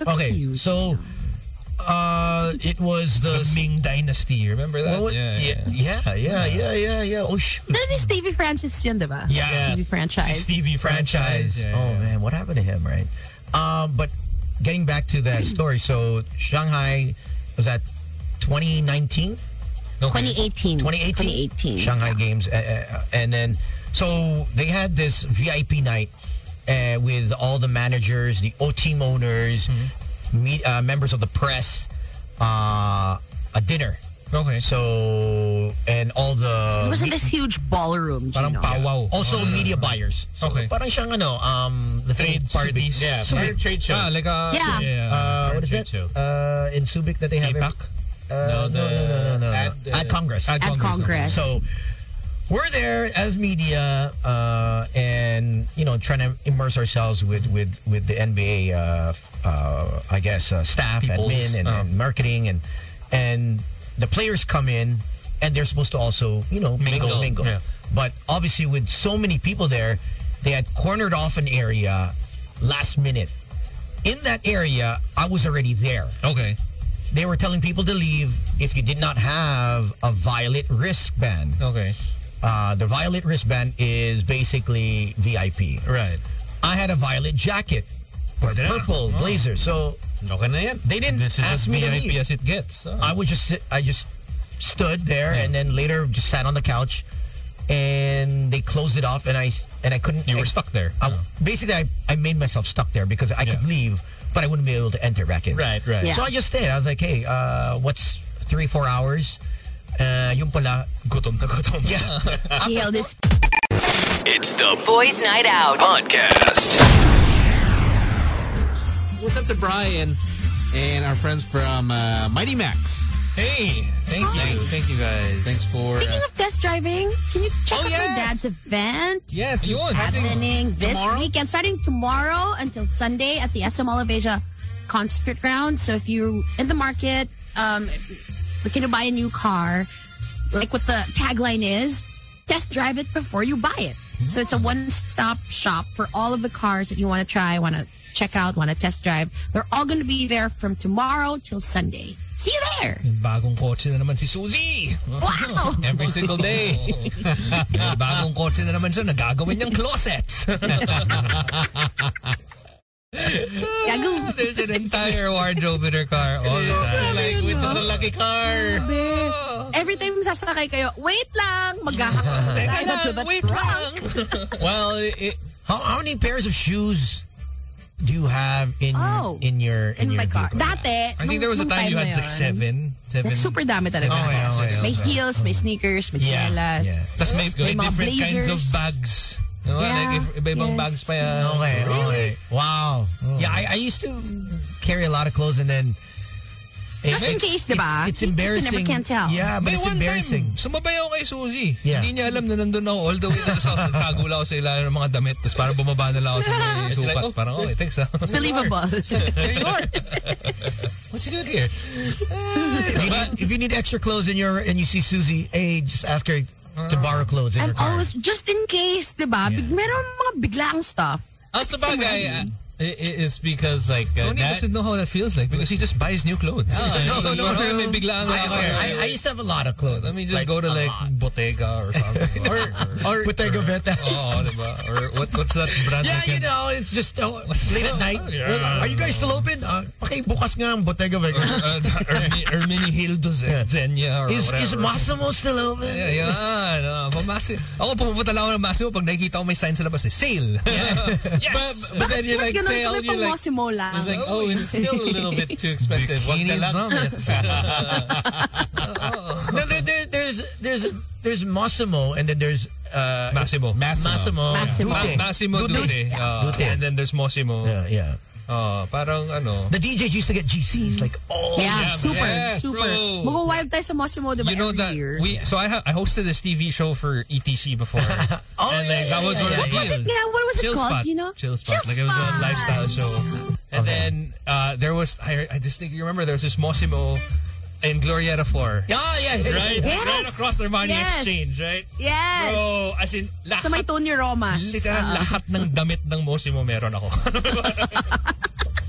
Speaker 6: Okay,
Speaker 5: Cute.
Speaker 6: so uh, it was the.
Speaker 4: The Ming Dynasty. Remember that?
Speaker 6: what was- yeah, yeah, yeah, yeah, yeah, yeah. Oh shoot.
Speaker 5: That is Stevie Francis yun, di ba?
Speaker 6: Yeah.
Speaker 5: Stevie franchise.
Speaker 6: Stevie franchise.
Speaker 4: Franchise, yeah,
Speaker 6: oh
Speaker 4: yeah.
Speaker 6: man, what happened to him, right? Um, but getting back to that story, so Shanghai was that 2019. 2018,
Speaker 5: 2018. 2018.
Speaker 6: Shanghai Games, uh, uh, and then so they had this VIP night uh, with all the managers, the O team owners,
Speaker 4: Mm-hmm.
Speaker 6: meet, uh, members of the press, uh, a dinner.
Speaker 4: Okay.
Speaker 6: So and all
Speaker 5: It
Speaker 6: the uh,
Speaker 5: was Ah, in this huge ballroom, Gino.
Speaker 4: Parang powwow.
Speaker 6: also media buyers. So
Speaker 4: Oh, Okay.
Speaker 6: parang siyang ano, um, the
Speaker 4: Trade
Speaker 6: thing in Subic.
Speaker 4: parties.
Speaker 6: Yeah,
Speaker 4: Parang
Speaker 6: Subic.
Speaker 4: trade show. Ah, like a...
Speaker 5: Yeah.
Speaker 6: Uh, what is
Speaker 4: trade
Speaker 6: it?
Speaker 4: show.
Speaker 6: Uh, in Subic that they have. every-
Speaker 4: APAC?
Speaker 6: Uh, no,
Speaker 4: No,
Speaker 6: no,
Speaker 4: the-
Speaker 6: no, no, no, no.
Speaker 4: at, uh,
Speaker 6: At Congress.
Speaker 4: At
Speaker 5: At Congress.
Speaker 6: So we're there as media, uh, and you know, trying to immerse ourselves with with with the NBA, uh, uh, I guess, uh, staff,
Speaker 4: Peoples,
Speaker 6: admin, and, and marketing, and and the players come in, and they're supposed to also, you know, mingle,
Speaker 4: Mingle,
Speaker 6: mingle.
Speaker 4: yeah.
Speaker 6: But obviously, with so many people there, they had cornered off an area last minute. In that area, I was already there
Speaker 4: Okay.
Speaker 6: they were telling people to leave if you did not have a violet wristband.
Speaker 4: Okay.
Speaker 6: Uh, the violet wristband is basically VIP.
Speaker 4: Right.
Speaker 6: I had a violet jacket, or
Speaker 4: Pwede na.
Speaker 6: purple
Speaker 4: Oh.
Speaker 6: blazer. So
Speaker 4: Okay na yan.
Speaker 6: They didn't
Speaker 4: This is
Speaker 6: ask
Speaker 4: as
Speaker 6: me to
Speaker 4: VIP
Speaker 6: leave.
Speaker 4: as it gets. Ah.
Speaker 6: I was just sit, I just stood there, and then later just sat on the couch, and they closed it off, and I s- and I couldn't.
Speaker 4: You
Speaker 6: I-
Speaker 4: were stuck there. Oh.
Speaker 6: I, Basically, I, I made myself stuck there because I could
Speaker 4: Yeah.
Speaker 6: leave, but I wouldn't be able to enter back in.
Speaker 4: Right, right.
Speaker 5: Yeah.
Speaker 6: So I just stayed. I was like, hey, uh, what's three, four hours? Uh, yung pala,
Speaker 4: Gutom na gutom.
Speaker 6: Yeah.
Speaker 5: He held his
Speaker 1: It's the
Speaker 8: Boys Night Out.
Speaker 1: podcast.
Speaker 9: What's up to Brian and our friends from uh, Mighty Max?
Speaker 4: Hey, thank you. Thank you guys.
Speaker 7: Thanks for.
Speaker 5: Speaking of test driving, can you check
Speaker 4: Oh,
Speaker 5: out
Speaker 4: yes.
Speaker 5: my dad's event?
Speaker 4: Yes, yun.
Speaker 5: Happening this
Speaker 4: Tomorrow?
Speaker 5: weekend, starting tomorrow until Sunday at the SM All of Asia Concert Ground. So if you're in the market, um, looking to buy a new car, like what the tagline is, test drive it before you buy it. So it's a one-stop shop for all of the cars that you want to try, want to check out, want to test drive. They're all going to be there from tomorrow till Sunday. See you there.
Speaker 4: Bagong kotse na naman si Suzy.
Speaker 5: Wow.
Speaker 4: Every single day. May bagong kotse na naman siya, nagagawin niyang closets.
Speaker 5: Gago.
Speaker 4: There's an entire wardrobe in her car all the time. Like, which is a lucky car.
Speaker 5: Grabe. Every time sasakay kayo, wait lang, maghahakot tayo to the
Speaker 4: Wait
Speaker 5: truck.
Speaker 4: lang. Well, it,
Speaker 6: how, how many pairs of shoes do you have in
Speaker 5: Oh.
Speaker 6: in your in,
Speaker 5: In
Speaker 6: your
Speaker 5: my car.
Speaker 6: vehicle?
Speaker 5: Dati,
Speaker 4: I think
Speaker 5: nung-
Speaker 4: there was a
Speaker 5: nung
Speaker 4: time you had
Speaker 5: na
Speaker 4: like
Speaker 5: yun,
Speaker 4: seven. Seven.
Speaker 5: Super dami talaga.
Speaker 6: Oh, yeah, oh, yeah.
Speaker 5: May heels, may sneakers, may
Speaker 6: Yeah,
Speaker 5: chinelas.
Speaker 6: yeah.
Speaker 4: Tapos may, may
Speaker 5: May mga
Speaker 4: different kinds of
Speaker 5: blazers.
Speaker 4: bags. No,
Speaker 5: Yeah,
Speaker 4: Diba? like if, iba ibang
Speaker 5: yes.
Speaker 4: bags pa yan.
Speaker 6: Okay, okay. Wow. Yeah, I, I used to carry a lot of clothes and then
Speaker 5: Just in
Speaker 6: it's,
Speaker 5: case, diba?
Speaker 6: It's
Speaker 5: You- you never
Speaker 6: embarrassing.
Speaker 5: can tell.
Speaker 6: Yeah, but
Speaker 4: May
Speaker 6: it's
Speaker 4: one time,
Speaker 6: embarrassing.
Speaker 4: sumabay ako kay Suzy.
Speaker 6: Yeah.
Speaker 4: Hindi niya alam na nandun ako all the way down south. Nagtago lang ako sa ilalim ng mga damit. Tapos parang bumaba na lang ako sa may supat. Parang, okay, thanks ah.
Speaker 5: Believable.
Speaker 4: There you are. What's he doing here?
Speaker 6: If you, need, if you need extra clothes and you're and you see Susie, hey, just ask her to borrow clothes in
Speaker 5: I'm
Speaker 6: her car.
Speaker 5: always, just in case, di ba? Big, meron mga biglaang stuff.
Speaker 2: Ah, sabagay, ah, i- i- it's because like uh,
Speaker 4: Tony
Speaker 2: that,
Speaker 4: doesn't know how that feels like because he just buys new clothes.
Speaker 2: no, no, no,
Speaker 4: Parang may
Speaker 2: no.
Speaker 4: biglaan ako here.
Speaker 6: I, I used to have a lot of clothes.
Speaker 4: Let me just
Speaker 6: Like,
Speaker 4: go to
Speaker 6: a
Speaker 4: like
Speaker 6: lot.
Speaker 4: Bottega or something. or, or,
Speaker 6: Bottega Veneta.
Speaker 4: Oo, diba? Or what, what's that brand?
Speaker 6: Yeah,
Speaker 4: that
Speaker 6: you
Speaker 4: can-
Speaker 6: know, it's just uh, late at night.
Speaker 4: Yeah.
Speaker 6: Are you guys still open? Uh, pakibukas nga ang Bottega Veneta.
Speaker 4: Uh, Ermi- Ermini Hill does it. Zenya or
Speaker 6: Is,
Speaker 4: whatever.
Speaker 6: is Massimo still open?
Speaker 4: Yeah, yan. Uh, pamasi. Ako pupunta lang ako ng Massimo pag nakikita ko may sign sa labas eh. Sale! yes!
Speaker 2: but then you
Speaker 5: Bakit
Speaker 2: like
Speaker 5: ganun
Speaker 2: sale,
Speaker 5: kami
Speaker 2: you
Speaker 5: pang
Speaker 2: like,
Speaker 5: Mossimo lang?
Speaker 2: it's like oh, it's still a little bit too expensive. Wag na
Speaker 4: Bikinis
Speaker 2: lang.
Speaker 4: lang.
Speaker 6: No, there, there, there's Massimo and then there's uh,
Speaker 4: Massimo.
Speaker 6: Massimo.
Speaker 5: Massimo.
Speaker 6: Dute.
Speaker 4: Massimo Dute. Uh,
Speaker 6: Dute.
Speaker 4: And then there's Mosimo.
Speaker 6: Yeah, yeah.
Speaker 4: Uh, parang ano.
Speaker 10: The DJs used to get GCs like all
Speaker 5: Yeah,
Speaker 4: yeah,
Speaker 5: super,
Speaker 4: yeah,
Speaker 5: super.
Speaker 4: bro.
Speaker 5: Mag-wild tayo sa Mossimo, diba,
Speaker 4: You know
Speaker 5: every
Speaker 4: that
Speaker 5: year.
Speaker 4: we so I ha- I hosted this TV show for ETC before.
Speaker 10: Oh,
Speaker 4: and
Speaker 10: yeah, yeah,
Speaker 4: like that was
Speaker 10: yeah,
Speaker 4: one
Speaker 10: yeah,
Speaker 4: of the
Speaker 10: yeah.
Speaker 5: Is it, yeah, what was it
Speaker 4: chill
Speaker 5: called,
Speaker 4: spot,
Speaker 5: you know?
Speaker 4: chill spot. like it was a lifestyle show. And then uh, there was I, I distinctly remember there was this Mosimo and Glorieta Four.
Speaker 6: Oh,
Speaker 10: Yeah, yeah, yeah.
Speaker 4: Right,
Speaker 5: Yes.
Speaker 4: right across their money
Speaker 5: Yes.
Speaker 4: exchange, right?
Speaker 5: Yes.
Speaker 4: Bro, as in lahat,
Speaker 5: Sa may Tony Romas.
Speaker 4: literal lahat ng damit ng Mosimo meron ako.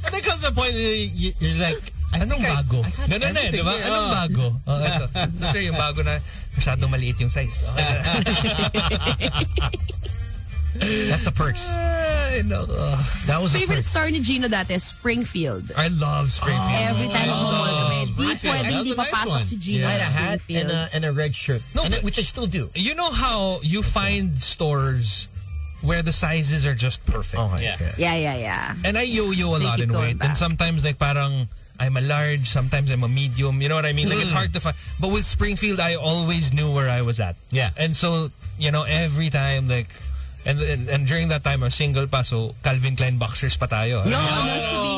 Speaker 2: I think comes a point that
Speaker 4: eh,
Speaker 2: you- you're like, I
Speaker 4: Anong
Speaker 2: think I-
Speaker 4: bago?
Speaker 2: I had
Speaker 4: Ganun na eh, di
Speaker 2: everything
Speaker 4: ba?
Speaker 2: here.
Speaker 4: Anong
Speaker 2: Oh.
Speaker 4: bago? Oh, ito. Kasi yung bago na masyadong maliit yung size. Okay.
Speaker 10: That's the perks.
Speaker 4: Ay, nako.
Speaker 10: That was the
Speaker 5: Favorite
Speaker 10: perks.
Speaker 5: star ni Gino dati, Springfield.
Speaker 4: I love Springfield.
Speaker 5: Every time ako doon, kami, di pwede
Speaker 2: That's
Speaker 5: hindi
Speaker 2: a nice
Speaker 5: papasok
Speaker 2: one.
Speaker 5: si Gino
Speaker 6: I had a
Speaker 5: sa
Speaker 6: hat and
Speaker 5: Springfield.
Speaker 6: a, and a red shirt,
Speaker 4: No,
Speaker 6: And
Speaker 4: but-
Speaker 6: I- which I still do.
Speaker 4: You know how you find stores where the sizes are just perfect.
Speaker 6: Okay,
Speaker 4: Yeah.
Speaker 6: okay.
Speaker 5: yeah, yeah, yeah.
Speaker 4: And I yo-yo a
Speaker 5: They
Speaker 4: lot in
Speaker 5: keep
Speaker 4: weight.
Speaker 5: going
Speaker 4: And
Speaker 5: back.
Speaker 4: sometimes like parang I'm a large, sometimes I'm a medium. You know what I mean? Like it's hard to find. But with Springfield, I always knew where I was at.
Speaker 2: Yeah.
Speaker 4: And so, you know, every time like and and, and during that time I was single pa so Calvin Klein boxers pa tayo.
Speaker 5: No, no, sabihin ko.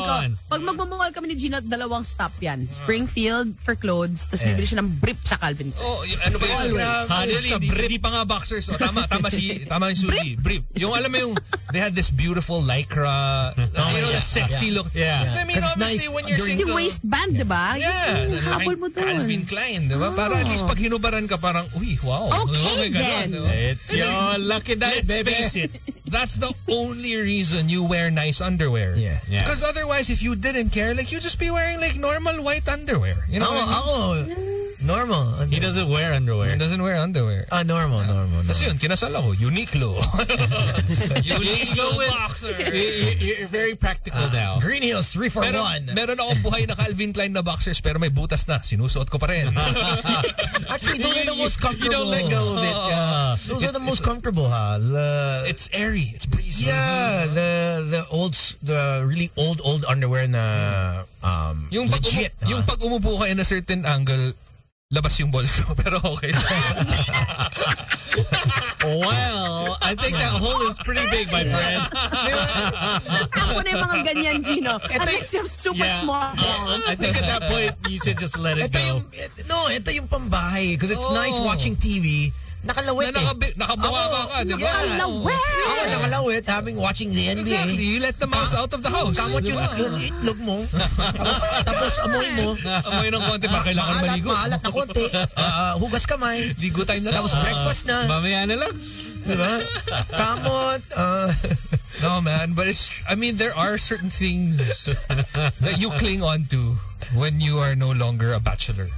Speaker 5: Pag magmamall kami ni Gino, dalawang stop yan.
Speaker 4: Ah.
Speaker 5: Springfield for clothes,
Speaker 4: Eh.
Speaker 5: tapos bibili siya ng brief sa Calvin Klein.
Speaker 4: Oh, y- ano ba yun? Actually,
Speaker 2: It's a
Speaker 4: di, di pa nga boxers. O, tama, tama si, tama yung Suzy. Brief. Yung alam mo yung, they had this beautiful
Speaker 6: Oh,
Speaker 4: lycra, you know, that sexy look.
Speaker 2: Yeah.
Speaker 4: So, I mean,
Speaker 6: That's
Speaker 4: obviously,
Speaker 6: nice
Speaker 4: when you're
Speaker 5: Kasi
Speaker 4: single,
Speaker 5: waistband, di ba?
Speaker 4: yeah,
Speaker 5: Yun, habol mo doon.
Speaker 4: Calvin Klein, di ba?
Speaker 6: Ah.
Speaker 4: Para at least pag hinubaran ka, parang, uy, wow.
Speaker 5: Okay,
Speaker 4: Ganun,
Speaker 5: then.
Speaker 4: di ba?
Speaker 2: It's your lucky day,
Speaker 4: Let's
Speaker 2: baby.
Speaker 4: face it. That's the only reason you wear nice underwear.
Speaker 6: Yeah.
Speaker 2: Yeah.
Speaker 4: Because otherwise, if you didn't care, like you just be wearing like normal white underwear. You know,
Speaker 6: Ako,
Speaker 4: what I mean?
Speaker 6: ako, normal.
Speaker 2: He doesn't wear underwear.
Speaker 4: doesn't wear underwear.
Speaker 6: Ah, normal, normal, normal.
Speaker 4: Kasi yun, kinasal ako. Uniqlo. Uniqlo boxer.
Speaker 2: You- you- You're very practical now.
Speaker 6: Green Hills, three
Speaker 4: uh,
Speaker 6: for
Speaker 4: Meron,
Speaker 6: one.
Speaker 4: meron akong buhay na Calvin Klein na boxers pero may butas na. Sinusuot ko pa rin.
Speaker 6: Actually, those are the most comfortable.
Speaker 2: You don't let go of it. Uh,
Speaker 6: Those are the most comfortable, ha? The-
Speaker 4: it's Mm-hmm. airy. It's breezy.
Speaker 6: yeah, the the old, s- the really old, old underwear na um,
Speaker 4: Yung pag, umu-
Speaker 6: legit,
Speaker 4: yung pag umupo ka in a certain angle, labas yung bolso. Pero okay.
Speaker 2: well, I think that hole is pretty big, my friend.
Speaker 5: Ako na yung mga ganyan, Gino. Unless you're super
Speaker 2: Yeah.
Speaker 5: small.
Speaker 4: Oh.
Speaker 2: I think at that point you should just let it
Speaker 6: Ito
Speaker 2: go.
Speaker 6: yung, et- no, ito yung pambahay. Because it's
Speaker 4: Oh.
Speaker 6: nice watching TV. Nakalawit
Speaker 4: na
Speaker 6: eh.
Speaker 4: nakabi- nakabuka ka ka, di ba?
Speaker 5: Ang lawet!
Speaker 6: Ako nakalawit having watching the NBA.
Speaker 4: Exactly. Diba? You let the mouse out of the house. di
Speaker 6: Kamot yung,
Speaker 4: ba?
Speaker 6: yung itlog mo. Tapos- Tapos amoy mo.
Speaker 4: Amoy ng konti pa. Kailangan
Speaker 6: maalat,
Speaker 4: maligo.
Speaker 6: maalat na konti. Ah, hugas kamay.
Speaker 4: Ligo time na lang.
Speaker 6: Tapos breakfast na.
Speaker 2: Mamaya na lang.
Speaker 6: Di ba? Kamot. ah,
Speaker 4: No, man, but it's. I mean, there are certain things that you cling on to when you are no longer a bachelor.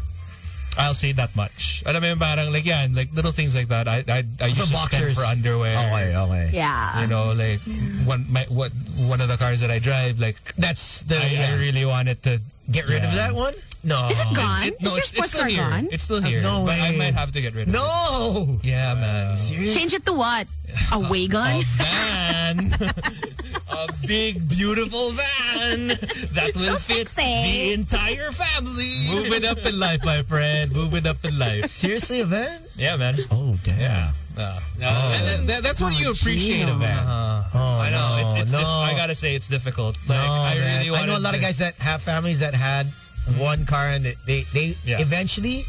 Speaker 4: I'll say that much. Alam mo yun, parang like yan, like little things like that. I I, I used to spend
Speaker 6: boxers.
Speaker 4: for underwear.
Speaker 6: okay, okay.
Speaker 5: Yeah.
Speaker 4: You know, like one my what one of the cars that I drive, like
Speaker 6: That's the,
Speaker 4: I, I really wanted to
Speaker 6: get rid of
Speaker 4: Yeah.
Speaker 6: that one? No.
Speaker 5: Is it
Speaker 4: Oh.
Speaker 5: gone?
Speaker 4: It- no, it's, it's
Speaker 5: Is your sports
Speaker 4: still
Speaker 5: car
Speaker 4: here.
Speaker 5: gone?
Speaker 4: It's still here.
Speaker 6: Oh, No
Speaker 4: but I
Speaker 6: way.
Speaker 4: might have to get rid of it.
Speaker 6: No!
Speaker 4: Yeah, man.
Speaker 5: Change it to what? A way
Speaker 4: A
Speaker 5: gun?
Speaker 4: van. a big, beautiful van that will
Speaker 5: So
Speaker 4: fit
Speaker 5: sexy.
Speaker 4: the entire family.
Speaker 2: Move it up in life, my friend. Move it up in life.
Speaker 6: Seriously, a van?
Speaker 4: Yeah, man.
Speaker 6: Oh, damn.
Speaker 4: Yeah. Uh,
Speaker 2: And then, that,
Speaker 5: Oh,
Speaker 2: that's when you appreciate a man.
Speaker 6: Oh,
Speaker 4: I know.
Speaker 6: No,
Speaker 4: it- it's
Speaker 6: no.
Speaker 4: diff- I gotta say, it's difficult. Like,
Speaker 6: No,
Speaker 4: I
Speaker 6: Oh, man.
Speaker 4: really
Speaker 6: I know a
Speaker 4: wanted
Speaker 6: lot of
Speaker 4: to-
Speaker 6: guys that have families that had one car and they they, they
Speaker 4: Yeah.
Speaker 6: eventually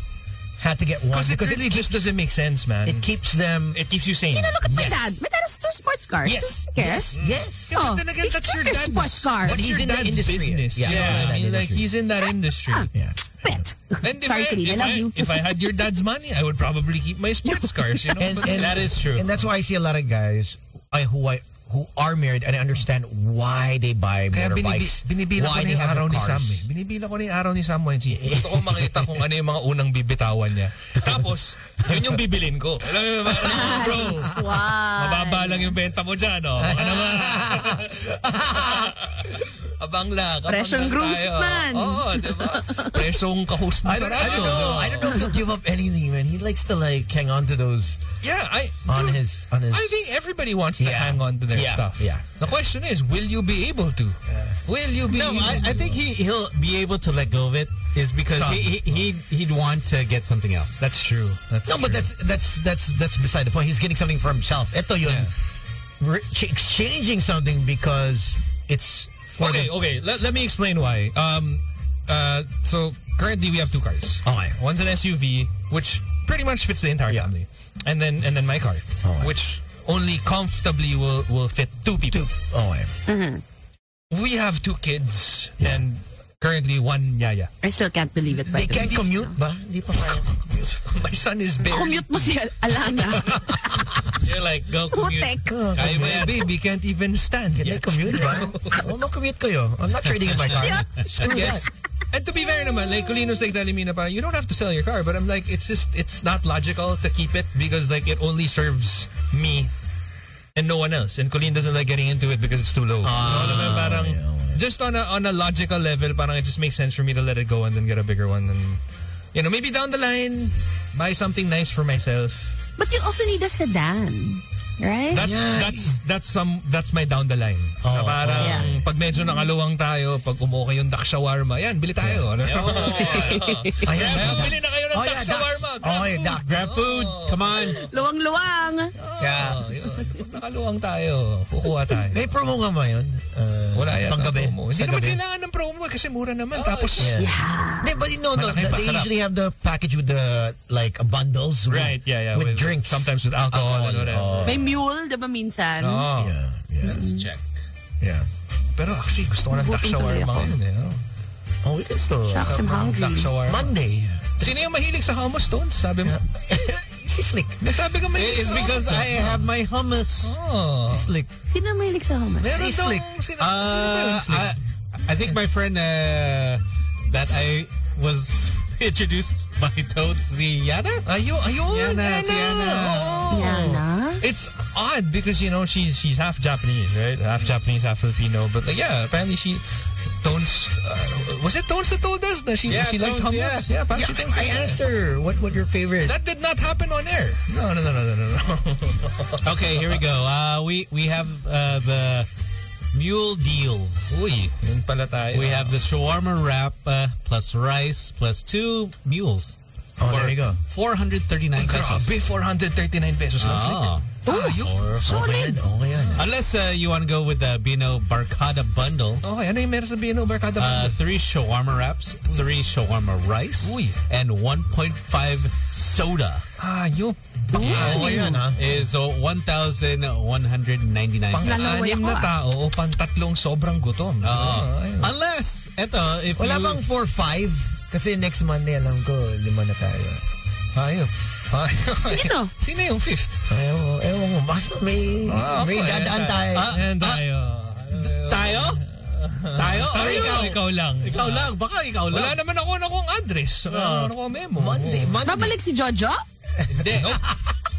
Speaker 6: had to get one
Speaker 4: Because it really just doesn't make sense, man.
Speaker 6: it keeps them.
Speaker 4: It keeps you sane.
Speaker 5: Look at my dad. My dad has two sports cars.
Speaker 6: yes,
Speaker 5: Who cares?
Speaker 6: yes, yes.
Speaker 5: Oh,
Speaker 4: Then again,
Speaker 5: take
Speaker 4: that's
Speaker 5: care
Speaker 4: your
Speaker 5: of
Speaker 4: dad's
Speaker 5: sports cars.
Speaker 4: That's
Speaker 6: He's
Speaker 4: your
Speaker 6: in the
Speaker 4: dad's
Speaker 6: industry.
Speaker 4: business.
Speaker 6: Yeah,
Speaker 4: Yeah,
Speaker 6: he's in
Speaker 4: I mean,
Speaker 6: that
Speaker 4: like
Speaker 6: industry.
Speaker 4: he's in
Speaker 5: Ah.
Speaker 4: that industry.
Speaker 6: Yeah.
Speaker 5: Bet.
Speaker 4: And if, I,
Speaker 5: Sorry, Kareem, I
Speaker 4: if,
Speaker 5: love
Speaker 4: I,
Speaker 5: you.
Speaker 4: if I had your dad's money, I would probably keep my sports cars, you know.
Speaker 6: And-
Speaker 4: but
Speaker 6: and-
Speaker 4: that is true.
Speaker 6: And that's why I see a lot of guys I, who I who are married and I understand why they buy
Speaker 4: Kaya binibi,
Speaker 6: motorbikes.
Speaker 4: binibila ko
Speaker 6: why
Speaker 4: na
Speaker 6: they
Speaker 4: yung
Speaker 6: have
Speaker 4: araw ni
Speaker 6: their
Speaker 4: Sam. Eh.
Speaker 6: cars.
Speaker 4: Binibila ko na yung araw ni Sam Wensi. Gusto ko makita kung ano yung mga unang bibitawan niya. Tapos, yun yung bibilin ko. Alam mo, ba, bro,
Speaker 5: Wow.
Speaker 4: mababa lang yung benta mo dyan, oh. Baka naman. Abang lang. abang lang
Speaker 5: Presyong
Speaker 4: tayo.
Speaker 5: groomsman.
Speaker 4: Oo, di ba? Presyong kahus na
Speaker 6: I
Speaker 4: sa
Speaker 6: don't, I
Speaker 4: radyo.
Speaker 6: don't know. I don't know if he'll give up anything, man. He
Speaker 3: likes to like hang on to those
Speaker 4: Yeah, I
Speaker 3: on
Speaker 4: dude,
Speaker 3: his on his.
Speaker 4: I think everybody wants to
Speaker 3: Yeah.
Speaker 4: hang on to their
Speaker 3: Yeah.
Speaker 4: stuff.
Speaker 3: Yeah.
Speaker 4: The question is, will you be able to? Will you be?
Speaker 2: No,
Speaker 4: able
Speaker 2: I,
Speaker 4: to?
Speaker 2: I think he he'll be able to let go of it is because he, he he he'd want to get something else.
Speaker 4: that's true. That's
Speaker 6: No, but
Speaker 4: true.
Speaker 6: that's that's that's that's beside the point. He's getting something for himself. Ito yun. We're ch- exchanging something because it's for
Speaker 4: okay.
Speaker 6: the,
Speaker 4: Okay, let, let me explain why. Um, uh, so currently we have two cars.
Speaker 6: Okay.
Speaker 4: One's an SUV, which pretty much fits the entire family, and then and then my car,
Speaker 6: Oh,
Speaker 4: which only comfortably will will fit two people.
Speaker 6: okay.
Speaker 5: Mm-hmm.
Speaker 4: We have two kids, and currently one yaya.
Speaker 5: I still can't believe it.
Speaker 6: They can't commute ba? Hindi pa kaya.
Speaker 4: My son is barely.
Speaker 5: Commute mo si Alana.
Speaker 2: You're like go commute.
Speaker 5: Putek.
Speaker 2: Kaya mo
Speaker 4: My
Speaker 2: yan.
Speaker 4: baby can't even stand
Speaker 6: Can they
Speaker 4: yet.
Speaker 6: commute ba? Oh, mag-commute kayo. I'm not trading in my car. Screw that.
Speaker 4: Yes. And to be fair naman, like Colino's like Dalimina pa, you don't have to sell your car. But I'm like, it's just, it's not logical to keep it because like it only serves me and no one else. And Colleen doesn't like getting into it because it's too low. so, alam mo, yun, parang, just on a, on a logical level, parang it just makes sense for me to let it go and then get a bigger one. And, you know, maybe down the line, buy something nice for myself.
Speaker 5: But you also need a sedan, right?
Speaker 4: That, That's that's some that's my down the line. Na
Speaker 2: Oh,
Speaker 4: parang
Speaker 5: Yeah.
Speaker 4: pag medyo nakaluwang tayo, pag umukay yung duck shawarma, yan, bili tayo. Ano? Ayan, ayan, bili na kayo ng
Speaker 6: Oh,
Speaker 4: duck
Speaker 6: yeah,
Speaker 4: shawarma.
Speaker 6: Dax. Oh, yeah, Dax.
Speaker 2: Grab food. Come on.
Speaker 5: Luwang-luwang.
Speaker 6: Yeah.
Speaker 4: Oh, yun. Pag nakaluwang tayo, kukuha tayo.
Speaker 6: May promo nga ba yun? Uh,
Speaker 4: Wala yan.
Speaker 6: Pang gabi.
Speaker 4: promo. Hindi
Speaker 6: Sa
Speaker 4: naman
Speaker 6: gabi.
Speaker 4: kailangan ng promo kasi mura naman. Tapos,
Speaker 6: Yeah. They, but you know, no,
Speaker 4: Malaki pa,
Speaker 6: they
Speaker 4: sarap.
Speaker 6: usually have the package with the like bundles. with-
Speaker 4: right, yeah, yeah.
Speaker 6: With, drinks.
Speaker 4: Sometimes with alcohol. ano and whatever.
Speaker 6: Oh,
Speaker 5: May mule, di ba minsan?
Speaker 4: Oo.
Speaker 6: yeah, yeah,
Speaker 2: Let's check.
Speaker 6: yeah.
Speaker 4: Pero actually, gusto ko ng duck
Speaker 5: Gutom tuloy
Speaker 4: shawarma.
Speaker 5: ako.
Speaker 4: ngayon, eh, oh.
Speaker 6: Oh, we can still.
Speaker 5: Shucks, I'm
Speaker 4: Duck
Speaker 5: hungry.
Speaker 4: shawarma.
Speaker 6: Monday.
Speaker 4: Sino yung mahilig sa hummus stones? Sabi mo.
Speaker 6: Si Slick.
Speaker 4: Sabi ko mahilig
Speaker 2: It's
Speaker 4: sa
Speaker 2: because
Speaker 4: hummus.
Speaker 2: I have my hummus.
Speaker 4: Oh.
Speaker 6: Slick.
Speaker 5: Sino mahilig sa hummus?
Speaker 4: Meron
Speaker 6: Si
Speaker 4: daw-
Speaker 6: Slick. Ah,
Speaker 4: sino-
Speaker 2: Uh,
Speaker 4: sino ba yung
Speaker 2: I, I think my friend uh, that I was introduced by Toad si Yana.
Speaker 6: ah,
Speaker 4: Ayo, ayun,
Speaker 2: Yana, si Yana.
Speaker 4: Oo.
Speaker 5: Yana?
Speaker 4: It's odd because you know she's she's half Japanese, right? Half Japanese, half Filipino. But like, yeah, apparently she tones. Uh, was it tones that told us that she
Speaker 2: Yeah,
Speaker 4: she liked
Speaker 2: Tones,
Speaker 4: hummus? Yeah, apparently she thinks like
Speaker 6: I
Speaker 4: that.
Speaker 6: asked her, what would your favorite?
Speaker 4: That did not happen on air. No, no, no, no, no, no, no.
Speaker 2: Okay, here we go. Uh, we we have uh, the mule deals.
Speaker 4: Uy, yun pala tayo.
Speaker 2: We have the shawarma wrap uh, plus rice plus two mules.
Speaker 6: Oh, there you go.
Speaker 2: 439 pesos.
Speaker 4: Grabe, 439 pesos last week.
Speaker 2: Ah.
Speaker 6: Okay yan, okay yan.
Speaker 2: Unless uh, you want to go with the Bino Barcada bundle.
Speaker 4: Okay, ano yung meron sa BNO Barkada?
Speaker 2: Uh,
Speaker 6: Ah.
Speaker 2: three shawarma wraps, three shawarma rice,
Speaker 4: Uy.
Speaker 2: and 1.5 soda
Speaker 4: ah, yung
Speaker 6: Okay yan, ah. ha?
Speaker 2: is uh, 1,199
Speaker 4: pang
Speaker 2: pesos.
Speaker 4: anim na tao o pang tatlong sobrang gutom.
Speaker 2: Oo.
Speaker 4: Ah, ayun.
Speaker 2: Unless, eto, if
Speaker 6: Wala
Speaker 2: you...
Speaker 6: bang 4-5? Kasi next Monday, alam ko, lima na tayo.
Speaker 4: Ayun. Ayun.
Speaker 5: Sino?
Speaker 4: Sino yung fifth?
Speaker 6: Ewan, ko, ewan mo, basta may,
Speaker 4: Ah,
Speaker 6: may
Speaker 4: ako,
Speaker 6: dadaan
Speaker 4: eh.
Speaker 6: tayo.
Speaker 2: Ah,
Speaker 4: And
Speaker 2: ah,
Speaker 4: tayo.
Speaker 2: Tayo? Tayo? Or ikaw?
Speaker 4: ikaw lang.
Speaker 2: Ikaw lang. Baka ikaw lang.
Speaker 4: Wala naman ako na kung address. Wala
Speaker 7: Ah.
Speaker 4: naman ako memo.
Speaker 6: Monday, Monday.
Speaker 5: Babalik si Jojo?
Speaker 4: Hindi. Nope.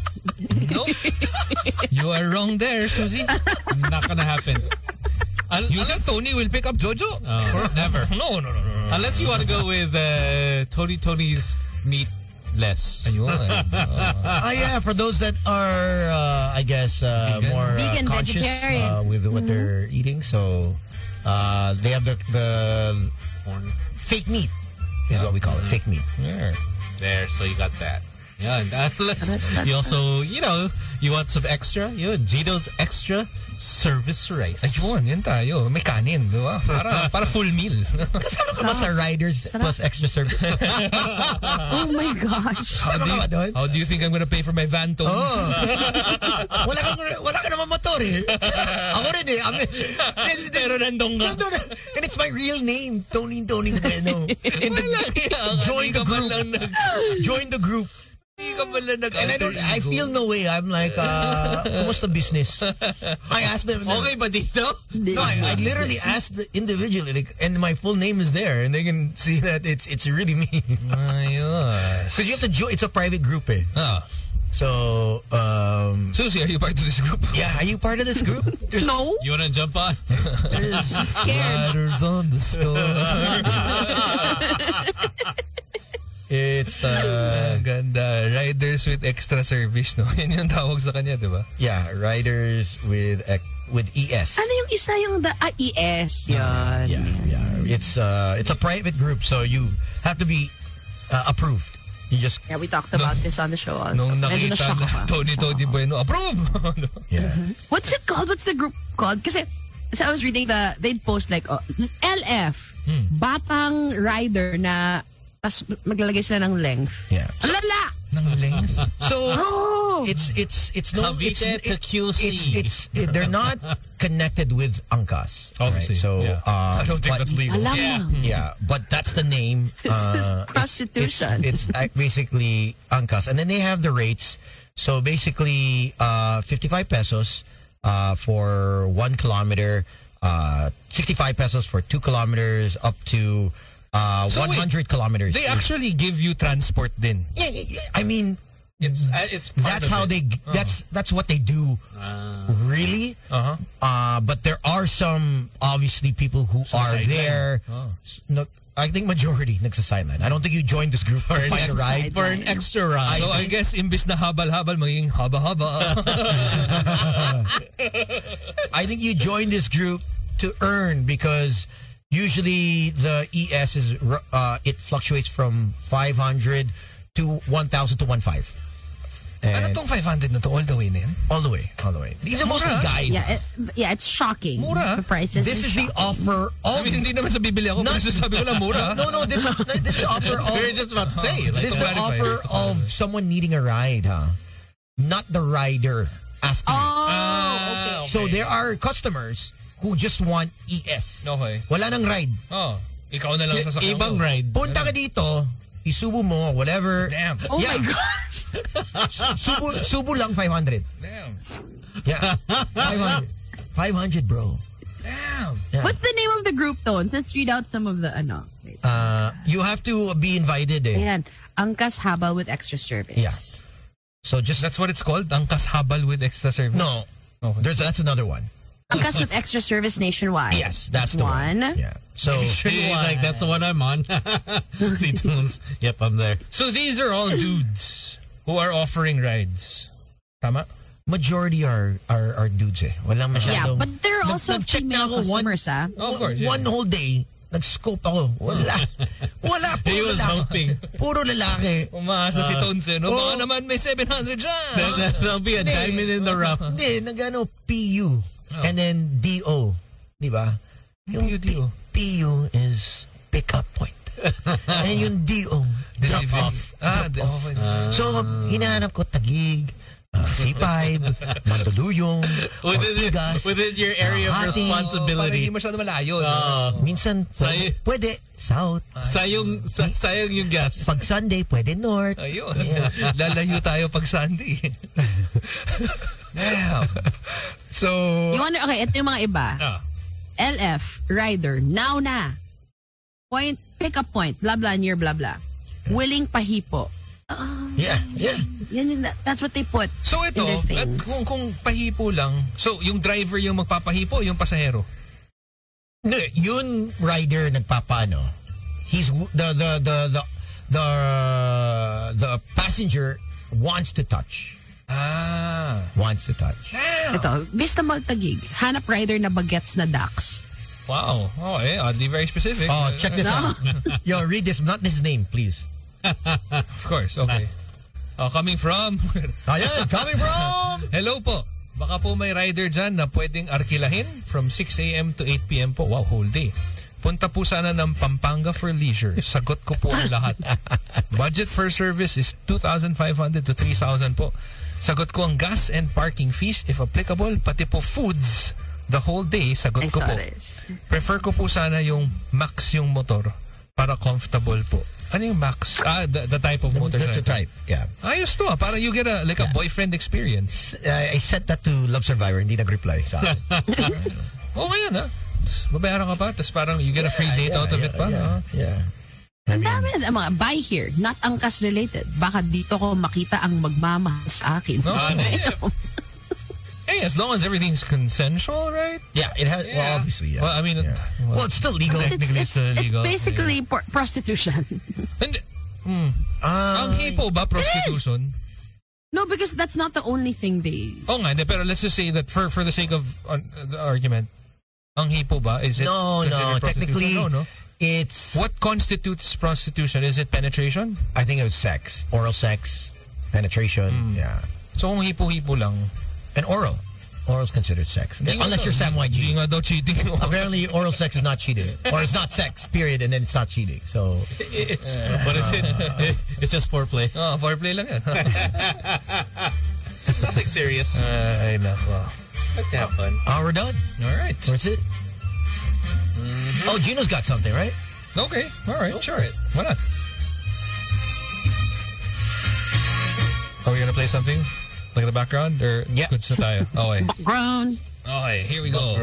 Speaker 4: nope. You are wrong there, Susie.
Speaker 2: Not gonna happen. Un-
Speaker 4: You said Tony will pick up Jojo?
Speaker 2: Oh, never.
Speaker 4: No, no, no, no. no.
Speaker 2: Unless you want to go with uh, Tony Tony's meat less.
Speaker 4: Ayun.
Speaker 6: Ah, yeah, for those that are, uh, I guess, uh,
Speaker 4: Vegan.
Speaker 6: more uh,
Speaker 5: Vegan,
Speaker 6: conscious
Speaker 5: vegetarian. Mm-hmm.
Speaker 6: uh, with what they're eating, so uh, they have the, the fake meat, is what we call
Speaker 4: Mm-hmm.
Speaker 6: it, fake meat.
Speaker 4: There.
Speaker 2: There, so you got that. Yeah, and unless you also, you know, you want some extra, you know, Gino's extra service rice.
Speaker 4: Ayun, yan tayo. May kanin, di ba? Para, para full meal.
Speaker 6: Basta riders plus extra service.
Speaker 5: Oh my gosh.
Speaker 4: How do,
Speaker 6: ka ba
Speaker 4: you,
Speaker 6: doon?
Speaker 4: how do you think I'm gonna pay for my van tones?
Speaker 6: Oh. wala kang wala ka naman motor eh. Ako rin eh. Ami, this, is-
Speaker 4: Pero nandun ka.
Speaker 6: Nandun na- and it's my real name, Tony Tony Bueno. In the, join the group. Join the group.
Speaker 4: Hindi ka pala nag
Speaker 6: And I don't, I feel no way. I'm like, uh, kumusta business? I asked them.
Speaker 2: Okay ba dito?
Speaker 6: No, I, I literally asked the individually, like, and my full name is there, and they can see that it's it's really me.
Speaker 4: Ayos.
Speaker 6: Because you have to join. It's a private group, eh?
Speaker 4: Ah.
Speaker 6: So, um,
Speaker 4: Susie, are you part of this group?
Speaker 6: yeah. Are you part of this group? There's
Speaker 5: No?
Speaker 2: You want to jump on?
Speaker 6: there's
Speaker 5: Scared.
Speaker 4: on the store.
Speaker 6: It's uh,
Speaker 7: Ang ganda. Riders with extra service, no? Yan yung tawag sa kanya, di ba?
Speaker 6: yeah, riders with ec- with E ES.
Speaker 5: Ano yung isa yung the, ah, ES yun.
Speaker 6: Yeah, yeah. It's uh, it's a private group, so you have to be uh, approved. You just
Speaker 5: Yeah, we talked about this on the show also.
Speaker 7: Nung
Speaker 5: Medyo
Speaker 7: nakita
Speaker 5: na-shock
Speaker 7: na
Speaker 5: ako.
Speaker 7: Tony Tony Bueno, approve!
Speaker 6: yeah.
Speaker 5: What's it called? What's the group called? Kasi, so I was reading the, they'd post like, oh, LF,
Speaker 6: Hmm.
Speaker 5: batang rider na, tas maglalagay sila ng length.
Speaker 6: Yeah.
Speaker 5: Ang Lala!
Speaker 6: So
Speaker 5: Oh!
Speaker 6: it's it's it's no it's
Speaker 2: Cavite to QC.
Speaker 6: it's it's it- they're not connected with Angkas.
Speaker 7: Obviously,
Speaker 6: So
Speaker 7: yeah.
Speaker 6: um,
Speaker 7: I don't think
Speaker 6: but-
Speaker 7: that's legal.
Speaker 5: Alam
Speaker 2: Yeah.
Speaker 5: mo.
Speaker 6: Yeah, but that's the name.
Speaker 5: Mm-hmm.
Speaker 6: uh,
Speaker 5: is
Speaker 6: it's-
Speaker 5: prostitution.
Speaker 6: It's, it's, uh, basically angkas, and then they have the rates. So basically, uh, fifty-five pesos uh, for one kilometer, uh, sixty-five pesos for two kilometers, up to uh,
Speaker 7: So
Speaker 6: one
Speaker 7: wait,
Speaker 6: hundred kilometers.
Speaker 7: They actually give you transport din.
Speaker 6: Yeah, yeah, yeah. I mean,
Speaker 2: It's uh, it's part
Speaker 6: that's
Speaker 2: of
Speaker 6: how
Speaker 2: it.
Speaker 6: they.
Speaker 5: Oh.
Speaker 6: That's that's what they do.
Speaker 5: Uh.
Speaker 6: really.
Speaker 7: Uh-huh.
Speaker 6: Uh, but there are some obviously people who are
Speaker 7: sideline.
Speaker 6: there. S- No,
Speaker 5: Oh.
Speaker 6: I think majority nagsasideline. I don't think you joined this group for to find a ride.
Speaker 5: For an
Speaker 2: extra ride.
Speaker 7: So I guess, imbis na habal-habal, magiging haba-haba.
Speaker 6: I think you joined this group to earn because usually the ES is r- uh, it fluctuates from 500 to 1,000 to 1,500.
Speaker 7: ano
Speaker 6: And
Speaker 7: tong 500 na to? All the way na yan?
Speaker 6: all the way, all the way. These are mostly
Speaker 7: Mura.
Speaker 6: guys.
Speaker 5: Yeah, it, yeah, it's shocking.
Speaker 7: Mura.
Speaker 5: The prices.
Speaker 6: This
Speaker 5: are
Speaker 6: is the
Speaker 5: shocking.
Speaker 6: offer. All
Speaker 7: I mean, hindi naman sa bibili ako, pero sasabi ko lang mura.
Speaker 6: no, no. This this is the offer. All,
Speaker 2: We're just about to say. Like,
Speaker 6: this is
Speaker 7: to
Speaker 6: the
Speaker 7: clarify,
Speaker 6: offer
Speaker 7: just to
Speaker 6: of someone needing a ride, huh? Not the rider asking.
Speaker 4: Ah,
Speaker 5: Oh, okay.
Speaker 6: So there are customers who just want ES.
Speaker 7: Okay.
Speaker 6: Wala nang ride.
Speaker 7: Oh, ikaw
Speaker 4: Eh,
Speaker 7: na lang sa sasakyan
Speaker 2: ibang
Speaker 7: mo.
Speaker 2: ride.
Speaker 6: Punta ka dito, isubo mo, whatever.
Speaker 7: Damn.
Speaker 5: Oh
Speaker 6: Yeah.
Speaker 5: my God.
Speaker 6: Subo, subo lang 500.
Speaker 7: Damn.
Speaker 6: Yeah. 500. 500, bro.
Speaker 7: Damn.
Speaker 5: What's the name of the group, Tones? Let's read out some of the, ano. Wait.
Speaker 6: Uh, you have to be invited eh.
Speaker 5: Ayan. Angkas Habal with extra service.
Speaker 6: Yeah. So just,
Speaker 7: That's what it's called? Ang kashabal with extra service?
Speaker 6: no. There's, that's another one.
Speaker 5: Angkas with extra service nationwide.
Speaker 6: Yes, that's the one.
Speaker 5: one.
Speaker 6: Yeah. So,
Speaker 2: He's like, that's the one I'm on. See tunes. Yep, I'm there.
Speaker 7: So these are all dudes who are offering rides. Tama?
Speaker 6: majority are, are, are dudes eh. Wala
Speaker 5: Yeah,
Speaker 6: masyadong...
Speaker 5: but there are
Speaker 6: Nag-
Speaker 5: also
Speaker 6: nag-check na
Speaker 5: female
Speaker 6: ako one-
Speaker 5: customers, ah.
Speaker 7: Of course, yeah.
Speaker 6: One whole day, nag-scope ako. Wala. Wala.
Speaker 2: He
Speaker 6: Puro
Speaker 2: was
Speaker 6: lalaki.
Speaker 2: hoping
Speaker 6: Puro lalaki.
Speaker 7: Umaasa si Tonse, no? Baka naman may 700 dyan.
Speaker 2: Ah. Oh. that there'll be a diamond in the rough.
Speaker 6: Hindi, nag-ano, PU. And then DO. Di ba? Yung
Speaker 7: PUDO.
Speaker 6: P- PU is pickup point. and yung DO, drop
Speaker 7: Delivery.
Speaker 6: off.
Speaker 7: Ah, di- okay.
Speaker 6: So, hinahanap ko Tagig, uh, C5, Mandaluyong,
Speaker 2: Within,
Speaker 6: Ortigas.
Speaker 2: within your area of
Speaker 6: Makati.
Speaker 7: Para hindi
Speaker 2: responsibility.
Speaker 7: masyado malayo. no?
Speaker 2: Uh,
Speaker 6: Minsan, pwede,
Speaker 2: Sa'yo-
Speaker 6: pwede South.
Speaker 4: Ah,
Speaker 2: sayang, sa, sayang yung gas.
Speaker 6: Pag Sunday, pwede North.
Speaker 7: Ayun. Lalayo tayo pag Sunday. Damn.
Speaker 6: So,
Speaker 5: You wonder, okay, ito yung mga iba.
Speaker 2: Ah.
Speaker 5: LF, rider, now na. Point, pick up point, blah, blah, near, blah, blah. Willing pahipo.
Speaker 6: yeah, yeah.
Speaker 5: Yan, yun, that- that's what they put.
Speaker 7: So ito,
Speaker 5: In their
Speaker 7: at
Speaker 5: face.
Speaker 7: kung, kung pahipo lang, so yung driver yung magpapahipo, yung pasahero.
Speaker 6: No, yun rider nagpapaano. He's w- the the the the the, the passenger wants to touch.
Speaker 7: Ah.
Speaker 6: Wants to touch.
Speaker 5: Ito, Vista Magtagig, hanap rider na bagets na ducks.
Speaker 7: Wow. Okay, Eh, oddly very specific.
Speaker 6: Oh, check this out. Yo, read this. Not this name, please.
Speaker 7: Of course, okay. Oh, coming from...
Speaker 6: Ayan, Oh, coming from...
Speaker 7: Hello po. Baka po may rider dyan na pwedeng arkilahin from 6 a.m. to 8 p.m. po. Wow, whole day. Punta po sana ng Pampanga for leisure. Sagot ko po ang lahat. Budget for service is 2,500 to 3,000 po. Sagot ko ang gas and parking fees if applicable, pati po foods the whole day.
Speaker 5: I
Speaker 7: Sagot ko
Speaker 5: saw
Speaker 7: po.
Speaker 5: this.
Speaker 7: Prefer ko po sana yung max yung motor para comfortable po. Ano yung max? Ah, the, the type of
Speaker 6: That's
Speaker 7: motorcycle.
Speaker 6: the type. Yeah.
Speaker 7: Ayos to ah. Para you get a, like a boyfriend experience.
Speaker 6: I, I sent that to Love Survivor. Hindi nag-reply sa akin.
Speaker 7: Oo, oh, yan ah. Tas Babayaran ka pa, tapos parang you get a free date out of it pa.
Speaker 6: Yeah.
Speaker 7: ah.
Speaker 6: yeah.
Speaker 5: Ang dami na ang mga buy here, not angkas related. Baka dito ko makita ang magmamahal sa akin.
Speaker 7: No?
Speaker 4: Ah,
Speaker 7: Hey, as long as everything's consensual, right?
Speaker 6: Yeah, it has... Well,
Speaker 7: Yeah.
Speaker 6: obviously, yeah.
Speaker 7: Well, I mean,
Speaker 6: Yeah.
Speaker 7: well,
Speaker 6: Well, it's still legal.
Speaker 5: It's,
Speaker 7: Technically,
Speaker 5: it's,
Speaker 7: it's illegal.
Speaker 5: it's basically por- prostitution.
Speaker 7: and
Speaker 6: Ah.
Speaker 4: Ang hipo ba prostitution?
Speaker 5: No, because that's not the only thing they.
Speaker 4: Oo nga, hindi, pero let's just say that for for the sake of uh, the argument, ang hipo ba is it
Speaker 6: No, no.
Speaker 4: considered prostitution?
Speaker 6: Technically,
Speaker 4: no, no.
Speaker 6: it's
Speaker 4: What constitutes prostitution? Is it penetration?
Speaker 6: I think it was sex, oral sex, penetration.
Speaker 2: Hmm.
Speaker 6: Yeah,
Speaker 4: So kung hipo-hipo lang,
Speaker 6: and oral. Oral's considered sex,
Speaker 4: Hindi nga
Speaker 6: unless
Speaker 4: daw-
Speaker 6: you're Sam
Speaker 4: hindi
Speaker 6: YG.
Speaker 4: nga daw cheating.
Speaker 6: Apparently, oral sex is not cheating, or it's not sex. Period, and then it's not cheating. So
Speaker 2: It's, what is it? It's just foreplay.
Speaker 7: Ah,
Speaker 4: oh, foreplay lang yan.
Speaker 2: Nothing serious.
Speaker 4: Uh, Ay, nako.
Speaker 2: Let's have fun.
Speaker 6: Oh, we're done.
Speaker 2: All right. Mm-hmm.
Speaker 6: That's it. Oh, Gino's got something, right?
Speaker 4: Okay, all right, sure. Why not? Are we gonna Oh, play something? Like in the background? Or
Speaker 6: Yeah.
Speaker 4: goods na tayo?
Speaker 2: Oh,
Speaker 4: Okay.
Speaker 5: Grown.
Speaker 4: Okay, here we go.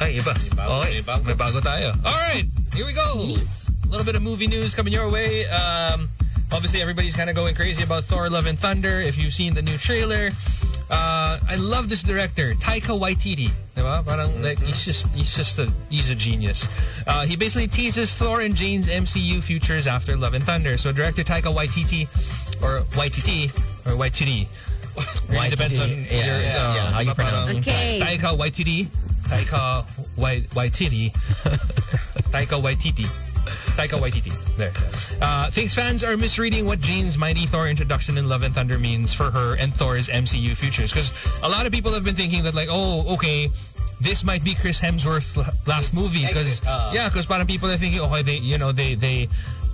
Speaker 4: Ay, iba. Okay, may bago tayo. All right, here we go. A little bit of movie news coming your way. Um, obviously, everybody's kind of going crazy about Thor: Love and Thunder. If you've seen the new trailer, uh, I love this director, Taika Waititi. Diba? Parang
Speaker 6: Mm-hmm.
Speaker 4: like he's just he's just a he's a genius. Uh, he basically teases Thor and Jane's MCU futures after Love and Thunder. So director Taika Waititi, or Waititi, or Waititi. It depends on
Speaker 6: Yeah,
Speaker 4: your,
Speaker 6: yeah,
Speaker 4: uh,
Speaker 6: yeah, how you
Speaker 4: diba,
Speaker 6: pronounce
Speaker 4: parang-
Speaker 5: it. Okay.
Speaker 4: Taika Waititi. Taika Wai- Waititi. Taika Waititi. Taika Waititi. There. Uh, thinks fans are misreading what Jane's Mighty Thor introduction in Love and Thunder means for her and Thor's MCU futures. Because a lot of people have been thinking that, like, oh, okay, this might be Chris Hemsworth's l- last movie. Because
Speaker 2: uh.
Speaker 4: yeah, because parang people are thinking, oh, they, you know, they they.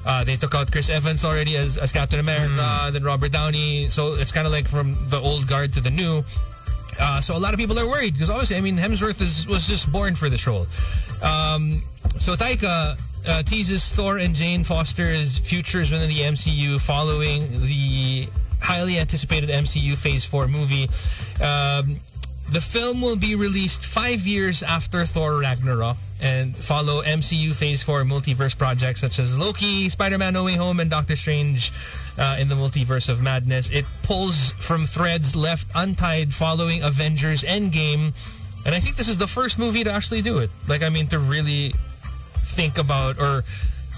Speaker 4: Uh, they took out Chris Evans already as, as Captain America, then Robert Downey. So it's kind of like from the old guard to the new. Uh, so a lot of people are worried because obviously, I mean, Hemsworth is, was just born for this role. Um, so Taika uh, teases Thor and Jane Foster's futures within the MCU following the highly anticipated MCU Phase 4 movie. Um, the film will be released five years after Thor Ragnarok and follow MCU Phase 4 multiverse projects such as Loki, Spider Man No Way Home, and Doctor Strange uh, in the Multiverse of Madness. It pulls from threads left untied following Avengers Endgame. And I think this is the first movie to actually do it. Like, I mean, to really think about or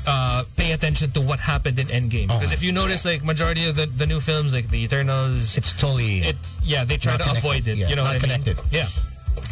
Speaker 4: uh, pay attention to what happened in Endgame. Because if you notice, like, majority of the, the new films, like The Eternals,
Speaker 6: It's totally.
Speaker 4: it's yeah they try
Speaker 6: Not
Speaker 4: to
Speaker 6: connected,
Speaker 4: avoid it
Speaker 6: yeah.
Speaker 4: you know
Speaker 6: Not
Speaker 4: what I mean?
Speaker 6: connected.
Speaker 4: yeah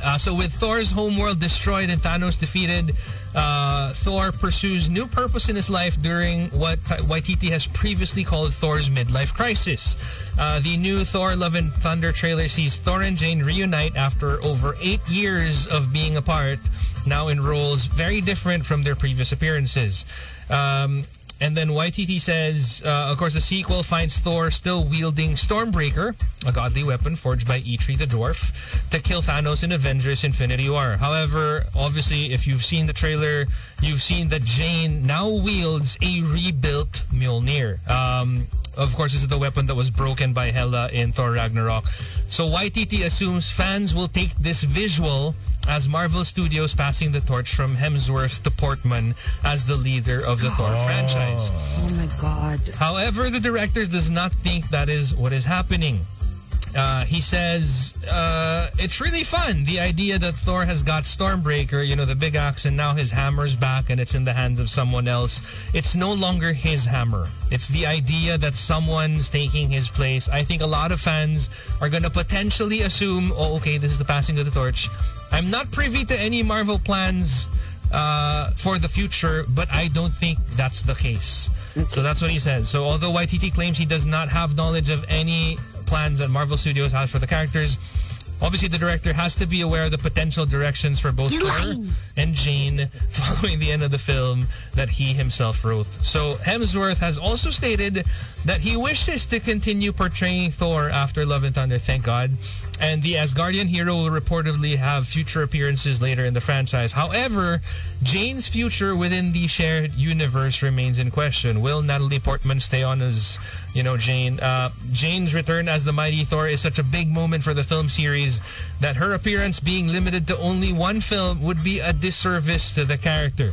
Speaker 4: uh, so with Thor's homeworld destroyed and Thanos defeated, uh, Thor pursues new purpose in his life during what Ta- Waititi has previously called Thor's midlife crisis. Uh, the new Thor Love and Thunder trailer sees Thor and Jane reunite after over eight years of being apart, now in roles very different from their previous appearances. Um, and then YTT says, uh, of course, the sequel finds Thor still wielding Stormbreaker, a godly weapon forged by Eitri the dwarf, to kill Thanos in Avengers Infinity War. However, obviously, if you've seen the trailer, you've seen that Jane now wields a rebuilt Mjolnir. Um, of course, this is the weapon that was broken by Hela in Thor Ragnarok. So YTT assumes fans will take this visual as Marvel Studios passing the torch from Hemsworth to Portman as the leader of the Thor franchise.
Speaker 5: Oh my god.
Speaker 4: However, the director does not think that is what is happening. Uh, he says uh, it's really fun. The idea that Thor has got Stormbreaker, you know, the big axe, and now his hammer's back, and it's in the hands of someone else. It's no longer his hammer. It's the idea that someone's taking his place. I think a lot of fans are going to potentially assume, oh, okay, this is the passing of the torch. I'm not privy to any Marvel plans uh, for the future, but I don't think that's the case. So that's what he says. So although YTT claims he does not have knowledge of any plans that Marvel Studios has for the characters, obviously the director has to be aware of the potential directions for both
Speaker 5: He's
Speaker 4: Thor
Speaker 5: lying.
Speaker 4: and Jane following the end of the film that he himself wrote. So Hemsworth has also stated that he wishes to continue portraying Thor after Love and Thunder, thank God. And the Asgardian hero will reportedly have future appearances later in the franchise. However, Jane's future within the shared universe remains in question. Will Natalie Portman stay on as, you know, Jane? Uh, Jane's return as the Mighty Thor is such a big moment for the film series that her appearance being limited to only one film would be a disservice to the character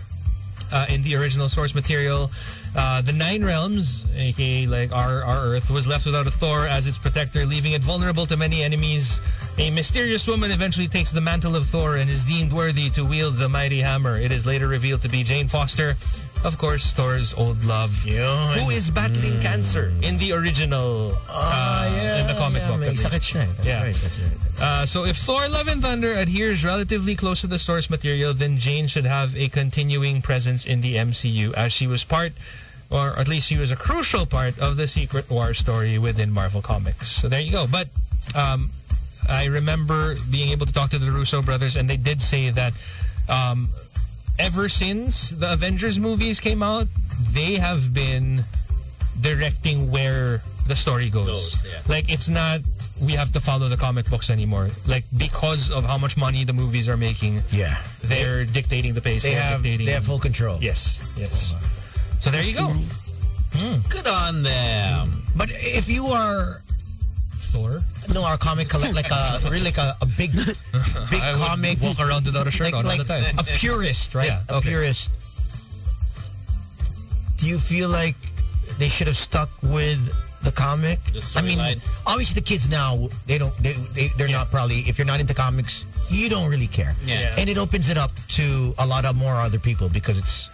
Speaker 4: uh, in the original source material. Uh, the Nine Realms, aka like our, our Earth, was left without a Thor as its protector, leaving it vulnerable to many enemies. A mysterious woman eventually takes the mantle of Thor and is deemed worthy to wield the mighty hammer. It is later revealed to be Jane Foster,
Speaker 7: of course, stores Old Love,
Speaker 6: Yun.
Speaker 7: who is battling cancer in the original, uh, in
Speaker 6: Oh,
Speaker 7: the comic book.
Speaker 6: May
Speaker 7: at least.
Speaker 6: sakit siya. eh. That's
Speaker 7: Yeah.
Speaker 6: right, that's right.
Speaker 7: Uh, so if Thor Love and Thunder adheres relatively close to the source material, then Jane should have a continuing presence in the MCU as she was part or at least she was a crucial part of the Secret War story within Marvel Comics. So there you go. But um, I remember being able to talk to the Russo brothers, and they did say that um, ever since the Avengers movies came out, they have been directing where the story goes.
Speaker 4: Goes, yeah.
Speaker 7: Like it's not we have to follow the comic books anymore. Like because of how much money the movies are making,
Speaker 6: Yeah.
Speaker 7: they're dictating the pace.
Speaker 6: They
Speaker 7: they're
Speaker 6: have
Speaker 7: dictating
Speaker 6: they have full control.
Speaker 7: Yes, yes. So there you go.
Speaker 5: Nice.
Speaker 2: Good on them.
Speaker 6: But if you are
Speaker 7: Thor.
Speaker 6: no our comic collect like a really like a, a big big
Speaker 7: I would
Speaker 6: comic
Speaker 7: walk around without a shirt
Speaker 6: like,
Speaker 7: on all
Speaker 6: like
Speaker 7: the time.
Speaker 6: a purist, right?
Speaker 7: Yeah,
Speaker 6: a
Speaker 7: okay.
Speaker 6: purist. Do you feel like they should have stuck with the comic?
Speaker 2: The
Speaker 6: I mean,
Speaker 2: storyline.
Speaker 6: obviously the kids now they don't they, they they're not probably if you're not into comics you don't really care.
Speaker 2: Yeah.
Speaker 6: And it opens it up to a lot of more other people because it's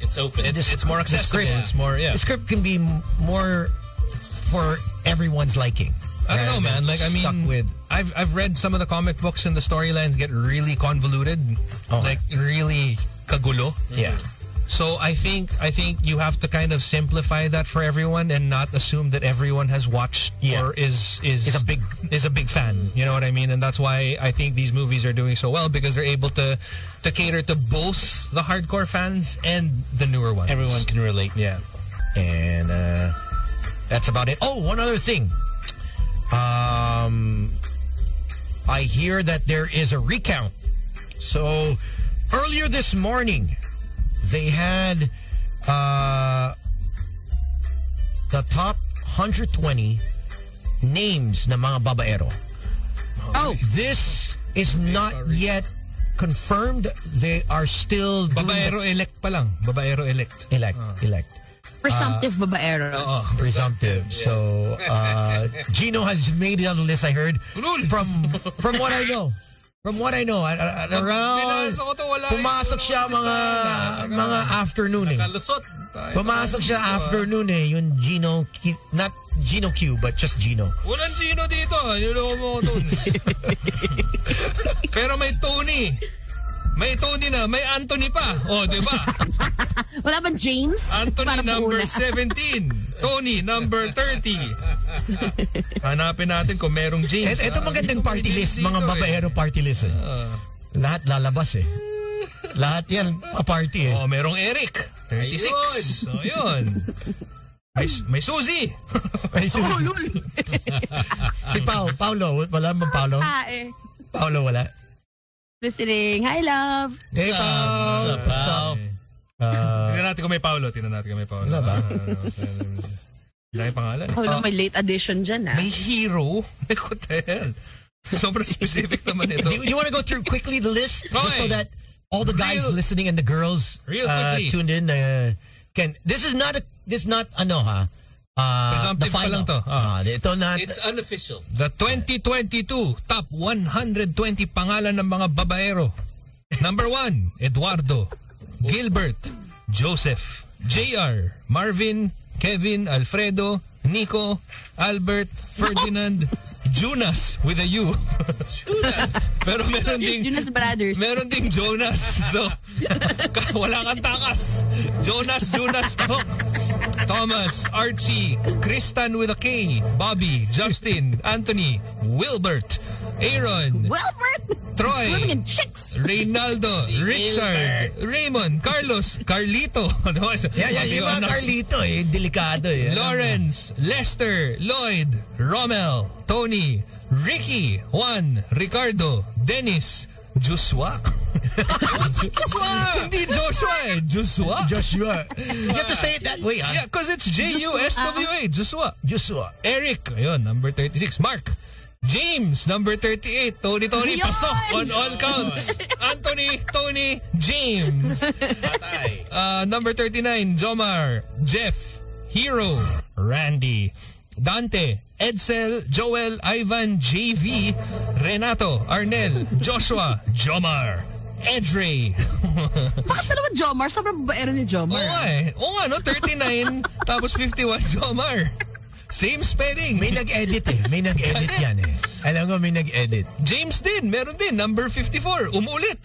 Speaker 2: It's open.
Speaker 6: It's- it's more
Speaker 2: The script.
Speaker 6: accessible.
Speaker 2: It's more yeah.
Speaker 6: the script can be m- more for everyone's liking.
Speaker 7: I don't know,
Speaker 6: rather
Speaker 7: man.
Speaker 6: than
Speaker 7: Like I
Speaker 6: stuck
Speaker 7: mean,
Speaker 6: with
Speaker 7: I've I've read some of the comic books and the storylines get really convoluted,
Speaker 6: Okay.
Speaker 7: like really kagulo.
Speaker 6: yeah.
Speaker 7: Mm-hmm. So I think I think you have to kind of simplify that for everyone and not assume that everyone has watched
Speaker 6: Yeah.
Speaker 7: or is is
Speaker 6: Is a big-
Speaker 7: is a big fan. You know what I mean? And that's why I think these movies are doing so well because they're able to to cater to both the hardcore fans and the newer ones.
Speaker 2: Everyone can relate.
Speaker 7: Yeah.
Speaker 6: and uh, that's about it. Oh, one other thing. Um, I hear that there is a recount. So earlier this morning, they had uh, the top 120 names na mga babaero.
Speaker 5: Oh,
Speaker 6: This is not yet confirmed. They are still doing the-
Speaker 7: Babaero elect pa lang. Babaero elect.
Speaker 6: elect elect.
Speaker 5: presumptive babaeros.
Speaker 6: Oh, presumptive. So uh, Gino has made it on the list. I heard
Speaker 7: Ulul!
Speaker 6: from from what I know. From what I know, at, at around
Speaker 7: Binasa ko to, wala eh.
Speaker 6: pumasok siya mga mga afternoon eh.
Speaker 2: Kalusot.
Speaker 6: Pumasok siya afternoon eh. Yung Gino Q, not Gino Q, but just Gino.
Speaker 7: Walang Gino dito. Niloko mo ko, Tones. Pero may Tony. May Tony na. May Anthony pa. O, oh, di ba?
Speaker 5: Wala ba James?
Speaker 7: Anthony
Speaker 5: Para po una.
Speaker 7: number 17. Tony number 30. Hanapin natin kung merong James.
Speaker 6: Et, eto magandang party list, mga
Speaker 7: dito, eh.
Speaker 6: babaero party list eh. Lahat lalabas eh. Lahat yan, pa-party eh.
Speaker 7: O, oh, merong Eric. 36. O, yun. May, may Suzy.
Speaker 6: Ay, si,
Speaker 5: Oh, lul.
Speaker 6: si Pao, Paolo, wala mang Paolo?
Speaker 5: Ah, eh.
Speaker 6: Paolo, wala.
Speaker 5: Listening. Hi, love.
Speaker 6: Hey, Pao!
Speaker 2: What's up, pal?
Speaker 6: Uh,
Speaker 7: Tingnan natin kung may Paolo. Tingnan natin kung may Paolo.
Speaker 6: Wala ba?
Speaker 7: Ah, ano, ano. Dahil pangalan. eh.
Speaker 5: Oh, lang, may late addition dyan, ah.
Speaker 7: May hero? Like, what the hell? Sobrang specific naman ito.
Speaker 6: Do you, want to go through quickly the list just so
Speaker 7: Okay.
Speaker 6: that all the guys
Speaker 7: Real-
Speaker 6: listening and the girls
Speaker 7: Real
Speaker 6: uh,
Speaker 7: quickly.
Speaker 6: tuned in uh, can this is not a this is not ano ha uh, the
Speaker 7: Presumptive pa
Speaker 6: final
Speaker 7: lang to.
Speaker 6: Ah,
Speaker 7: Ah.
Speaker 6: ito not
Speaker 2: It's unofficial.
Speaker 7: The 2022 top 120 pangalan ng mga babaero. Number 1, Eduardo, Gilbert, Joseph, JR, Marvin, Kevin, Alfredo, Nico, Albert, Ferdinand, Jonas with a U. Jonas. Pero meron ding
Speaker 5: Jonas Brothers.
Speaker 7: Meron ding Jonas. So, wala kang takas. Jonas, Jonas, Hook. Thomas, Archie, Kristan with a K, Bobby, Justin, Anthony, Wilbert, Aaron,
Speaker 5: Wilbert!
Speaker 6: Ano
Speaker 5: Swimming
Speaker 7: Troy,
Speaker 5: in chicks!
Speaker 7: Reynaldo, Richard, Raymond, Carlos, Carlito. Ano
Speaker 6: yeah, yeah, yung mga Carlito eh delikado eh
Speaker 7: Lawrence, Lester, Lloyd, Rommel, Tony, Ricky, Juan, Ricardo, Dennis, Joshua. Joshua! Hindi Joshua eh. Joshua?
Speaker 6: Joshua you have to say it that way ha
Speaker 7: Yeah, because it's J-U-S-W-A. Joshua.
Speaker 6: Joshua
Speaker 7: Eric, ayun, number 36. Mark. James, number 38. Tony, Tony,
Speaker 5: Yun!
Speaker 7: pasok on all counts. Anthony, Tony, James.
Speaker 2: Patay.
Speaker 7: Uh, number 39, Jomar, Jeff, Hero, Randy, Dante, Edsel, Joel, Ivan, JV, Renato, Arnel, Joshua, Jomar, Edre,
Speaker 5: Bakit na naman Jomar? Sobrang babaero ni Jomar.
Speaker 7: Oo nga eh. Oo nga, no? 39, tapos 51, Jomar. Same spelling.
Speaker 6: May nag-edit eh. May nag-edit yan eh. Alam ko may nag-edit.
Speaker 7: James din, meron din, number 54, umulit.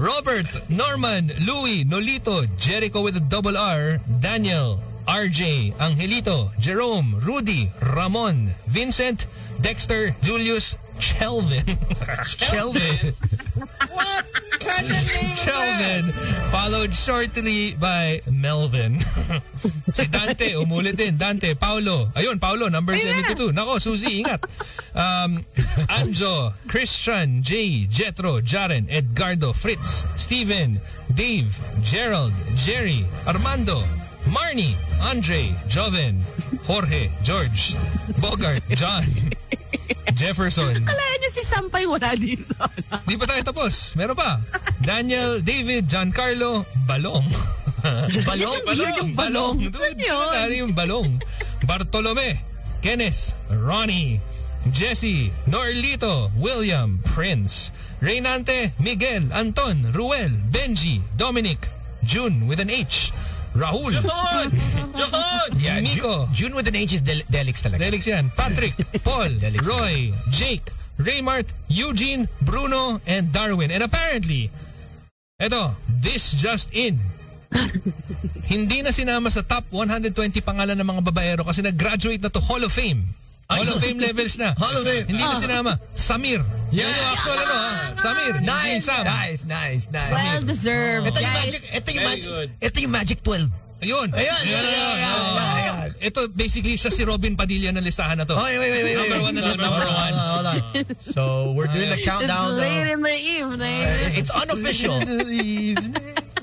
Speaker 7: Robert, Norman, Louis, Nolito, Jericho with a double R, Daniel, RJ, Angelito, Jerome, Rudy, Ramon, Vincent, Dexter, Julius, Chelvin. Chelvin? what kind of name Chelvin, followed shortly by Melvin. si Dante, umulit din. Dante, Paolo. Ayun, Paolo, number 72. Nako, Suzy, ingat. Um, Anjo, Christian, Jay, Jetro, Jaren, Edgardo, Fritz, Steven, Dave, Gerald, Jerry, Armando, Marnie, Andre, Joven, Jorge, George, Bogart, John, Jefferson.
Speaker 5: Kalahin niyo si Sampay wala dito.
Speaker 7: Di pa tayo tapos. Meron pa. Daniel, David, Giancarlo, Balong. balong? Balong. Balong. Dude, sino tayo yung balong? Bartolome, Kenneth, Ronnie, Jesse, Norlito, William, Prince, Reynante, Miguel, Anton, Ruel, Benji, Dominic, June with an H, Raul,
Speaker 6: Yeah,
Speaker 7: Nico.
Speaker 6: Ju- June with an H is Del- Delix talaga.
Speaker 7: Delix yan. Patrick, Paul, Roy, Jake, Raymart, Eugene, Bruno, and Darwin. And apparently, eto, this just in. Hindi na sinama sa top 120 pangalan ng mga babaero kasi nag-graduate na to Hall of Fame. Hall of Fame levels na.
Speaker 6: Hall of Fame. Ah.
Speaker 7: Hindi na sinama. Samir. Yan yung actual ano ha. Samir. Hindi
Speaker 6: Nice,
Speaker 7: Sam.
Speaker 6: nice, nice, nice.
Speaker 5: Well deserved,
Speaker 6: Ito yung
Speaker 5: guys.
Speaker 6: magic, ito yung
Speaker 4: Very
Speaker 6: magic,
Speaker 4: good.
Speaker 6: ito yung magic 12.
Speaker 7: Ayun.
Speaker 6: Ayan, ayan, ayan, ayan.
Speaker 7: Ito basically siya si Robin Padilla na listahan na to.
Speaker 6: Okay, wait, wait, wait.
Speaker 7: Number
Speaker 6: wait.
Speaker 7: one na number one.
Speaker 6: Hold on, hold on. So, we're doing the
Speaker 5: It's
Speaker 6: countdown.
Speaker 5: late
Speaker 6: of-
Speaker 5: in the evening.
Speaker 6: It's unofficial.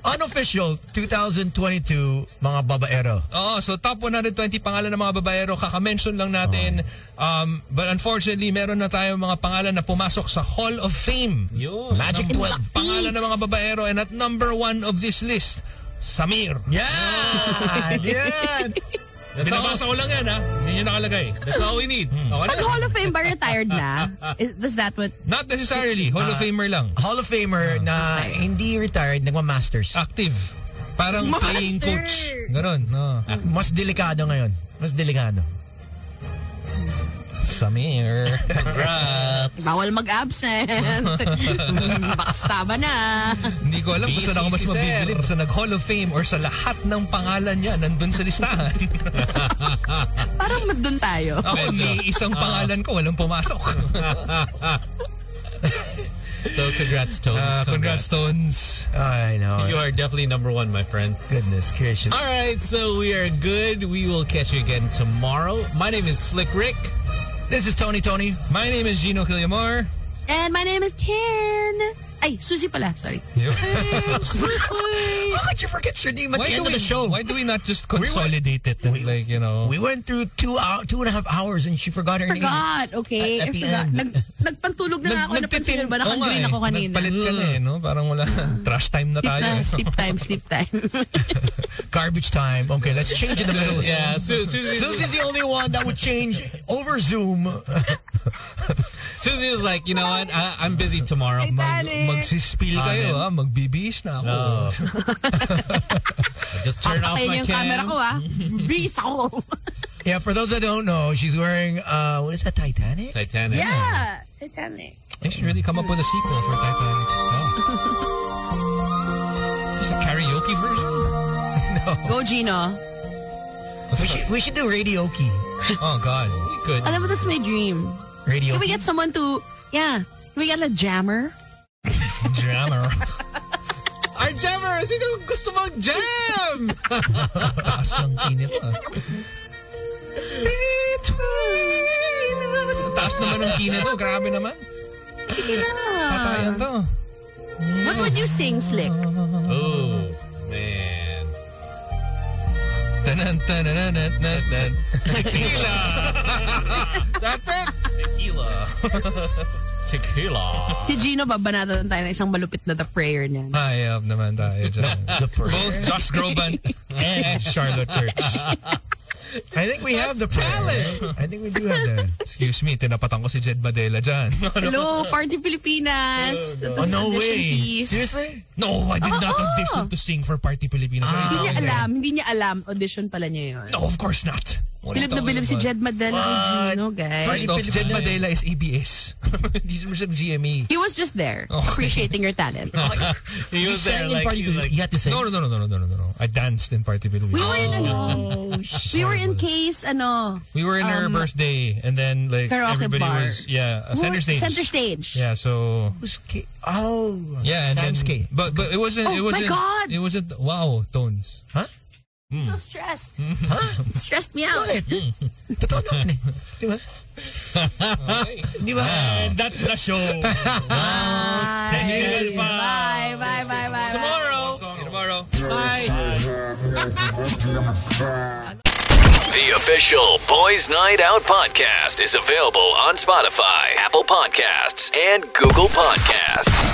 Speaker 6: unofficial 2022 mga babaero.
Speaker 7: Oo, so top 120 pangalan ng mga babaero, kakamention lang natin. Um, but unfortunately, meron na tayong mga pangalan na pumasok sa Hall of Fame.
Speaker 4: Yun.
Speaker 6: Magic 12.
Speaker 7: Pangalan ng mga babaero and at number one of this list, Samir.
Speaker 6: Yeah! yeah!
Speaker 7: Binabasa ko lang yan ha, hindi nyo nakalagay.
Speaker 4: That's all we need.
Speaker 5: Pag Hall of Fame ba retired na? Is- Was that what?
Speaker 7: Not necessarily,
Speaker 5: Ah.
Speaker 7: Hall of Famer lang.
Speaker 6: Hall of Famer na hindi retired, nagma-masters.
Speaker 7: Active. Parang
Speaker 5: Master!
Speaker 7: playing coach. Ganon, no.
Speaker 6: Mas delikado ngayon. Mas delikado.
Speaker 7: Samir.
Speaker 5: Bawal mag-absent. Baksta ba na?
Speaker 7: Hindi ko alam kung saan ako mas
Speaker 4: Busy si Sir.
Speaker 7: mabibilib sa nag-Hall of Fame or sa lahat ng pangalan niya nandun sa listahan.
Speaker 5: Parang doon tayo.
Speaker 7: Ako, may isang pangalan ko, walang pumasok.
Speaker 4: So Uh, congrats, Tones.
Speaker 7: Ah, congrats, Tones.
Speaker 6: I know.
Speaker 4: You are definitely number one, my friend.
Speaker 6: Goodness gracious.
Speaker 4: All right, so we are good. We will catch you again tomorrow. My name is Slick Rick.
Speaker 7: This is Tony Tony. My name is Gino Killiamore.
Speaker 5: And my name is Ken. Ay, Susie pala. Sorry.
Speaker 6: How could you forget your name at the end of the show?
Speaker 7: Why do we not just consolidate it and like, you know?
Speaker 6: We went through two hour, two and a half hours and she forgot her name.
Speaker 5: Forgot. Okay.
Speaker 6: At- at
Speaker 5: I
Speaker 6: the
Speaker 5: forgot.
Speaker 6: end.
Speaker 5: Nag, nagpantulog na nga ako. Napansin mo ba?
Speaker 7: Oo nga
Speaker 5: Nakagreen
Speaker 7: eh.
Speaker 5: ako kanina.
Speaker 7: Nagpalit ka na eh, no? Parang wala. Trash time na
Speaker 5: Sleep
Speaker 7: tayo.
Speaker 5: na.
Speaker 7: eh.
Speaker 5: Sleep time. Sleep time.
Speaker 6: Garbage time. Okay, let's change in the middle.
Speaker 4: Yeah, Su- Susie,
Speaker 6: Susie's the only one that would change over Zoom.
Speaker 4: Susie was like, you know what? I, I'm busy tomorrow.
Speaker 7: Mag, magsispill kayo
Speaker 4: Amen.
Speaker 7: ha. Magbibihis na ako.
Speaker 4: Oh. Just turn off
Speaker 5: Patayin
Speaker 4: my
Speaker 5: niyo yung camera
Speaker 4: cam.
Speaker 5: ko ah. Bees ako.
Speaker 6: Yeah, for those that don't know, she's wearing uh what is that Titanic?
Speaker 4: Titanic.
Speaker 5: Yeah. eh. Titanic.
Speaker 7: They should really come up with a sequel for Titanic. No. Just a karaoke version?
Speaker 5: Go, Gino.
Speaker 6: We should, we should do radioke.
Speaker 7: Oh, God.
Speaker 4: We could.
Speaker 5: Alam mo, that's my dream.
Speaker 6: Radio.
Speaker 5: Can we get someone to... Yeah. Can we get a jammer?
Speaker 7: Jammer.
Speaker 4: Our jammer! Sino gusto mag jam?
Speaker 7: Taas ng init ah. Taas naman ng kina to. Grabe naman. Patayan to.
Speaker 5: Ah. What would you sing, Slick?
Speaker 4: Oh, man.
Speaker 7: Tanan, tanan, tanan, tanan.
Speaker 4: That's it. Tequila. Tequila.
Speaker 5: Si Gino, babanatan tayo ng isang malupit na the prayer niyan.
Speaker 7: Hayop
Speaker 4: er
Speaker 7: naman tayo dyan. Both Josh Groban and Charlotte Church.
Speaker 3: I think we have the talent. I think we do have that.
Speaker 4: Excuse me, tinapatan ko si Jed Badela dyan.
Speaker 5: Hello, Party Pilipinas.
Speaker 3: Oh, no
Speaker 5: This is audition
Speaker 3: way.
Speaker 5: piece.
Speaker 3: Seriously?
Speaker 4: No, I did not
Speaker 5: Oo.
Speaker 4: audition to sing for Party Filipino.
Speaker 5: Hindi
Speaker 3: Ah,
Speaker 5: niya
Speaker 3: okay.
Speaker 5: alam. Hindi niya alam. Audition pala niya yun.
Speaker 4: No, of course not.
Speaker 5: Bilib na bilib si Jed Madela Regino, guys.
Speaker 4: First off, Jed Madela is ABS. Hindi siya
Speaker 7: E.
Speaker 4: GMA.
Speaker 5: He was just there,
Speaker 4: Okay.
Speaker 5: appreciating your talent.
Speaker 4: He was
Speaker 6: Sang in party,
Speaker 4: he was
Speaker 6: you had to say.
Speaker 4: No, no, no, no, no, no, no, no, no. I danced in Party Filipino.
Speaker 5: We were in
Speaker 4: Oh,
Speaker 5: ano, we were in case ano,
Speaker 4: We were in her
Speaker 5: Um,
Speaker 4: birthday, and then like
Speaker 5: karaoke
Speaker 4: everybody
Speaker 5: bar.
Speaker 4: was yeah uh,
Speaker 5: we
Speaker 4: center
Speaker 5: were-
Speaker 4: stage.
Speaker 5: Center stage.
Speaker 4: Yeah, so
Speaker 3: Who's K- Oh.
Speaker 4: yeah, and then
Speaker 3: Sam's K.
Speaker 4: but but it wasn't
Speaker 5: Oh,
Speaker 4: it
Speaker 5: my
Speaker 4: wasn't
Speaker 5: God!
Speaker 4: it wasn't wow tones.
Speaker 5: So stressed.
Speaker 4: Hmm.
Speaker 5: It stressed me out.
Speaker 3: Totoo naman eh. Di ba? Di ba?
Speaker 4: And that's the show.
Speaker 5: Bye. Bye. Bye. Bye. Bye. Bye.
Speaker 4: tomorrow, tomorrow.
Speaker 1: The official Boys Night Out podcast is available on Spotify, Apple Podcasts, and Google Podcasts.